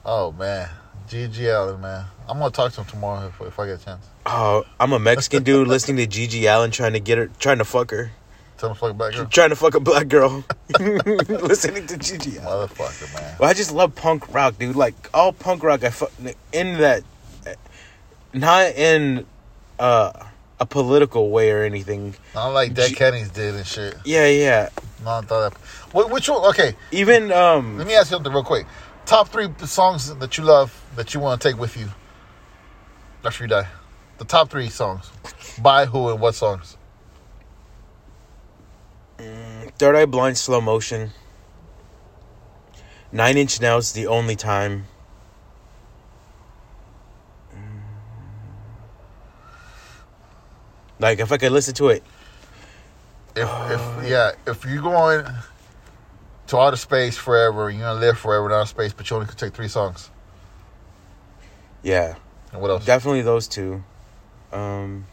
Oh, man. Gigi Allen, man. I'm going to talk to him tomorrow if, if I get a chance.
Oh, I'm a Mexican dude listening to Gigi Allen trying to get her, trying to fuck her,
Tell him to fuck back up.
trying to fuck a black girl, listening to Gigi Allen.
Motherfucker, man.
Well, I just love punk rock, dude. Like all punk rock, I fu- in that, not in uh, a political way or anything.
Not like Dead
G-
Kennedys did and shit.
Yeah, yeah.
Not that. Wh- Which one? Okay.
Even um
Let me ask you something real quick. Top three songs that you love that you want to take with you after you die. The top three songs. By who and what songs?
Third Eye Blind slow motion. Nine Inch Nails the only time. Like if I could listen to it,
If, if yeah, if you're going to outer space forever, you're gonna live forever in outer space, but you only can take three songs.
yeah,
And what else?
definitely those two. Um,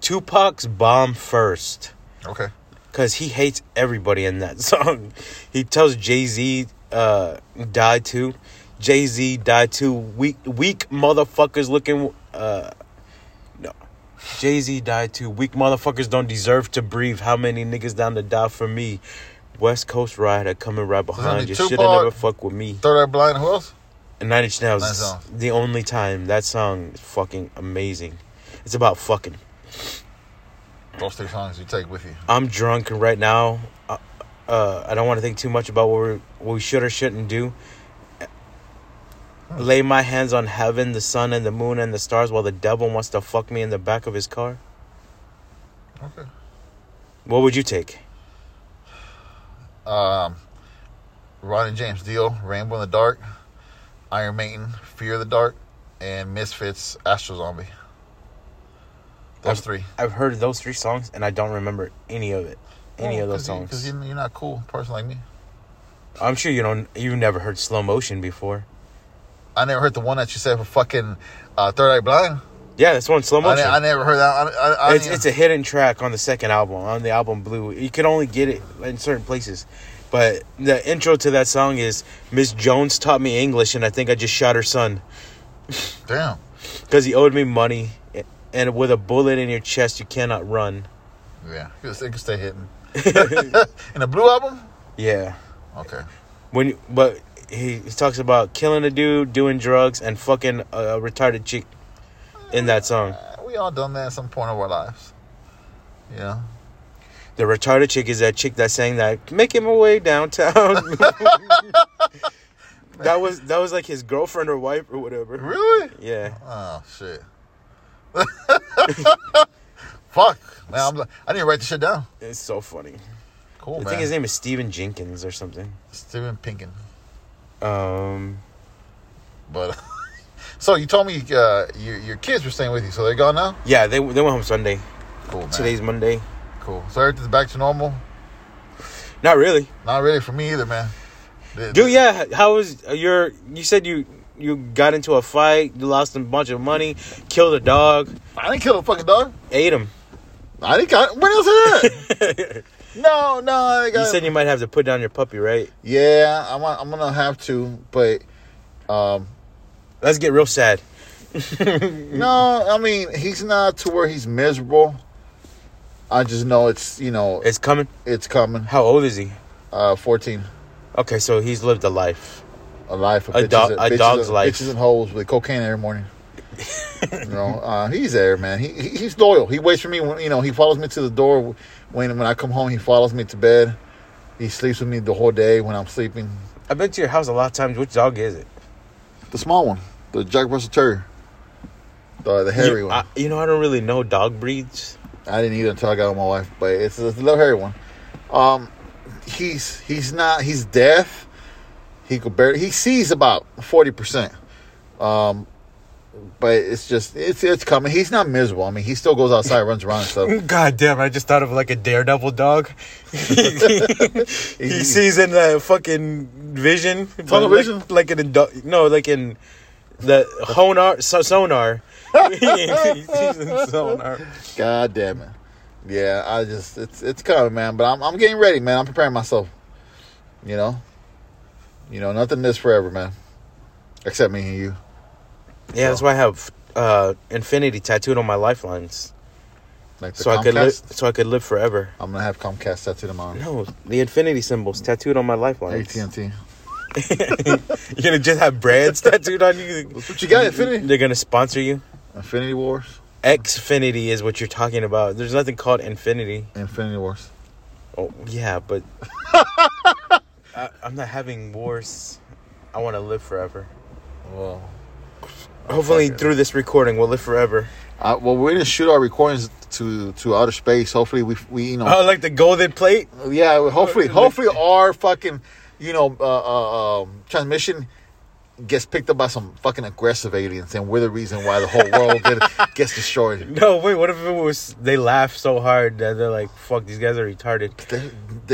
Tupac's bomb first.
okay.
because he hates everybody in that song. He tells Jay Z, uh, "Die too." Jay Z, "Die too." Weak, weak motherfuckers looking. Uh, no, Jay Z, "Die too." Weak motherfuckers don't deserve to breathe. How many niggas down to die for me? West Coast Rider coming right
only
behind you.
two
Shoulda
part-
never fuck with me.
Third Eye Blind. Who else?
And Nine Inch Nails.
Nine
is
songs.
The only time that song is fucking amazing. It's about fucking.
Those three songs you take with you.
I'm drunk right now. Uh, uh, I don't want to think too much about what, we're, what we should or shouldn't do. Lay my hands on heaven, the sun, and the moon, and the stars while the devil wants to fuck me in the back of his car.
Okay.
What would you take?
Um, Ron and James Dio, Rambo in the Dark, Iron Maiden, Fear of the Dark, and Misfits, Astro Zombie. Those
I've-
three.
I've heard those three songs and I don't remember any of it. Any of those
Because
songs.
Oh, you, are not a cool person like me.
I'm sure you don't. You've never heard slow motion before.
I never heard the one that you said for fucking uh, Third Eye Blind.
Yeah, that's one slow
I, ne-
motion.
I never heard that. I, I, I,
it's, it's a hidden track on the second album, on the album Blue. You can only get it in certain places. But the intro to that song is Miss Jones taught me English, and I think I just shot her son
damn.
because he owed me money. And with a bullet in your chest, you cannot run.
Yeah, it could stay hidden. and the Blue album.
Yeah.
Okay.
When you- but he, he talks about killing a dude, doing drugs, and fucking a retarded chick in that song.
Uh, We all done that at some point of our lives. Yeah.
The retarded chick is that chick that sang that making my way downtown. that was that was like his girlfriend or wife or whatever.
Really?
Yeah.
Oh shit. Fuck. Man, I'm, li- I need to write this shit down.
It's so funny.
Cool,
I
Oh, man.
think his name is Steven Jenkins or something.
Steven Pinkin.
Um
But so you told me uh, your your kids were staying with you, so they're gone now.
yeah, they they went home Sunday.
Cool, man.
Today's Monday.
cool. So everything's back to normal.
Not really.
Not really for me either, man. The-
Dude, yeah, how was your you said you you got into a fight, you lost a bunch of money, killed a dog,
I didn't kill a fucking dog.
ate him.
I didn't. Got, what else is that?
you
no, no. I ain't got,
said you might have to put down your puppy, right?
yeah, I'm. gonna- I'm gonna have to, but um,
Let's get real sad.
no. I mean, he's not to where he's miserable. I just know it's you know
It's coming.
it's coming.
How old is he?
Uh, fourteen.
Okay, so he's lived a life.
a life of
A
bitches,
dog- a
bitches
dog's
and,
life.
bitches and holes with cocaine every morning. you know, uh, he's there, man. He, he he's loyal. He waits for me. When, you know, he follows me to the door when when I come home. He follows me to bed. He sleeps with me the whole day when I'm sleeping.
I've been to your house a lot of times. Which dog is it?
The small one, the Jack Russell Terrier, the the hairy
you,
one.
I, you know, I don't really know dog breeds.
I didn't eat it until I got with my wife, but it's, it's a little hairy one. Um, he's he's not he's deaf. He could barely he sees about forty percent. Um, but it's just it's it's coming. He's not miserable. I mean, he still goes outside, runs around and stuff.
God damn! I just thought of like a daredevil dog.
he sees in the fucking vision, but
Tunnel
like,
vision?
like in a dog. No, like in the honar so, sonar. he sees in sonar.
God damn it. Yeah, I just it's it's coming, man. But I'm I'm getting ready, man. I'm preparing myself. You know, you know nothing is forever, man. Except me and you.
Yeah, that's why I have uh, infinity tattooed on my lifelines,
Like the
so I could live.
Comcast.
So I could live forever.
I'm gonna have Comcast tattooed on my arm.
No, the infinity symbols tattooed on my lifelines.
AT&T.
You're gonna just have brands tattooed on you.
That's what you got, Infinity.
They're gonna sponsor you.
Infinity Wars.
Xfinity is what you're talking about. There's nothing called infinity.
Infinity Wars.
Oh yeah, but I, I'm not having wars. I want to live forever.
Well,
Hopefully, through this recording, we'll live forever.
I, well, we're gonna shoot our recordings to to outer space. Hopefully, we we you know
Oh, like the golden plate.
yeah. Hopefully, hopefully our fucking you know uh, uh, um, transmission gets picked up by some fucking aggressive aliens, and we're the reason why the whole world get, gets destroyed.
No, wait. What if it was? They laugh so hard that they're like, "Fuck, these guys are retarded."
They,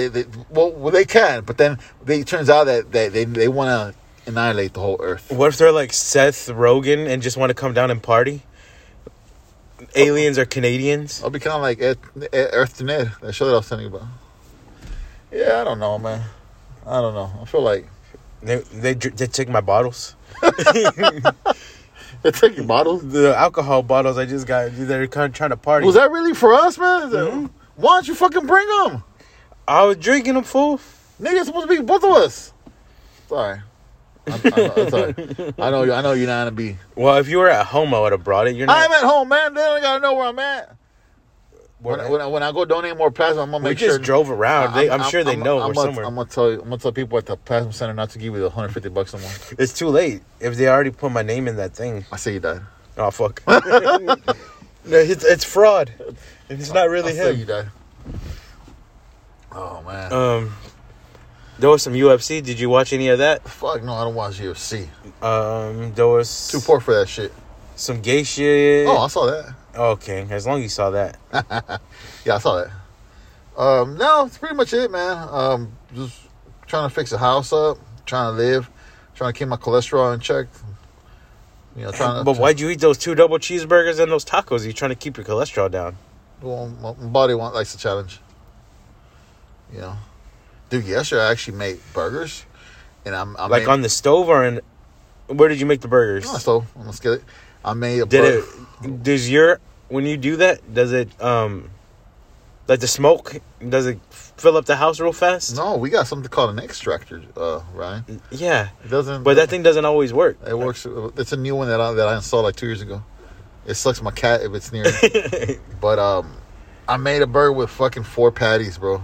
they, they well, well, they can, but then they it turns out that they they, they want to annihilate the whole Earth.
What if they're like Seth Rogen and just want to come down and party? Aliens are Canadians.
I'll be kind of like Ed, Ed, Earth to Ned, that show that I was telling you about. Yeah, I don't know, man. I don't know. I feel like
They they, dr- they took my bottles.
they're taking bottles.
The alcohol bottles I just got. They're kind of trying to party.
Was that really for us, man? Is that-
Mm-hmm.
Why don't you fucking bring them?
I was drinking them full.
Nigga, it's supposed to be both of us. Sorry. I'm, I'm, I'm sorry. I know you. I know you're not gonna be.
Well, if you were at home, I would have brought it. You're not.
I'm at home, man. They don't gotta know where I'm at. When,
We're-
when, I, when I go donate more plasma, I'm gonna
we
make
just
sure.
drove around. they, I'm, sure they know
I'm
we're
gonna,
somewhere.
I'm gonna tell you. I'm gonna tell people at the plasma center not to give you the 150 bucks no more.
it's too late. If they already put my name in that thing,
I say you died.
oh fuck. no, it's, it's fraud. It's not
I
really
say you
him. Uh,
died. Oh man.
Um, There was some UFC. Did you watch any of that?
Fuck no, I don't watch UFC.
Um, there was
Too poor for that shit.
some gay shit.
Oh, I saw that.
Okay, as long as you saw that.
Yeah, I saw that. Um, no, it's pretty much it, man. Um, just trying to fix the house up, trying to live, trying to keep my cholesterol in check. You know, trying to.
But why'd you eat those two double cheeseburgers and those tacos? Are you trying to keep your cholesterol down?
Well, my my body want, likes the challenge. You know, dude. Yesterday I actually made burgers, and I'm I
Like
made,
on the stove or in. Where did you make the burgers?
the stove. I'm gonna skip it. I made a
Did
burger.
it. Does your. When you do that, does it. um Like the smoke, does it fill up the house real fast?
No, we got something called an extractor, uh, Ryan.
Yeah.
It doesn't.
But that thing doesn't always work.
It works. It's a new one that I that I installed like two years ago. It sucks my cat if it's near. it. but um, I made a burger with fucking four patties, bro.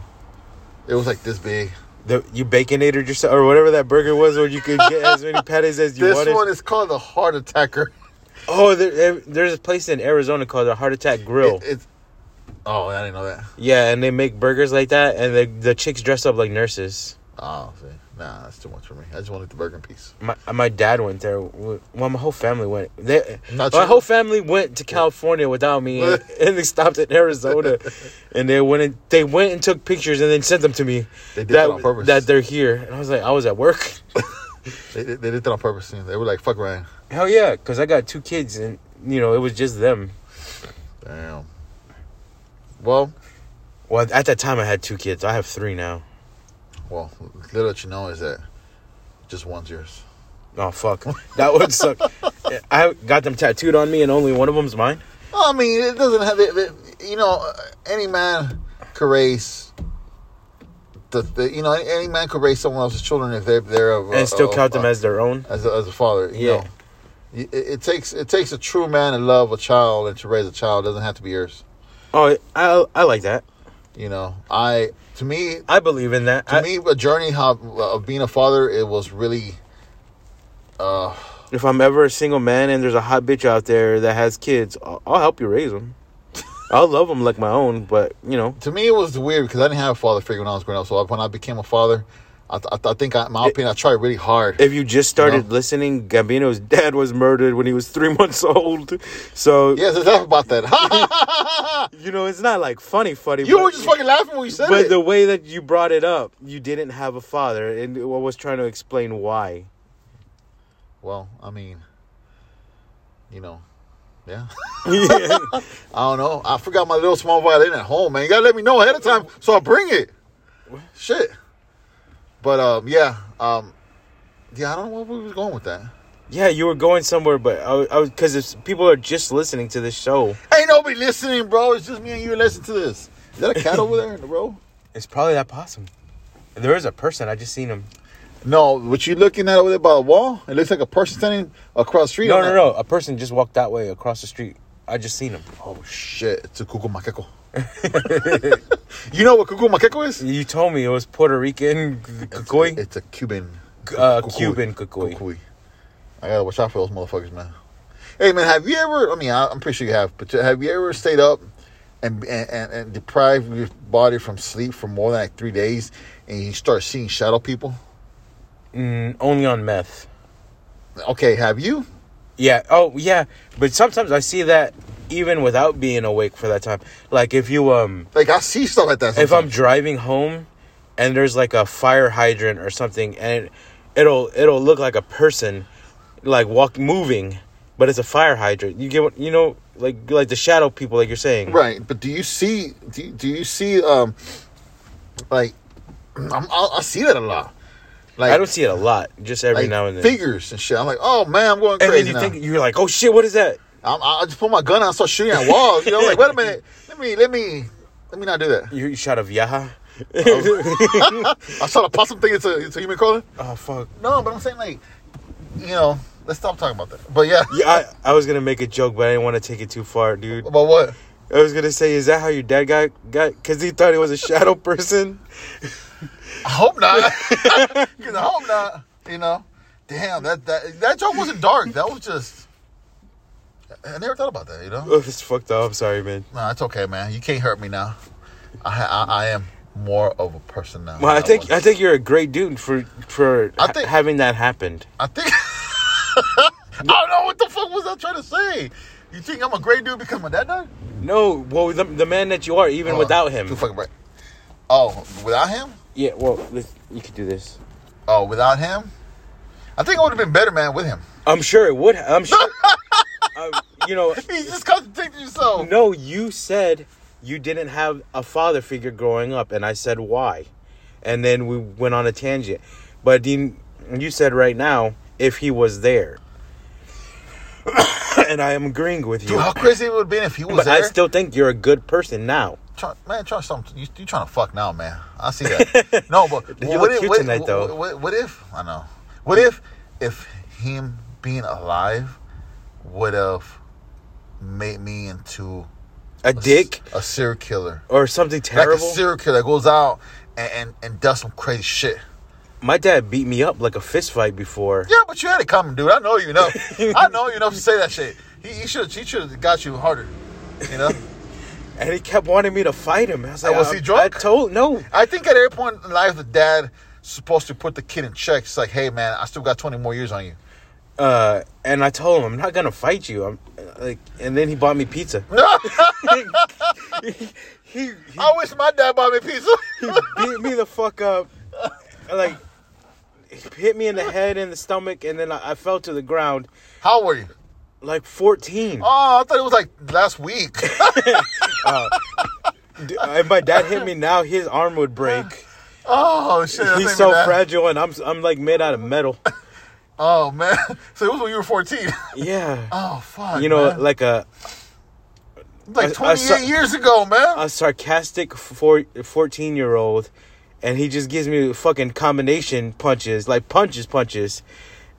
It was like this big.
The, you baconated yourself or whatever that burger was, or you could get as many patties as you
this
wanted.
one is called the Heart Attacker.
Oh, there, there- there's a place in Arizona called the Heart Attack Grill.
It- it's. Oh, I didn't know that.
yeah, and they make burgers like that, and the the chicks dress up like nurses.
Oh, see, nah, that's too much for me. I just wanted the burger in peace.
My my dad went there. Well, my whole family went. They, my
Not you.
whole family went to California without me, and, and they stopped in Arizona, and they went and, they went and took pictures, and then sent them to me.
They did that on purpose.
That they're here, and I was like, I was at work.
They, they, they did that on purpose. you know. They were like, "Fuck Ryan."
Hell yeah, because I got two kids, and you know it was just them.
Damn. Well,
Well, at that time I had two kids. I have three now.
well, little that you know is that just one's yours.
Oh fuck, that would suck. I got them tattooed on me, and only one of them's mine.
I mean, it doesn't have it. it- you know, any man could raise the, the you know any man could raise someone else's children if they're they're of,
and still
of-
count them
uh,
as their own.
as a, as a father. You
Yeah.
know, it, it takes it takes a true man to love a child and to raise a child. It doesn't have to be yours.
Oh, I I like that.
You know, I to me
I believe in that.
to
I-
me a journey how, of being a father it was really uh
if I'm ever a single man and there's a hot bitch out there that has kids, I'll, I'll help you raise them. I'll love them like my own, but you know,
to me it was weird because I didn't have a father figure when I was growing up. So when I became a father, I, th- I, th- I think I, in my opinion I tried really hard.
if you just started
No.
listening, Gambino's dad was murdered when he was three months old. So
Yes, it's enough about that.
you know, it's not like funny, funny.
you
but-
were just fucking laughing when you said
But
it.
the way that you brought it up, you didn't have a father, and I was trying to explain why.
well, I mean, you know, yeah.
yeah.
I don't know. I forgot my little small violin at home, man. You gotta let me know ahead of time so I'll bring it. Shit. But um, yeah, um, yeah. I don't know where we was going with that.
yeah, you were going somewhere, but I, I was because if people are just listening to this show,
Ain't nobody listening, bro. It's just me and you listening to this. Is that a cat over there in the row?
It's probably that possum. There is a person. I just seen him.
No, what you looking at over there by the wall? It looks like a person standing across the street.
No,
on
no,
that-
no. A person just walked that way across the street. I just seen him.
Oh shit, it's a cuckoo macaco. you know what cuckoo macaco is?
You told me it was Puerto Rican koi.
It's a Cuban.
Uh,
cuckoo.
Cuban cuckoo.
I gotta watch out for those motherfuckers, man. Hey, man, have you ever? I mean, I, I'm pretty sure you have, but have you ever stayed up and and, and, and deprived your body from sleep for more than like three days, and you start seeing shadow people?
Mm, only on meth.
Okay, have you?
Yeah. Oh, yeah. But sometimes I see that even without being awake for that time. Like if you um,
Like I see stuff like that.
if I'm
sometimes.
driving home, and there's like a fire hydrant or something, and it, it'll it'll look like a person, like walk moving, but it's a fire hydrant. You get what you know, like like the shadow people, like you're saying.
right, but do you see? Do you, do you see? Um, like I'm, I, I see that a lot. Like
I don't see it a lot, just every
like,
now and then.
figures and shit. I'm like, oh man, I'm going
and
crazy
then you
now.
think you're like, oh shit, what is that?
I'm, I just put my gun out, and start shooting at walls. You know, like, wait a minute, let me, let me, let me not do that.
You, you shot of Yaha.
I saw the possum thing. It's a, it's a human crawler.
oh fuck.
No, but I'm saying like, you know, let's stop talking about that. But yeah,
Yeah, I, I was gonna make a joke, but I didn't want to take it too far, dude.
but what?
I was gonna say, is that how your dad got got? Because he thought he was a shadow person.
I hope not. Because I hope not. You know, damn that that that joke wasn't dark. That was just. I never thought about that. You know,
Oh, it's fucked up. I'm sorry, man.
no, it's okay, man. You can't hurt me now. I, I, I am. more of a person now.
Well, I
than
think
was.
I think you're a great dude for for
I
ha-
think-
having that happened.
I think. I don't know what the fuck was I trying to say. You think I'm a great dude because my dad died?
No, well, the, the man that you are, even
Hold on.
without him.
Too fucking bright. Oh, without him?
Yeah, well, let's- you could do this.
Oh, without him? I think I would have been better, man, with him.
I'm sure it would. I'm sure. uh, you know,
He's just contradicting yourself.
no, you said you didn't have a father figure growing up, and I said why, and then we went on a tangent. But you, you said right now if he was there, and I am agreeing with you.
Dude, how crazy it would have been if he was
but
there.
I still think you're a good person now.
Try, man, try something. You, you trying to fuck now, man. I see that. no, but
You
what
look
if,
cute
what,
tonight,
what-
though.
What, what if, I know, what if, if him being alive would have made me into
A dick
a serial killer?
or something
Like
terrible.
a serial killer that goes out and, and, and does some crazy shit.
My dad beat me up like a fist fight before.
Yeah, but you had it coming, dude. I know you enough. I know you enough to say that shit. He, he should he should have got you harder. You know.
And he kept wanting me to fight him. I was like,
was he
I-
drunk?
I told no.
I think at every point in life, the dad supposed to put the kid in check. It's like, hey man, I still got twenty more years on you.
Uh, and I told him I'm not gonna fight you. I'm like, and then he bought me pizza. he, he, he
I wish my dad bought me pizza.
beat me the fuck up. Like, he hit me in the head and the stomach, and then I, I fell to the ground.
How old were you?
Like 14.
Oh, I thought it was like last week.
D- If my dad hit me now, his arm would break.
oh shit, that's
He's
even
so
that.
fragile, and I'm I'm like made out of metal.
Oh man, so it was when you were fourteen.
Yeah.
Oh fuck,
You know,
man.
like a
like
I- I
twenty
saw-
eight years ago, man.
a sarcastic four, 14 year old and he just gives me fucking combination punches like punches punches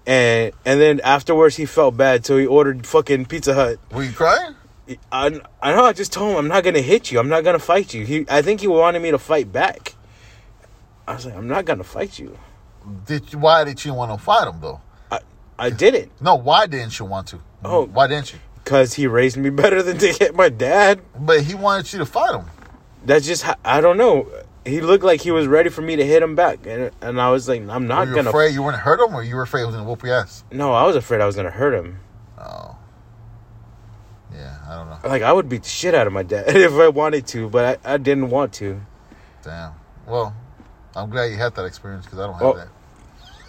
and and then afterwards he felt bad so he ordered fucking pizza hut
were you crying?
i, I know i just told him i'm not gonna hit you i'm not gonna fight you he i think he wanted me to fight back i was like i'm not gonna fight you
Did you, why did you want to fight him though?
i i didn't
No, why didn't you want to?
Oh.
why didn't you?
because he raised me better than to hit my dad
But he wanted you to fight him.
that's just ho- i don't know he looked like he was ready for me to hit him back and, and i was like i'm
Were
not
you
gonna
afraid you weren't hurt him, or you were afraid he was gonna whoop your ass?
no i was afraid i was gonna hurt him
Oh, yeah, I don't know.
like I would beat the shit out of my dad if I wanted to, but I, I didn't want to.
Damn. Well, I'm glad you had that experience because I don't have
Well-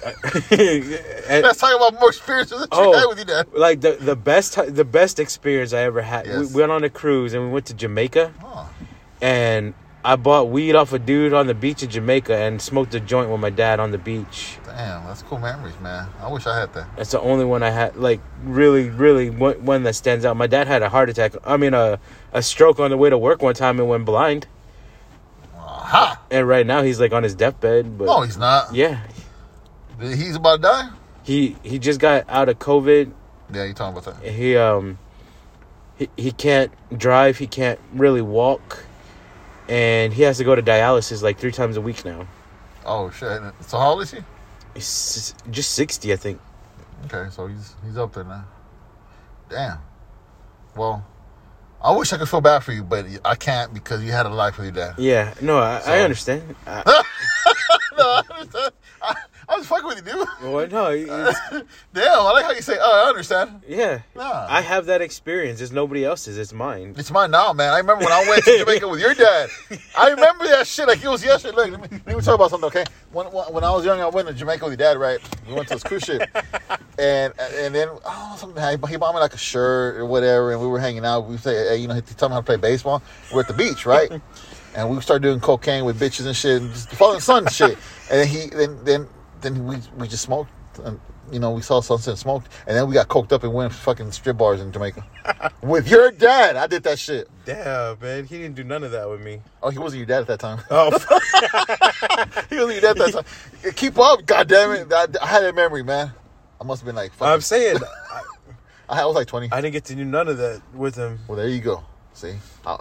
that.
And,
Let's talk about more experiences that you
Oh.
had with your dad.
like the the best ti- the best experience I ever had.
Yes.
We went on a cruise and we went to Jamaica,
Oh,
and I bought weed off a dude on the beach in Jamaica and smoked a joint with my dad on the beach.
damn, that's cool memories, man. I wish I had that.
That's the only one I had, like really, really one, one that stands out. My dad had a heart attack. I mean, a a stroke on the way to work one time and went blind.
Aha!
And right now he's like on his deathbed. But
No, he's not.
yeah,
He's about to die.
he he just got out of COVID.
Yeah, you talking about that?
he um he, he can't drive he can't really walk and he has to go to dialysis like three times a week now
Oh shit! So how old is he?
he's s- just 60 i think
Okay, so he's he's up there now. Damn. Well, I wish I could feel bad for you, but I can't because you had a life with your dad.
yeah no i, I
So-
understand I,
no, I understand. I, I was fucking with you, dude.
well, no it's-
Damn, I like how you say, "Oh, I understand."
yeah
Nah.
i have that experience it's nobody else's it's mine
It's mine now, man. I remember when I went to Jamaica with your dad. I remember that shit like it was yesterday. Look, let me, let me talk about something, okay? When, when when I was young, I went to Jamaica with your dad, right? We went to this cruise ship, and and then oh, something happened. he bought me like a shirt or whatever, and we were hanging out. We say, hey, you know, he taught me how to play baseball. We're at the beach, right? And we started doing cocaine with bitches and shit, and just following sun and shit. And then he then then then we we just smoked. And, you know, we saw sunset and smoked, and then we got coked up and went to fucking strip bars in Jamaica with your dad. I did that shit.
damn man he didn't do none of that with me
Oh, he wasn't your dad at that time.
oh fuck.
he wasn't your dad at that time. Keep up, God damn it! I, I had that memory, man. I must have been like,
i'm
fucking,
saying I,
I was like twenty.
I didn't get to do none of that with him
well, there you go. See, I, I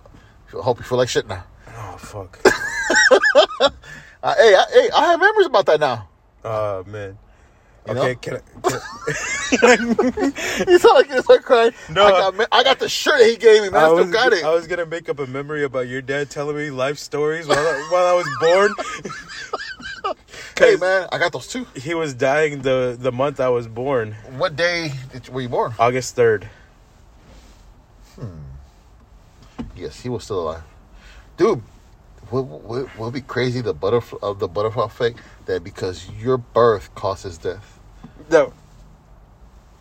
hope you feel like shit now.
oh fuck
Uh, hey, I, hey, I have memories about that now.
oh man
You
okay,
know?
can, I, can
You sound like you just like crying.
No.
I got, ma- I got the shirt he gave me, man.
I,
I, still
was,
got it.
I was gonna make up a memory about your dad telling me life stories while I, while I was born.
hey, man, I got those too.
He was dying the the month I was born,
What day did, were you born?
August third.
Yes, he was still alive, dude. Would, would, would it be crazy the butterfly of the butterfly effect that because your birth causes death?
That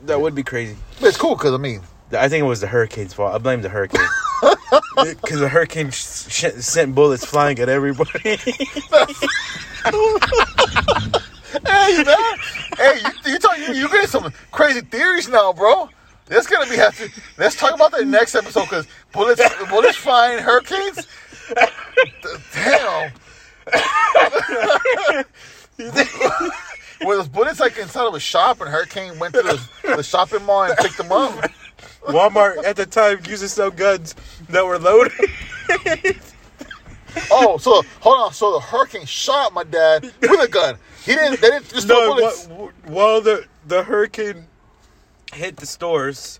that would be crazy.
But it's cool because I mean,
I think it was the hurricane's fault. I blame the hurricane because the hurricane sh- sh- sent bullets flying at everybody.
hey man, hey, you, you talking? You getting some crazy theories now, bro? That's gonna be have to. Let's talk about that next episode because bullets, bullets flying hurricanes. Damn. Were those bullets like inside of a shop and hurricane went to the, the shopping mall and picked them up?
Walmart at the time used to sell guns that were loaded.
Oh, so hold on. So the hurricane shot my dad with a gun. He didn't. They didn't just throw
no,
bullets.
wh- wh- while the the hurricane hit the stores,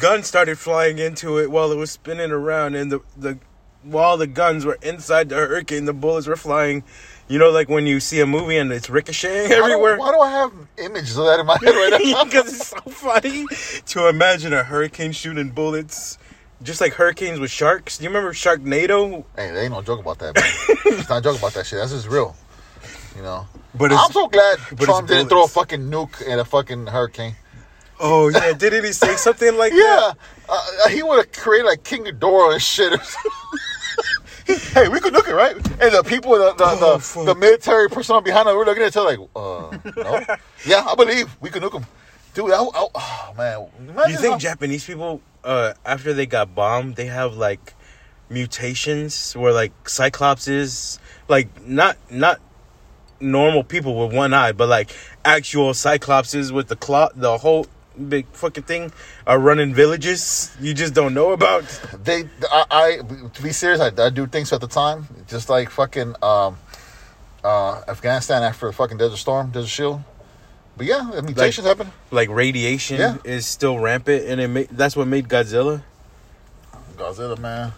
guns started flying into it while it was spinning around, and the the while the guns were inside the hurricane, the bullets were flying. You know, like when you see a movie and it's ricocheting
Why do-
everywhere.
Why do I have images of that in my head right now?
because it's so funny to imagine a hurricane shooting bullets, just like hurricanes with sharks. Do you remember Sharknado?
Hey, they ain't no joke about that. Man. it's not a joke about that shit. That's just real. You know.
But
I'm so glad
it's
Trump didn't throw a
bullets.
fucking nuke at a fucking hurricane.
oh yeah, didn't he say something like
Yeah, uh, he would have created like King Ghidorah and shit. Or something. hey, we could look it right, and the people, the the,
Oh,
the,
fuck.
the military personnel behind us, we're looking at each other like, uh, no. yeah, I believe we could nuke him, dude. I, I, oh man,
that?
Imagine
You think
how-
Japanese people, uh, after they got bombed, they have like mutations where like cyclopses, like not not normal people with one eye, but like actual cyclopses with the claw, the whole big fucking thing are running villages you just don't know about.
they I, I to be serious I, I do things at the time just like fucking um uh afghanistan after fucking desert storm desert shield but yeah the mutations happen
like radiation
Yeah.
is still rampant, and it ma- that's what made Godzilla.
godzilla man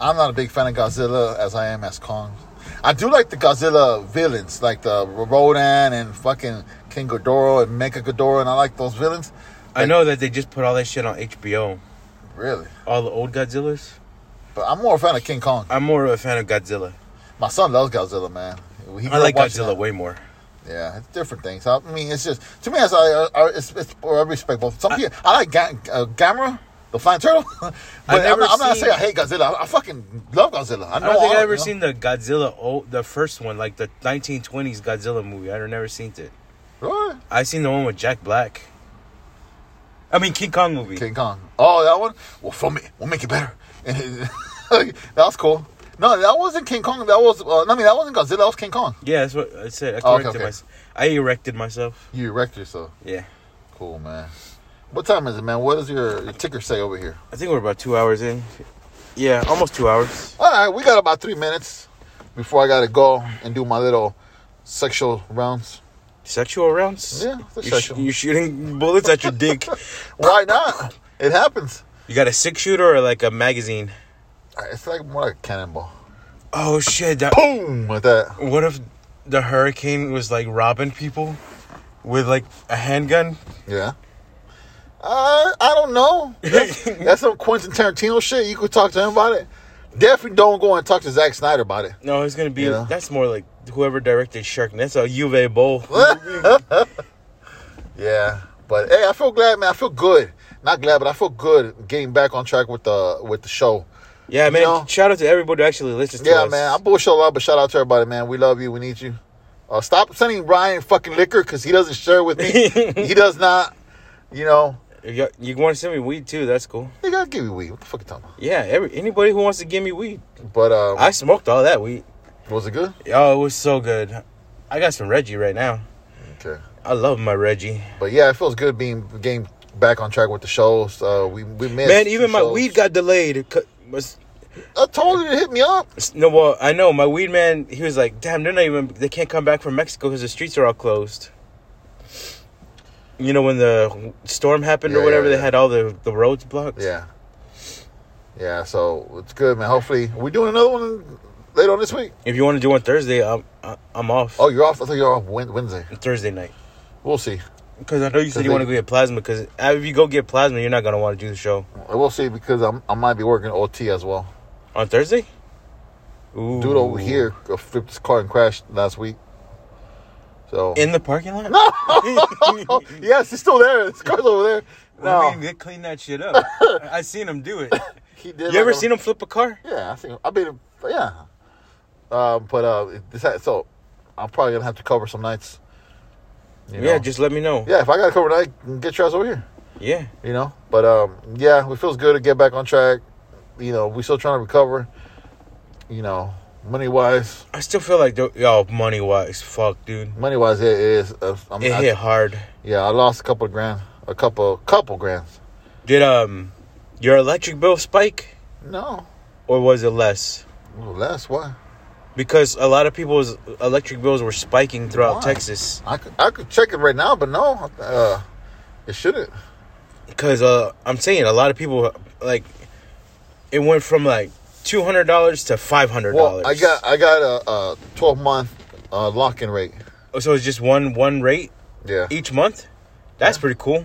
i'm not a big fan of godzilla as i am as kong i do like the godzilla villains like the rodan and fucking king Ghidorah and mecha Ghidorah and i like those villains
I know that they just put all that shit on HBO,
really
all the old Godzillas.
but i'm more a fan of king kong
I'm more of a fan of Godzilla.
my son loves godzilla man He
I
grew
like
up watching
Godzilla
that.
way more.
Yeah, it's different things. I mean, it's just to me. It's, I, I, it's, it's I respect both. Some people I like Ga- uh, Gamera, the flying turtle, but I'm
never
not, I'm not
seen-
saying I hate Godzilla. I, I fucking love Godzilla. I,
I
know
don't think I've
all-
ever
you know?
seen the Godzilla old, the first one, like the 1920s Godzilla movie. I've never seen it.
Really?
I seen the one with Jack Black. I mean King Kong movie.
King Kong. Oh, that one. Well, film it. We'll make it better. that was cool. No, that wasn't King Kong. That was. Uh, I mean, that wasn't Godzilla. That was King Kong.
Yeah, that's what I said. I
Oh, okay,
corrected
okay.
myself. I erected myself.
You wrecked yourself.
Yeah,
Cool, man. What time is it, man? What does your, your ticker say over here?
I think we're about two hours in. Yeah, almost two hours.
All right, we got about three minutes before I gotta go and do my little sexual rounds.
Sexual rounds?
Yeah,
you're,
they're
sh-
sexual.
you're shooting bullets at your dick.
Why not? It happens.
You got a six shooter or like a magazine?
It's like more like a cannonball.
Oh shit! That,
Boom! With that.
what if the hurricane was like robbing people with like a handgun?
Yeah. Uh, I don't know. That's, that's some Quentin Tarantino shit. You could talk to him about it. Definitely don't go and talk to Zack Snyder about it.
No, it's gonna be.
Yeah.
That's more like whoever directed Shark. That's a Juve bowl.
Yeah. But hey, I feel glad, man. I feel good. Not glad, but I feel good getting back on track with the with the show.
yeah, man.
know-
shout out to everybody who actually listens to
Yeah,
us.
man. I bullshit a lot, but shout out to everybody, man. We love you. We need you. Uh, stop sending Ryan fucking liquor because he doesn't share with me. he does not. You know,
If y'all- you want to send me weed too? That's cool.
they gotta give you weed. What the fuck you talking
Yeah, every anybody who wants to give me weed,
about? But uh,
I smoked all that weed.
was it good?
Oh, it was so good. I got some Reggie right now.
Okay.
I love my Reggie.
But yeah, it feels good being getting back on track with the shows. Uh, we we missed.
Man,
two
even my
shows.
weed got delayed. It cut- was-
I told you to hit me up.
No, well, I know my weed man. He was like, "Damn, they're not even. They can't come back from Mexico because the streets are all closed." you know, when the storm happened
Yeah,
or whatever,
yeah,
they
yeah.
had all the, the roads blocked.
Yeah. Yeah, so it's good, man. Hopefully, we doing another one later on this week.
If you want to do on Thursday, I'm I- I'm off.
Oh, you're off. I thought you're off Wed- Wednesday.
Thursday night.
We'll see.
Because I know you said
Thursday.
you want to go get plasma. Because if you go get plasma, you're not gonna want to do the show
We'll see because I'm, I might be working OT as well.
on Thursday. Ooh.
Dude over here flipped his car and crashed last week. So
in the parking lot. No.
yes, it's still there. His car's over there.
No.
No,
We can get- clean that shit up. I seen him do it.
he did.
you ever seen him flip a car?
Yeah, I seen him. I mean, him. Yeah, um, but uh, it- this ha- so I'm probably gonna have to cover some nights. you
Yeah,
know.
just let me know.
yeah. If I gotta cover a night, get your ass over here.
Yeah.
you know. But um, yeah, it feels good to get back on track. You know, we still trying to recover. You know, money wise,
I still feel like the- y'all money wise, fuck, dude.
money wise, it is. Uh, I'm,
It
I-
hit hard.
Yeah, I lost a couple of grand, a couple, couple grands.
Did um your electric bill spike
No,
or was it less?
Ooh, less. Why?
Because a lot of people's electric bills were spiking throughout
Why?
Texas.
I could, I could check it right now, but no, uh, it shouldn't.
Because uh, I'm saying a lot of people like it went from like two hundred dollars to five hundred dollars.
Well, I got, I got a, a 12 month uh, lock-in rate.
Oh, so it's just one one rate
Yeah,
each month. That's pretty cool.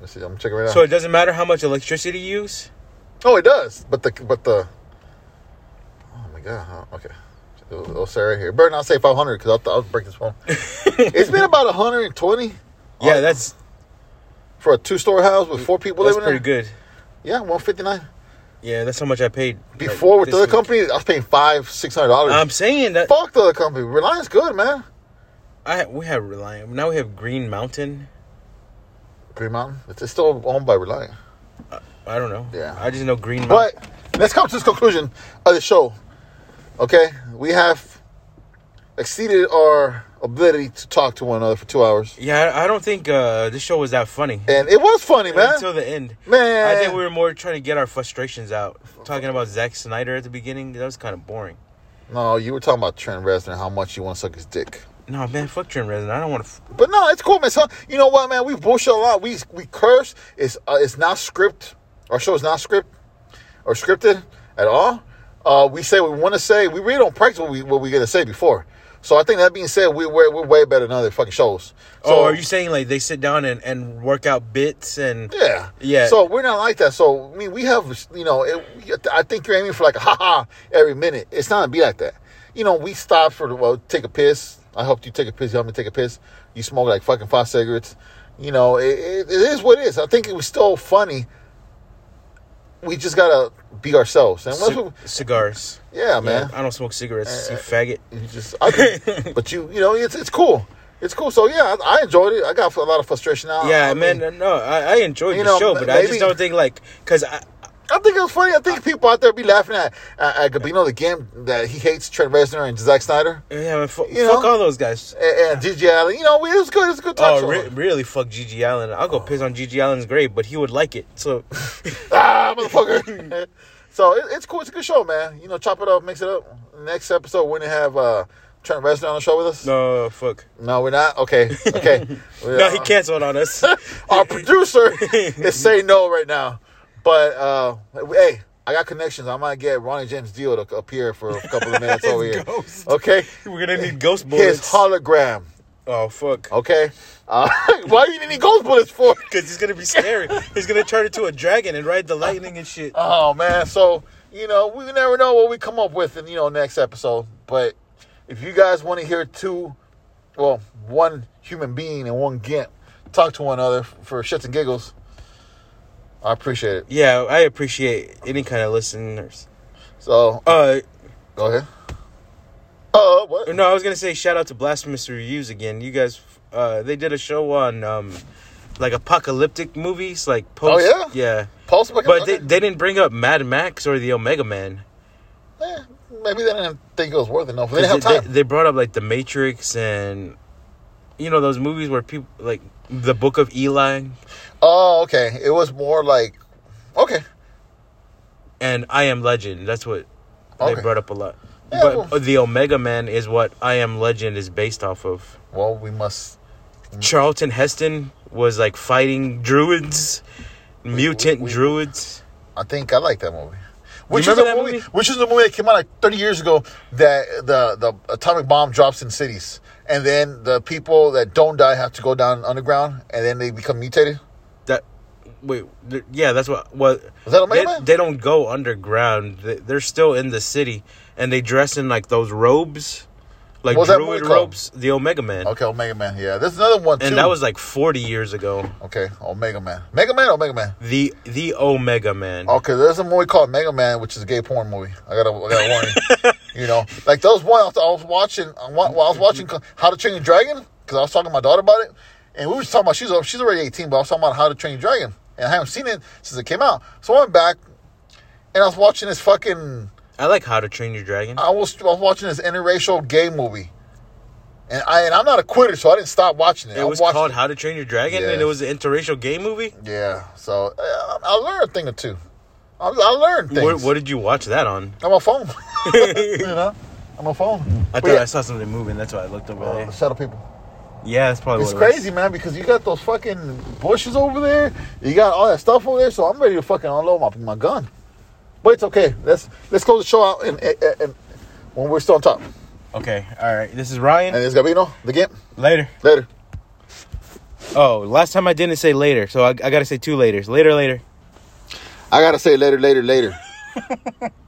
Let's see, I'm checking right now.
So it doesn't matter how much electricity you use.
oh, it does, but the, but the. Oh my god! Huh? Okay, it'll, it'll say right here. Better not say 500 because I'll, I'll break this phone. it's been about 120
Yeah, that's
for a two-story house with four people
that's
living in
pretty
it.
good.
Yeah, 159.
Yeah, that's how much I paid like,
Before with
this
the other
week.
company, I was paying five, six hundred dollars.
I'm saying that
Fuck the other company. Reliance good, man.
I we have Reliant. Now we have Green Mountain.
Green Mountain. It's it's still owned by Reliant.
I don't know.
Yeah.
I just know Green
But
Mountain.
let's come to this conclusion of the show. Okay? We have exceeded our ability to talk to one another for two hours.
Yeah, I I don't think uh, this show was that funny
And it was funny, man.
until the end.
Man.
I think we were more trying to get our frustrations out. Talking about Zack Snyder at the beginning, that was kind of boring.
No, you were talking about Trent Reznor, how much you want to suck his dick.
No, man, fuck Trent Reznor. I don't want to. F-
But no, it's cool, man. So, you know what, man? We bullshit a lot. We we curse. It's uh, it's not script. Our show is not script or scripted at all. Uh, we say what we want to say. We really don't practice what we what we gonna say before. So I think that being said, we we're, we're way better than other fucking shows. So,
oh, are you saying like they sit down and, and work out bits and
Yeah.
Yeah.
So we're not like that. So I mean, we have you know, it, I think you're aiming for like a ha ha every minute. It's not gonna be like that. You know, we stop for well, take a piss. I helped you take a piss. You helped me take a piss. You smoke like fucking five cigarettes. You know, it, it, it is what it is. I think it was still funny. We just gotta be ourselves, and once
c- cigars?
we, yeah, man. Uh,
I don't smoke cigarettes. you faggot.
You just, I think, but you, you know, it's it's cool. It's cool. So yeah, I, I enjoyed it. I got a lot of frustration out.
yeah,
I
man. uh,
mean,
no, I, I enjoyed
you
the
know,
show,
m-
but I
maybe-
just don't think like because I
I think it was funny. I think people out there be laughing at at, at Gabino the game that he hates Trent Reznor and Zack Snyder
yeah, man, fu-
You
fuck
know?
all those guys.
and, and DJ Allen. You know, it was good. It was a good talk
Oh,
show.
re- really? Fuck Gigi Allen. I'll
Oh.
go piss on Gigi Allen's grave, but he would like it. So,
Ah, motherfucker. so it, it's cool. It's a good show, man. You know, chop it up, mix it up. Next episode, we're gonna have uh, Trent Reznor on the show with us.
no, fuck.
No, we're not. Okay, okay. uh,
No, he canceled on us.
Our producer is saying no right now, but uh, hey. I got connections. I might get Ronnie James Dio to appear for a couple of minutes over here.
Ghost.
Okay,
We're gonna need ghost
Oh, his
bullets.
hologram.
oh, fuck.
Okay. Uh, why you need ghost bullets for?
Because he's gonna be scary. he's gonna turn into a dragon and ride the lightning and shit.
Oh man, so you know we never know what we come up with in you know next episode. But if you guys want to hear two, well, one human being and one gimp talk to one another for shits and giggles, I appreciate it.
Yeah, I appreciate any kind of listeners.
So
Uh,
go ahead. Oh, what?
no, I was gonna say shout out to Blasphemous Reviews again. You guys, uh, they did a show on um, like apocalyptic movies, like post.
Oh, yeah?
yeah.
Pulse?
But they, they didn't bring up Mad Max or the Omega Man.
Eh, maybe they didn't think it was worth enough. They didn't have
They,
time.
they, they brought up like The Matrix and you know those movies where people like The Book of Eli
oh, okay. It was more like okay.
and I Am Legend. That's what
Okay.
they brought up a lot.
Yeah,
but
well-
the Omega Man is what I Am Legend is based off of.
Well, we must
Charlton Heston was like fighting druids, mutant
wait.
druids.
I think I like that movie. Which is
remember
the
that
movie,
movie?
Which is the movie that came out like 30 years ago that the the atomic bomb drops in cities, and then the people that don't die have to go down underground, and then they become mutated.
That wait, th- yeah, that's what what.
Was that a
They,
Megamind?
they don't go underground. They- They're still in the city, and they dress in like those robes, like
What was that movie
druid
called?
robes. The Omega Man,
Okay, Omega Man. Yeah, there's another one too.
and that was like forty years ago.
okay, Omega Man. Mega Man, or Omega Man.
The the Omega Man.
Okay, there's a movie called Mega Man, which is a gay porn movie. I gotta, I gotta warn you. You know, like those one I was, I was watching I wa- while I was watching How to Train Your Dragon because I was talking to my daughter about it, and we were just talking about she's al- she's already 18, but I was talking about How to Train Your Dragon, and I haven't seen it since it came out. So I went back, and I was watching this fucking
I like How to Train Your Dragon.
I was, I was watching this interracial gay movie, and I and I'm not a quitter, so I didn't stop watching it.
It
I
was
watched
called How to Train Your Dragon, and
Yeah.
it was an interracial gay movie.
yeah. So uh, I, I learned a thing or two. I, I learned things.
What, what did you watch that on?
I'm on phone. you know, I'm on phone.
I
But
thought
yeah,
I saw something moving. That's why I looked over
uh,
there.
shadow people.
Yeah, that's probably
Oh. It's
what it was.
crazy, man, because you got those fucking bushes over there. You got all that stuff over there. So I'm ready to fucking unload my, my gun. But it's okay. Let's let's close the show out and, and, and when we're still on top.
Okay, all right. This is Ryan.
And it's Gabino, the game.
Later.
Later.
Oh, last time I didn't say later, so I, I gotta say two laters. Later, later.
I gotta say later, later, later.